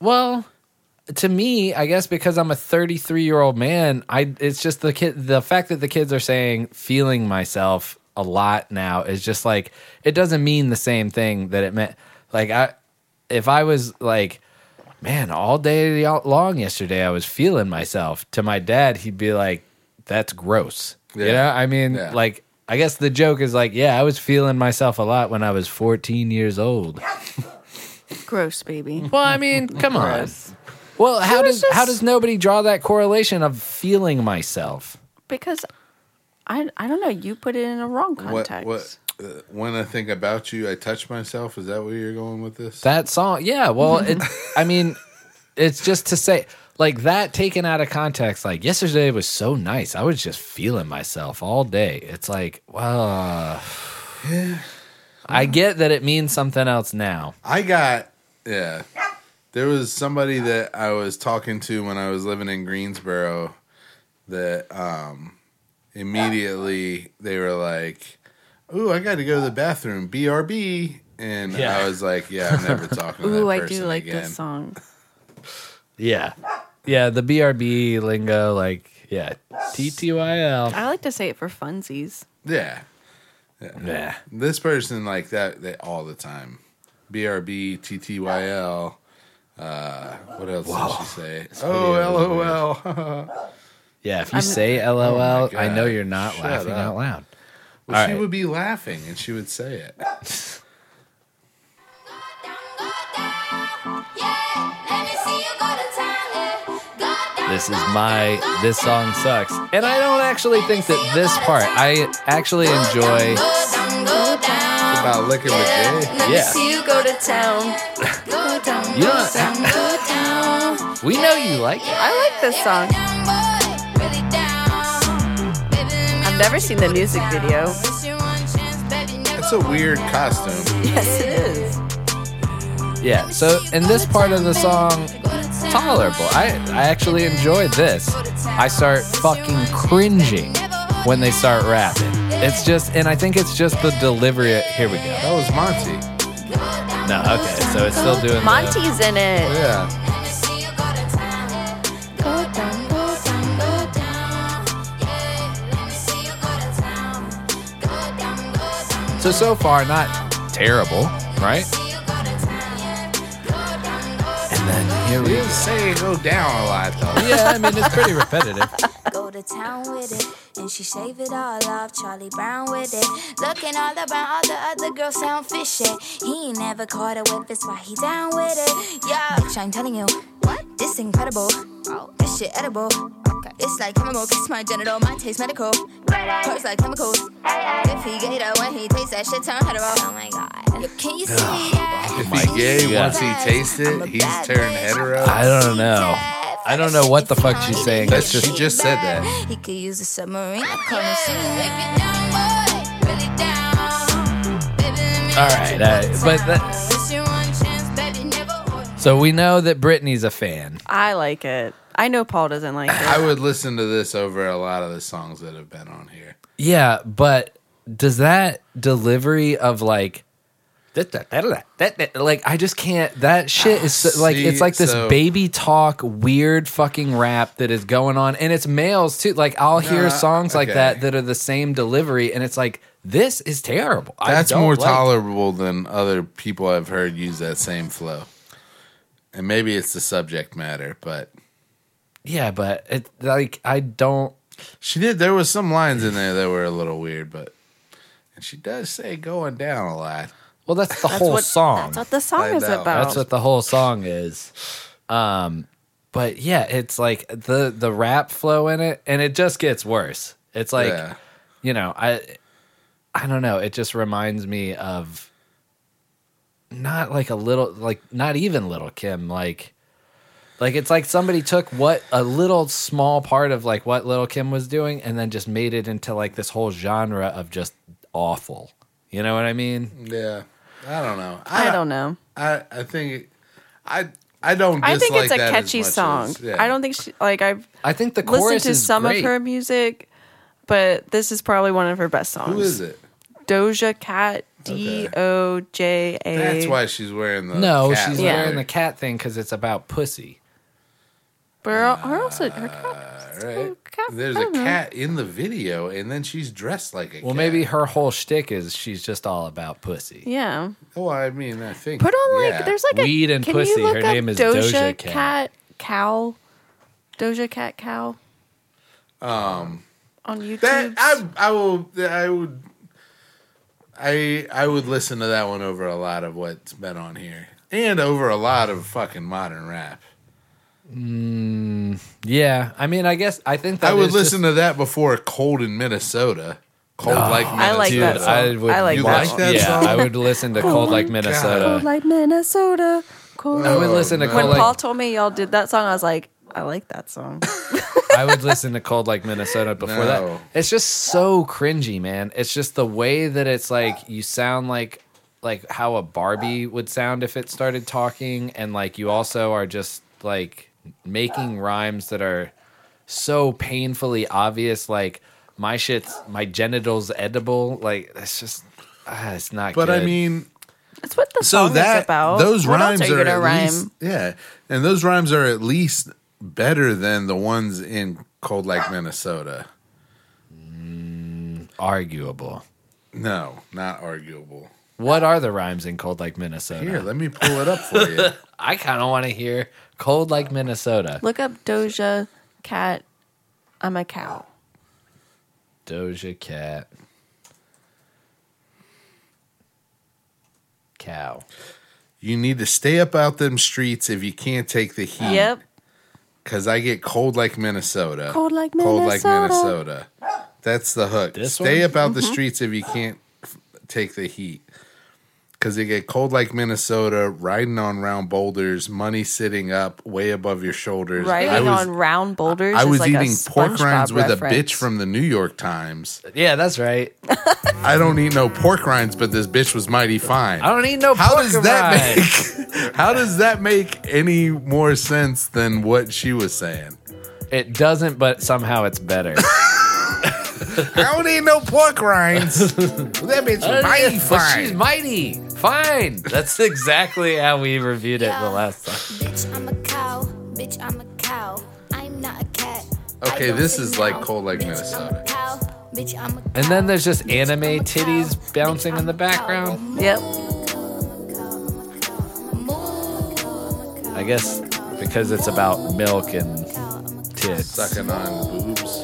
"Well, to me, I guess because I'm a 33 year old man, I it's just the kid the fact that the kids are saying feeling myself a lot now is just like it doesn't mean the same thing that it meant. Like I, if I was like. Man, all day long yesterday, I was feeling myself. To my dad, he'd be like, "That's gross." You
Yeah.
know, I mean,
Yeah.
like, I guess the joke is like, "Yeah, I was feeling myself a lot when I was 14 years old."
Gross, baby.
Well, I (laughs) mean, come on. Well, how does how does nobody draw that correlation of feeling myself?
Because I I don't know, you put it in a wrong context.
What what? Uh, when I think about you, I touch myself. Is that where you're going with this?
That song, yeah. (laughs) Well, it, I mean, it's just to say like that taken out of context. Like yesterday was so nice. I was just feeling myself all day. It's (sighs) like, well, I get that it means something else now.
I got yeah. There was somebody that I was talking to when I was living in Greensboro that um immediately they were like, "Ooh, I got to go to the bathroom, BRB." And I
Yeah.
was like, "Yeah, I'm
(laughs)
never talking to that
Ooh, I
person
do like
again."
this song.
Yeah, yeah. The BRB lingo, like yeah, TTYL.
I like to say it for funsies.
Yeah.
Yeah.
This person like that, that all the time. BRB, TTYL, uh, What else did she say? Oh, lol.
Yeah, if you
I'm-
say LOL,
my
I know
God.
you're not
Shut
laughing
up.
out loud.
Well, she
All right.
would be laughing and she would say it.
This is my this song sucks. And I don't actually think that this part I actually enjoy
About licking the J.
yeah. You know, we know you like it.
I like this song. I've never seen the music
(laughs)
video.
That's a weird costume.
Yes, it is.
Yeah. So in this part of the song, tolerable. I I actually enjoy this. I start fucking cringing when they start rapping. It's just, and I think it's just the delivery. Here we go.
That was Monty.
No, okay. So it's still doing the-
Monty's in it.
Yeah.
So so far, not terrible, right? And then here
He
we
didn't say go down a lot, though.
Yeah, I mean it's pretty repetitive.
Go to town with it, and she shave it all off. Charlie Brown with it, looking all around. All the other girls sound fishy. He ain't never caught a whip, that's why he down with it. Yeah, bitch, I'm telling you, what? This incredible. Oh, this shit edible. Okay. It's like chemical, kiss my genital, my taste medical. Hurts like chemicals. If he gay though, when he tastes that shit, turn hetero. Oh my god. Can you see that?
If he gay,
God.
once he tastes it, he's turned hetero.
I don't know. I don't know what the fuck she's saying.
That's
That's
just, she
just
just said that.
He could use a submarine. I come and see
(laughs) all right. Uh, but that, so we know that Britney's a fan.
I like it. I know Paul doesn't like it.
I would listen to this over a lot of the songs that have been on here.
Yeah, but does that delivery of like that, that, that, that, that, that, like I just can't that shit is (sighs) so, like
See,
it's like this
so-
baby talk weird fucking rap that is going on and it's males too like I'll hear
Nah,
songs like
okay.
that that are the same delivery and it's like this is terrible. I
That's
don't
more
like-
tolerable than other people I've heard use that same flow. And maybe it's the subject matter, but
Yeah, but it like I don't
she did. There was some lines in there that were a little weird, but and she does say going down a lot.
well that's the whole
what-
song.
That's what the
I
song is
know.
about.
That's what the whole song is. Um, but yeah, it's like the the rap flow in it, and it just gets worse. It's like
Yeah.
you know, I I don't know. It just reminds me of not like a little, like not even little Kim, like. Like it's like somebody took what a little small part of like what Little Kim was doing and then just made it into like this whole genre of just awful. You know what I mean?
Yeah, I don't know.
I don't know.
I I think I I don't.
I think
dislike
it's a
that as
catchy
much as-
song.
yeah.
I don't think she like I've
I think the
listened
chorus
to
is
some
great.
of her music, but this is probably one of her best songs.
Who is it?
Doja Cat. D O J A.
That's why she's wearing the.
No,
cat
she's
leather.
wearing the cat thing because it's about pussy.
But her, her also her cat.
Ah, Right?
cat-
There's
I
a
don't know.
cat in the video, and then she's dressed like a.
Well,
cat.
maybe her whole shtick is she's just all about pussy.
Yeah.
Well, I mean, I think.
Put on like
yeah.
there's like a
Weed and
can
pussy.
You look
Her
up
name is
Doja,
Doja Cat.
Cat. Cow. Doja Cat Cow. Um. On
Um,
YouTube.
that. I I will I would. I I would listen to that one over a lot of what's been on here, and over a lot of fucking modern rap.
Yeah, I mean, I guess I think that
I would
is
listen
just-
to that before "Cold in Minnesota." Cold like Minnesota.
I like
Dude,
that song.
I would.
I like
You
that
like
song.
that
yeah,
song?
I would listen to Cold Like Minnesota.
Uh,
Cold Oh, like Minnesota. Cold
I would
Oh,
listen to
no.
Cold
When
Like.
Paul told me y'all did that song, I was like, I like that song.
I would listen to Cold Like Minnesota before
No.
that. It's just so cringy, man. It's just the way that it's like you sound like like how a Barbie would sound if it started talking, and like you also are just like making rhymes that are so painfully obvious. Like my shit's my genitals edible. Like that's just ah, it's not.
But I
good.
mean,
(laughs) That's what the
so
song
that
is about.
those
What else
rhymes
you
are,
gonna
at
rhyme?
least yeah, and those rhymes are at least better than the ones in "Cold Like Minnesota."
arguable.
No, not arguable.
What are the rhymes in Cold Like Minnesota?
Here, let me pull it up for
(laughs)
you.
I kind of want to hear Cold Like Minnesota.
Look up Doja Cat. I'm a cow.
Doja Cat. Cow.
You need to stay up out them streets if you can't take the heat.
Yep.
Cause I get cold like Minnesota.
Cold like
Cold like
Minnesota. Mm-hmm.
Minnesota. That's the hook.
This
Stay
one?
up out the streets if you can't f- take the heat. Cause it get cold like Minnesota, riding on round boulders, money sitting up way above your shoulders. I
Riding
was,
on round boulders.
I
is
was
like
eating
a
pork
SpongeBob
rinds with
reference.
a bitch from the New York Times.
Yeah, that's right.
I don't eat no pork rinds, but this bitch was mighty fine.
I don't need no
How
pork
does that
rind.
make? (laughs) How does that make any more sense than what she was saying?
It doesn't, but somehow it's better.
I don't need no pork rinds. that bitch (laughs) mighty
But she's
fine.
mighty. Fine. That's exactly how we reviewed it the last time.
Bitch, I'm a cow. Bitch, I'm a cow. I'm not a cat.
Okay,
I don't
this
sit
is like
down.
Cold Like
Bitch, I'm a
Minnesota.
cow. Bitch, I'm a
And then there's just
cow. Bitch,
anime
I'm a
titties
cow.
bouncing
Bitch,
in the
I'm a cow.
background.
Yep.
I guess because it's about milk and tits.
Sucking on boobs.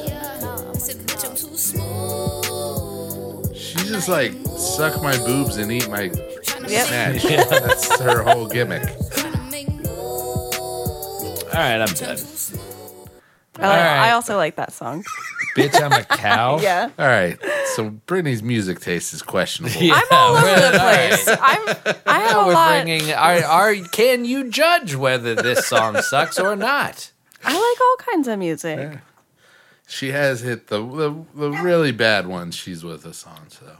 She's just like suck my boobs and eat my
(laughs)
snatch. That's her whole gimmick.
All right, I'm done.
I, like-
Alright.
I also like
(laughs)
that song.
Bitch, I'm a cow.
Yeah.
All right, so Brittany's music taste is questionable.
Yeah,
I'm all over
we're-
the place. I'm. I have a
We're
lot.
bringing. Are, are can you judge whether this song sucks or not?
I like all kinds of music.
She has hit the, the the really bad ones she's with us on.
Um,
So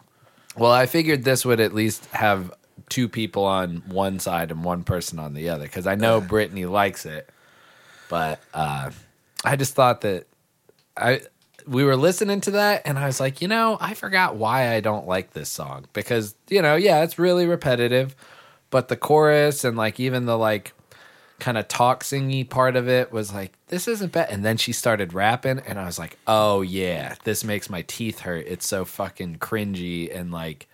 Well, I figured this would at least have two people on one side and one person on the other because I know Brittany likes it, but uh, I just thought that I we were listening to that and I was like, you know, I forgot why I don't like this song because you know, yeah, it's really repetitive, but the chorus and like even the like kind of talk singy part of it was like this isn't bad and then she started rapping and i was like oh yeah this makes my teeth hurt it's so fucking cringy and like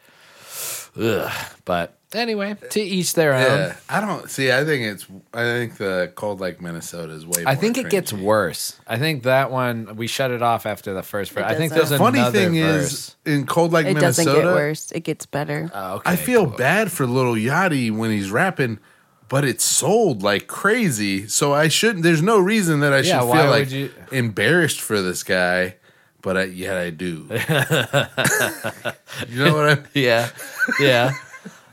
ugh. but anyway to each their own
yeah, I don't see. I think it's. I think the cold like Minnesota is way. More
i think it gets
cringy.
worse i think that one we shut it off after the first verse
It
i think there's
doesn't.
The funny
another
thing
verse.
is in cold like
It
Minnesota.
doesn't get worse. It gets better.
Oh, okay,
I feel
cool.
bad for little Yachty when he's rapping, but it's sold like crazy. So I shouldn't. There's no reason that I should
Yeah, why
feel
would
like
you-
embarrassed for this guy, but I, yet
(laughs)
I do. you know what I?
Yeah. Yeah.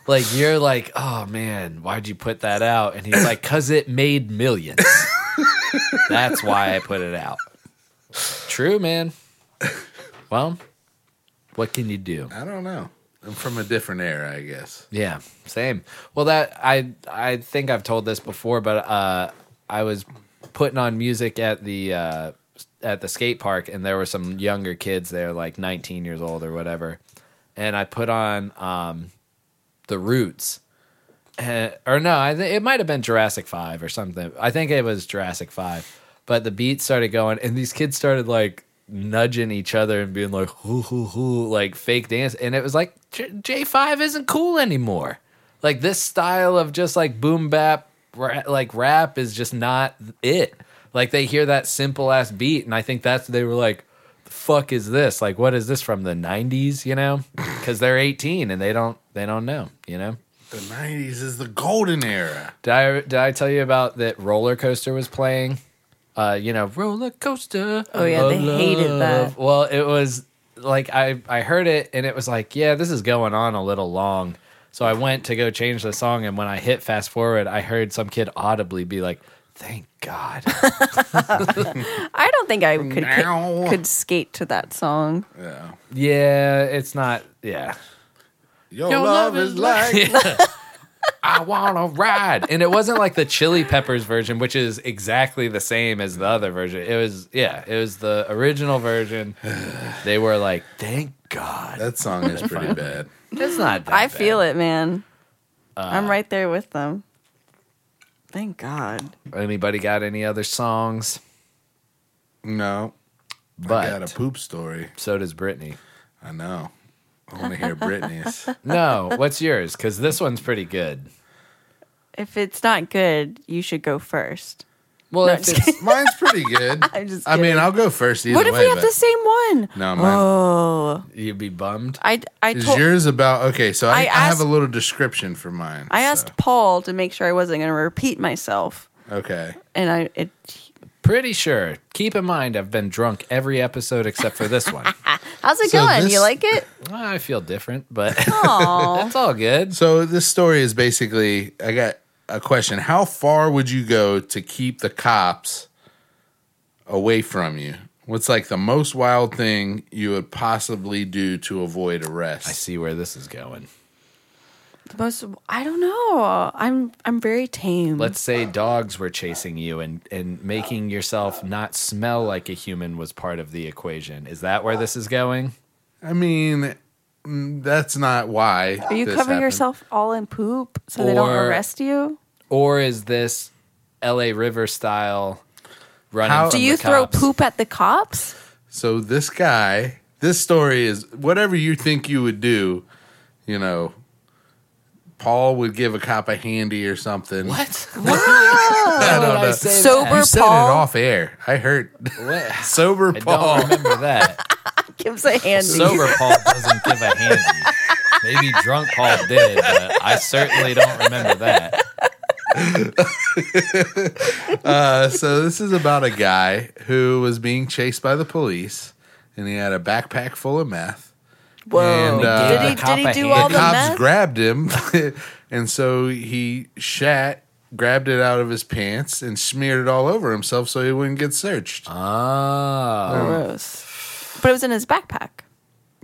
like you're like, oh man, why'd you put that out? And he's like, cause it made millions. That's why I put it out. True, man. Well, what can you do?
I don't know. I'm from a different era, I guess.
Yeah, same. Well, that I I think I've told this before, but uh, I was putting on music at the uh, at the skate park, and there were some younger kids there, like 19 years old or whatever, and I put on um, the Roots. Uh, or no, I th- it might have been Jurassic Five or something. I think it was Jurassic Five, but the beat started going, and these kids started like nudging each other and being like hoo hoo hoo, like fake dance, and it was like J Five isn't cool anymore. Like this style of just like boom bap, ra- like rap is just not it. Like they hear that simple ass beat, and I think that's they were like, "The fuck is this? Like what is this from the '90s?" You know, because they're 18 and they don't they don't know. You know.
The '90s is the golden era.
Did I did I tell you about that roller coaster was playing? Uh, you know, roller coaster.
Oh, yeah, they
of
hated that.
love. Well, it was like I I heard it and it was like, yeah, this is going on a little long. So I went to go change the song, and when I hit fast forward, I heard some kid audibly be like, "Thank
(laughs)
God."
I don't think I could
Meow.
could, could skate to that song.
Yeah.
yeah, it's not. Yeah,
Your, love, is like (laughs)
I want to ride. And it wasn't like the Chili Peppers version, which is exactly the same as the other version. It was, yeah, it was the original version. They were like, thank God.
that song is pretty bad.
It's not that
I feel it, man. I'm right there with them. Thank God.
Anybody got any other songs?
No, I got
But
a poop story.
so does Britney.
I know. I want to hear Britney's.
(laughs)
No, what's yours? Because this one's pretty good.
If it's not good, you should go first.
Well,
No,
if
I'm just
it's-
kidding.
Mine's pretty good.
(laughs) I'm just
I mean,
kidding.
I'll go first either
What if
way.
we have
but-
the same one?
No, mine-
Oh,
you'd be bummed.
I I
Is
told
yours about okay? So I,
I
I have
asked-
a little description for mine.
I
so-
asked Paul to make sure I wasn't going to repeat myself,
Okay,
and I it
Pretty sure. Keep in mind, I've been drunk every episode except for this
(laughs)
one.
How's it
So
going?
this-
You like it?
I feel different, but (laughs)
Aw.
it's all good.
so this story is basically I got a question: How far would you go to keep the cops away from you? What's like the most wild thing you would possibly do to avoid arrest?
I see where this is going.
the most I don't know. I'm I'm very tame.
Let's say dogs were chasing you and, and making yourself not smell like a human was part of the equation. Is that where this is going?
I mean, mm, that's not why.
Are you
this
covering
happened.
yourself all in poop so they don't
Or-
arrest you?
Or is this LA River style running?
How-
from
Do
the
you throw
cops?
poop at the (laughs) cops?
So this guy, this story is whatever you think you would do, you know, Paul would give a cop a handy or something.
(laughs)
What? (laughs) Why would I say
So-
that?
You
Sober
said
Paul?
it off air. I heard (laughs)
What?
sober
I
Paul.
don't remember that.
Gives a handy.
(laughs) Sober Paul doesn't give a handy. Maybe drunk Paul did, but I certainly don't remember that.
Uh, so this is about a guy who was being chased by the police, and he had a backpack full of meth.
Whoa!
And, uh,
did he
the cop
did he
a
do
hand.
all
the
the,
cops
meth?
grabbed him, (laughs) and so he shat, grabbed it out of his pants, and smeared it all over himself so he wouldn't get searched.
Oh.
Gross. But it was in his backpack.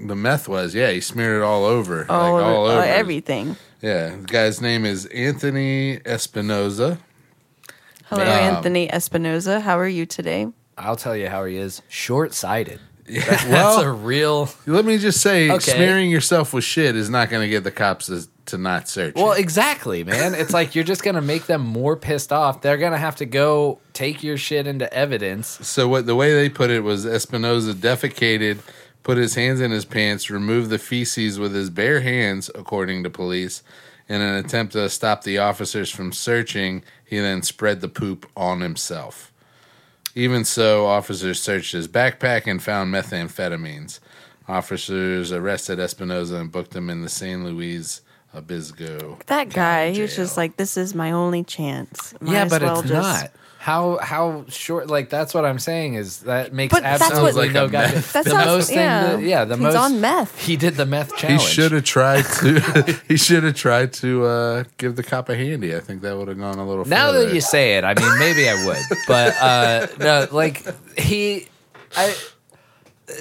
The meth was, yeah. He smeared it all over,
Oh,
like all
uh,
over his-
everything.
Yeah, the guy's name is
(laughs)
Anthony Espinoza.
Hello,
Um,
Anthony Espinoza. How are you today?
I'll tell you how he is. Short sighted. That's a
Well,
real.
let me just say,
Okay.
smearing yourself with shit is not going to get the cops to, to not search.
Well,
you.
exactly, man. It's like you're just going to make them more pissed off. They're going to have to go take your shit into evidence.
so what the way they put it was Espinoza defecated, put his hands in his pants, removed the feces with his bare hands, according to police. In an attempt to stop the officers from searching, he then spread the poop on himself. Even so, officers searched his backpack and found methamphetamines. Officers arrested Espinoza and booked him in the San Luis Obispo.
That guy, he was
jail.
just like, "This is my only chance." Might
yeah,
as
but
well
it's
just-
not. How how short? Like that's what I'm saying is that makes
But that's
absolutely
what-
no
Sounds like a
goddamn.
meth.
The
That sounds-
most
yeah.
thing. That, yeah, the
He's
most
on meth.
He did the meth
He
challenge.
should
(laughs)
have tried to. he should have tried to uh, give the cop a handy. I think that would have gone a little.
Now
further.
that you say it, I mean, maybe I would, but uh, no, like he, I.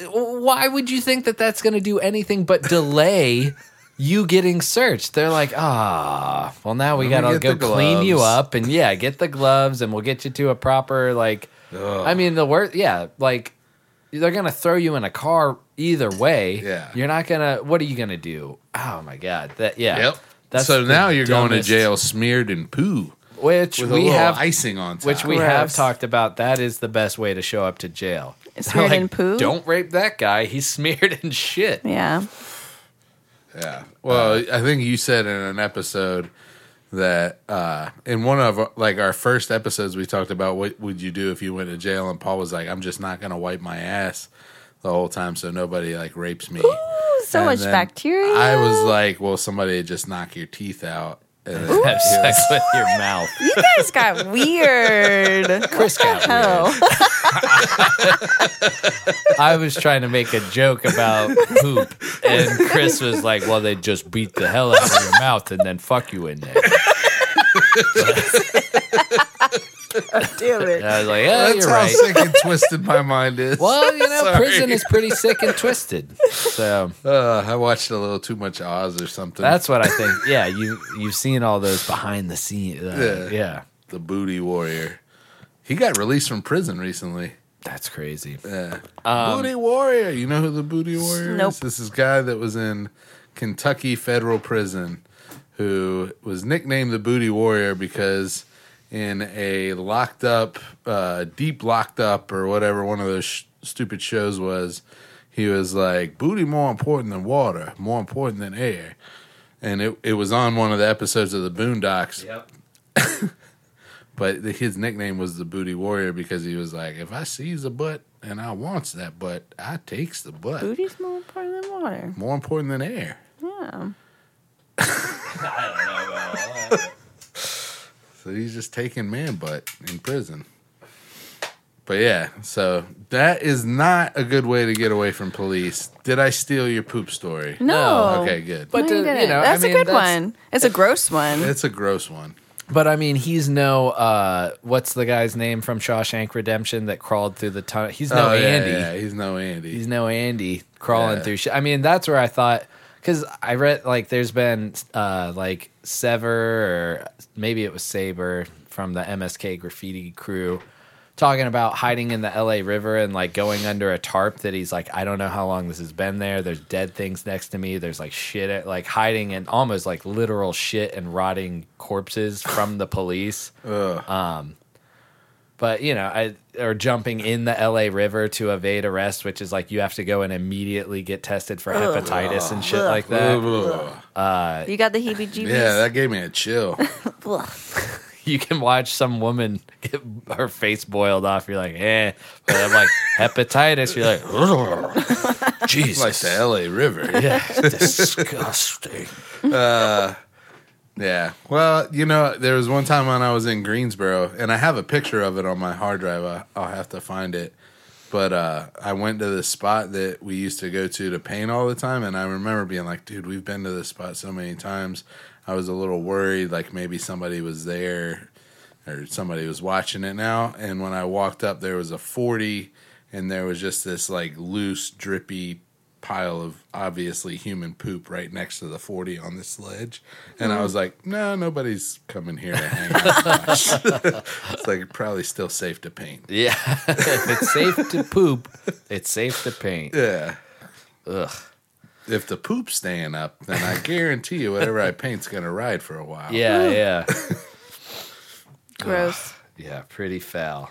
Why would you think that that's going to do anything but delay you getting searched? They're like, ah, well, now we
Let me
got to
get
go
the
clean you
gloves."
up, and yeah, get the gloves, and we'll get you to a proper like. I mean, the worst, yeah, like they're going to throw you in a car either way.
Yeah.
you're not gonna. What are you going to do? Oh my god, that yeah.
Yep.
That's
so
the
now you're going to
dumbest-
jail smeared in poo
which
with a
we
little
have
icing on top.
which we
Gross.
have talked about. That is the best way to show up to jail.
Smeared in poo?
Don't rape that guy. He's smeared in
(laughs)
shit.
Yeah,
yeah. Well, I think you said in an episode that uh, in one of like our first episodes we talked about what would you do if you went to jail, and Paul was like, "I'm just not going to wipe my ass the whole time so nobody like rapes me."
so
And
much
then
bacteria.
I was like, "Well, somebody just knock your teeth out." And (laughs) then
Have sex with your
(laughs)
mouth.
you guys
(laughs)
got weird.
Chris got weird.
Oh,
I was trying to make a joke about poop, and Chris was like, "Well, they just beat the hell out of your mouth and then fuck you in there."
damn
(laughs)
it.
And I was like, "Yeah,
That's
you're
how
right."
sick (laughs) and twisted my mind is.
Well, you know,
Sorry.
prison is pretty sick and twisted. So
Uh, I watched a little too much Oz or something.
that's what I think. Yeah, you you've seen all those behind the scenes. Uh,
Yeah.
yeah,
the Booty Warrior. He got released from prison recently.
that's crazy.
Yeah. booty Warrior. You know who the Booty Warrior
Nope.
is? This is a guy that was in Kentucky federal prison who was nicknamed the Booty Warrior because in a locked up, uh, deep locked up or whatever one of those sh- stupid shows was, he was like, "Booty more important than water, more important than air," and it it was on one of the episodes of the Boondocks.
Yep.
But the, his nickname was the Booty Warrior because he was like, "If I sees a butt and I wants that butt, I takes the butt.
Booty's more important than water.
More important than air."
Yeah.
So he's just taking man butt in prison. But yeah, so that is not a good way to get away from police. Did I steal your poop story?
No.
Okay, good.
But
No, you
to- you
didn't.
know, I
that's
mean,
a good
that's-
one. It's a gross one.
(laughs)
It's a gross one.
But I mean, he's no uh, what's the guy's name from Shawshank Redemption that crawled through the tunnel? He's no
Oh, yeah,
Andy.
Yeah, he's no Andy.
He's no Andy crawling
Yeah.
through shit. I mean, that's where I thought because I read like there's been uh, like Sever or maybe it was Saber from the MSK graffiti crew talking about hiding in the LA River and like going under a tarp that he's like, I don't know how long this has been there. There's dead things next to me. There's like shit, like hiding and almost like literal shit and rotting corpses from the police but you know, I or jumping in the LA River to evade arrest, which is like you have to go and immediately get tested for hepatitis and shit like that.
Ugh.
You got the heebie-jeebies.
yeah, that gave me
(laughs)
a chill.
Ugh.
You can watch some woman get her face boiled off. You're like, eh, but I'm like hepatitis. You're like, "Ugh."
It's like
Jesus,
the LA River.
yeah,
(laughs)
disgusting.
yeah. Well, you know, there was one time when I was in Greensboro, and I have a picture of it on my hard drive. I, I'll have to find it. But uh, I went to the spot that we used to go to to paint all the time, and I remember being like, "Dude, we've been to this spot so many times." I was a little worried, like maybe somebody was there or somebody was watching it now. And when I walked up, there was a 40, and there was just this like loose, drippy pile of obviously human poop right next to the 40 on this ledge. And I was like, no, nobody's coming here to hang out. and watch." (laughs) it's like probably still safe to paint.
Yeah, (laughs) if it's safe to poop, it's safe to paint.
Yeah.
Ugh.
If the poop's staying up, then I guarantee you whatever I paint's going to ride for a while.
Yeah, yeah.
Gross.
Yeah, pretty foul.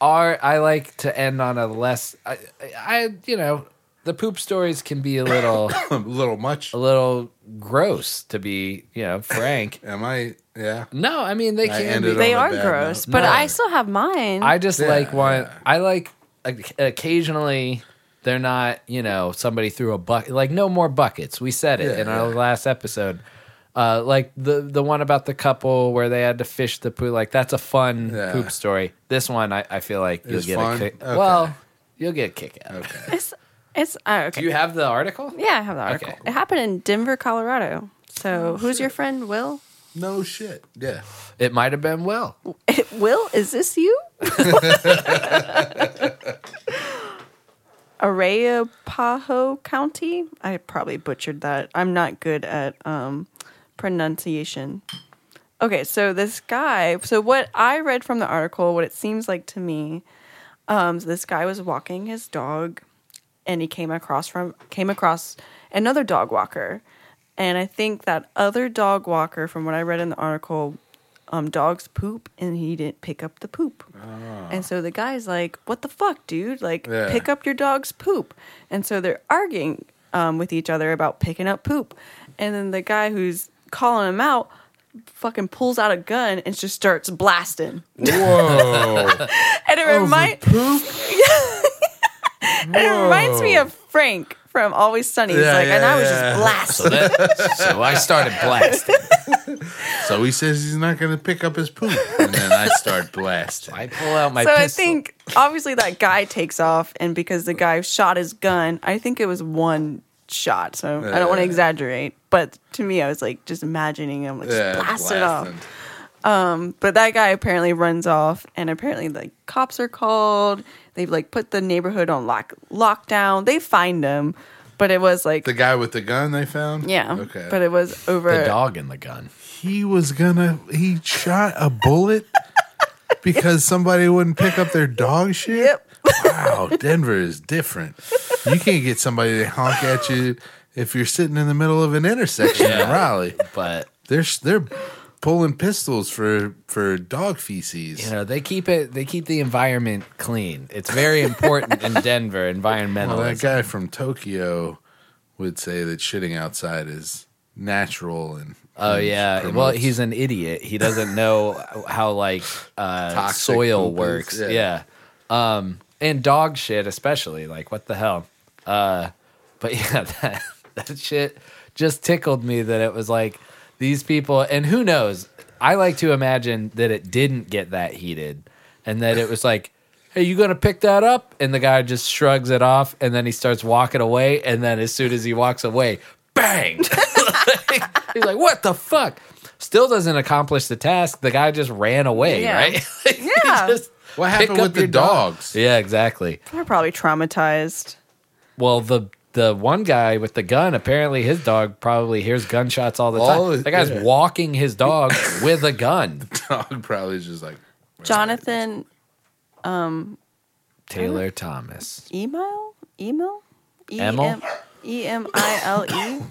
Are I like to end on a less I, I you know, the poop stories can be a little
(laughs) a little much.
a little gross to be, you know, frank.
Am I? Yeah.
No, I mean they
I
can
ended
be.
on
They,
a
They are
bad
gross,
note.
but
No.
I still have mine.
I just
Yeah,
like one
yeah.
I like oc- occasionally they're not, you know, somebody threw a bucket like no more buckets. We said it
Yeah,
in our
yeah.
last episode. Uh, like the the one about the couple where they had to fish the poo, like that's a fun
Yeah.
poop story. This one, I, I feel like you'll
was
get
fun?
a kick.
Okay.
Well, you'll get a kick out. of it.
Okay.
It's it's oh, okay.
Do you have the article?
yeah, I have the article.
Okay. Oh,
It happened in Denver, Colorado. So who's your friend, Will?
No shit. Yeah.
It might have been Will.
(laughs) Will, is this you? Arapaho County. I probably butchered that. I'm not good at um, pronunciation. Okay, so this guy. So what I read from the article, what it seems like to me, um, so this guy was walking his dog, and he came across from came across another dog walker, and I think that other dog walker, from what I read in the article, um, dogs poop, and he didn't pick up the poop, and so the guy's like, "What the fuck, dude? Like,
Ah. Yeah.
pick up your dog's poop," and so they're arguing um, with each other about picking up poop, and then the guy who's calling him out fucking pulls out a gun and just starts blasting.
Whoa.
(laughs)
Oh,
And it reminds (laughs) it reminds me of Frank from Always Sunny. He's
Yeah,
like, and
yeah,
I was
yeah.
just blasting.
so I started blasting.
So he says he's not going to pick up his poop. And then I start blasting.
I pull out my
so I
pistol.
think obviously that guy takes off, and because the guy shot his gun, I think it was one shot. So I don't want to
Yeah.
exaggerate, but to me, I was like just imagining him like just blast it off.
blasting.
But that guy apparently runs off, and apparently like cops are called. They've like put the neighborhood on lock lockdown. They find him, but it was like
The guy with the gun they found?
yeah,
Okay.
but it was over
the
(laughs)
dog and the gun.
he was gonna he shot a
(laughs)
bullet because somebody wouldn't pick up their dog shit.
Yep.
Wow, Denver is different. You can't get somebody to honk at you if you're sitting in the middle of an intersection in
Yeah.
Raleigh.
But
They're they're pulling pistols for for dog feces.
You know, they keep it. They keep the environment clean. It's very important
(laughs)
in Denver. Environmentalism.
Well, that guy from Tokyo would say that shitting outside is natural and uh,
Oh
and
yeah. Well,
promotes-
he's an idiot. He doesn't know how like uh,
Toxic
soil
poop is-
works.
yeah.
Yeah. Um, and dog shit, especially. Like, what the hell? Uh, but (laughs) yeah, that that shit just tickled me that it was like these people, and who knows? I like to imagine that it didn't get that heated, and that it was like. Hey, you gonna pick that up? And the guy just shrugs it off, and then he starts walking away. And then as soon as he walks away, bang! (laughs) He's like, what the fuck? Still doesn't accomplish the task. The guy just ran away,
Yeah.
right? (laughs) Like, he
Yeah.
just
What
pick
happened
up
with the
your dog.
dogs?
Yeah, exactly.
They're probably traumatized.
Well, the the one guy with the gun, apparently his dog probably hears gunshots all the
All
time.
of-
That guy's
Oh, yeah.
walking his
(laughs)
dog with a gun.
Dog probably is just like
Jonathan um
Taylor Thomas.
email? Email? E
Emil?
M E M I L E.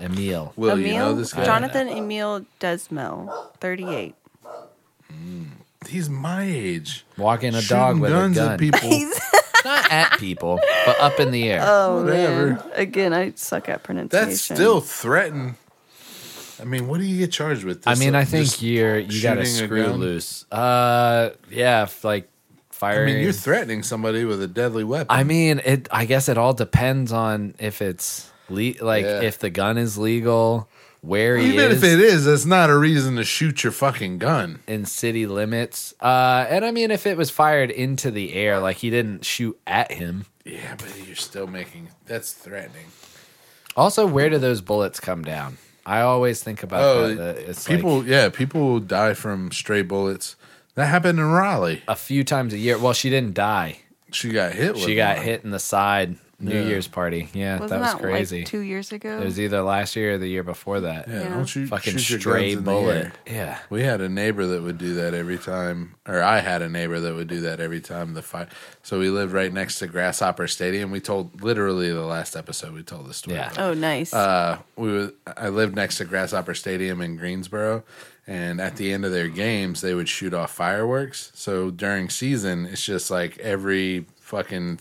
Emil.
Will you know
Emil?
this guy?
Jonathan Emil Desmel, 38.
He's my age.
Walking a
Shooting
dog with
guns
a
at
gun.
(laughs)
people.
Not at people, but up in the air.
Oh,
Whatever.
man. Again, I suck at pronunciation.
That's still threaten. I mean, what do you get charged with?
I mean,
This,
I
like,
think
just-
you're you got to
shooting a
screw
gun?
loose. Uh, yeah, if, like
I
firing.
mean, you're threatening somebody with a deadly weapon.
I mean, it. I guess it all depends on if it's le- like
Yeah.
if the gun is legal, where he
even
is
if it is, that's not a reason to shoot your fucking gun.
in city limits. Uh, and I mean, if it was fired into the air, like he didn't shoot at him.
Yeah, but you're still making that's threatening.
Also, where do those bullets come down? I always think about
Oh,
that. that It's
people,
like
yeah, people die from stray bullets. That happened in Raleigh.
a few times a year. Well, she didn't die.
She got hit. With
She got
one.
hit in the side. New
Yeah.
Year's party. Yeah,
Wasn't
that was
like,
crazy.
two years ago?
It was either last year or the year before that.
Yeah,
Yeah.
don't shoot,
Fucking
shoot your
stray
guns in the
bullet.
air.
Yeah.
We had a neighbor that would do that every time, or I had a neighbor that would do that every time the fight. So we lived right next to Grasshopper Stadium. We told literally the last episode we told the story.
Yeah.
about it.
oh, nice.
Uh, we were, I lived next to Grasshopper Stadium in Greensboro, and at the end of their games, they would shoot off fireworks. So during season, it's just like every fucking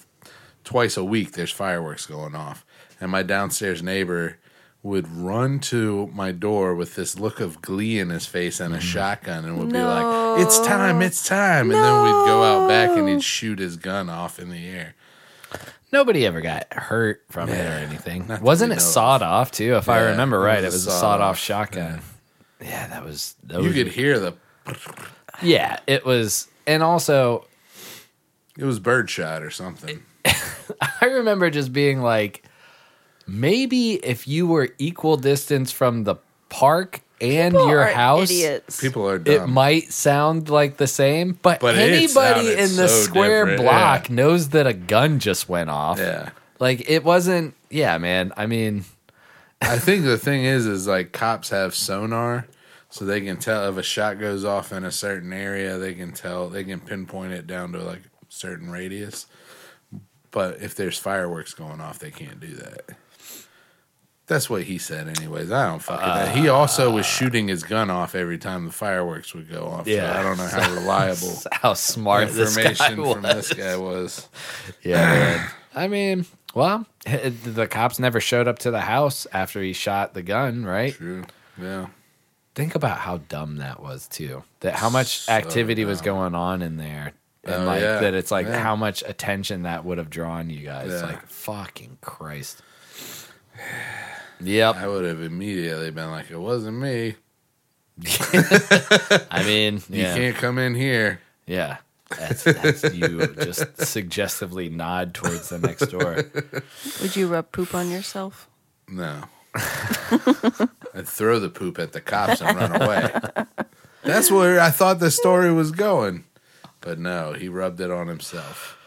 twice a week, there's fireworks going off. And my downstairs neighbor would run to my door with this look of glee in his face
Mm-hmm.
and a shotgun and would be like, It's time, it's time. And then we'd go out back and he'd shoot his gun off in the air.
Nobody ever got hurt from it or anything.
Not that
Wasn't
we
it
know of.
sawed off too? If I
Yeah,
remember right,
it
it
was
was
a
a
sawed
sawed
off.
off shotgun. Yeah. that was. That
You
was
could hear the,
yeah, it was. And also, (laughs)
it was birdshot or something.
I remember just being like, maybe if you were equal distance from the park and
People
your
are
house,
Idiots.
People are dumb.
it might sound like the same, but,
But it
anybody
sounded
in the
so
square
different,
block knows that a gun just went off.
Yeah.
Like it wasn't yeah, man. I mean (laughs)
I think the thing is, is like cops have sonar, so they can tell if a shot goes off in a certain area. They can tell, they can pinpoint it down to like certain radius. But if there's fireworks going off, they can't do that. That's what he said, anyways. I don't fucking. know. He also
Ah.
was shooting his gun off every time the fireworks would go off. Yeah,
Yeah.
I don't know
(laughs)
how reliable
how smart this guy
information from
was.
this guy was.
Yeah. man. I mean, well, (laughs) the cops never showed up to the house after he shot the gun, right?
True. Yeah.
Think about how dumb that was too. That how much
So
activity was
dumb.
going on in there. And
Oh,
like
yeah.
that it's like
Yeah.
how much attention that would have drawn you guys.
Yeah.
Like fucking
(sighs)
Christ. Yep.
I would have immediately been like, "It wasn't me.
I mean,
You
yeah.
can't come in here."
Yeah. That's, that's you just suggestively nod towards the next
(laughs)
door.
Would you rub poop on yourself?
No. (laughs) I'd throw the poop at the cops and run away. That's where I thought the story was going. But no, he rubbed it on himself.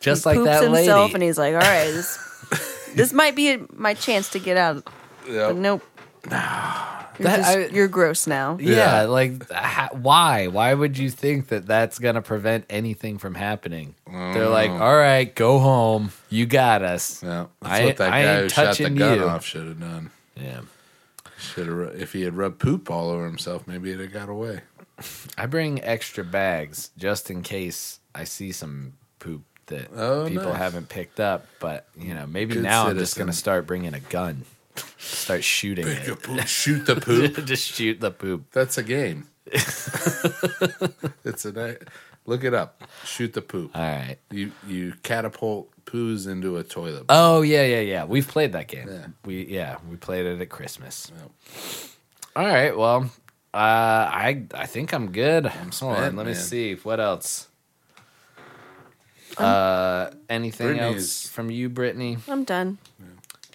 Just
he
like
poops
that lady.
himself and he's like, all right,
(laughs)
this, this might be my chance to get out. But nope. You're,
That-
just,
I-
you're gross now.
yeah, like ha- why? Why would you think that that's going to prevent anything from happening? They're like, "All right, go home. You got us."
No, Oh. that's
I-
what that
I
guy
ain't
who shot the
touching
gun
you.
off should have done.
Yeah.
Should have if he had rubbed poop all over himself, maybe it'd have got away.
I bring extra bags just in case I see some poop that
Oh,
people
nice.
haven't picked up. But you know, maybe
Good
now I'm just
citizen.
gonna start bringing a gun, start shooting
Pick
(laughs)
a
it,
poop, shoot the poop.
just shoot the poop.
(laughs) That's a game. it's a night. Look it up. Shoot the poop.
All right.
You you catapult poos into a toilet.
Oh yeah, yeah, yeah. We've played that game.
Yeah.
We yeah, we played it at Christmas. All right. Well, uh, I I think I'm good. Hold on.
spent,
Let me
man.
see what else.
Um,
uh, anything
Brittany's-
else from you, Brittany?
I'm done.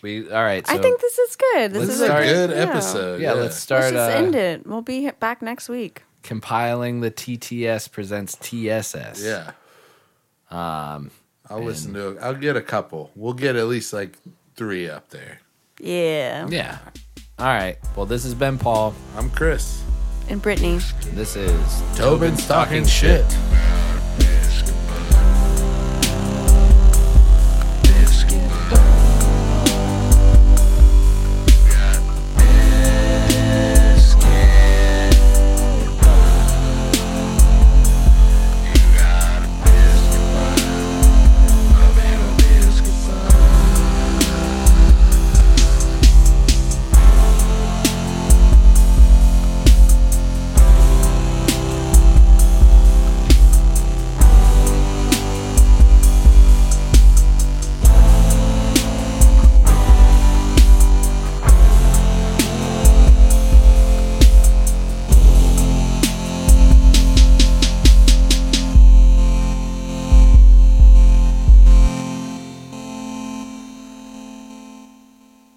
We all right. So
I think this is good. This
Let's
is
This is
start-
a
a good
yeah.
episode.
yeah, Let's
Let's
start
just
uh,
end it. We'll be he- back next week.
compiling the TTS presents TSS.
Yeah. Um, I'll listen to. I'll get a couple. We'll get at least like three up there.
Yeah.
Yeah. All right. Well, this has been Paul.
I'm Chris.
And Brittany.
This is
Tobin's talking shit.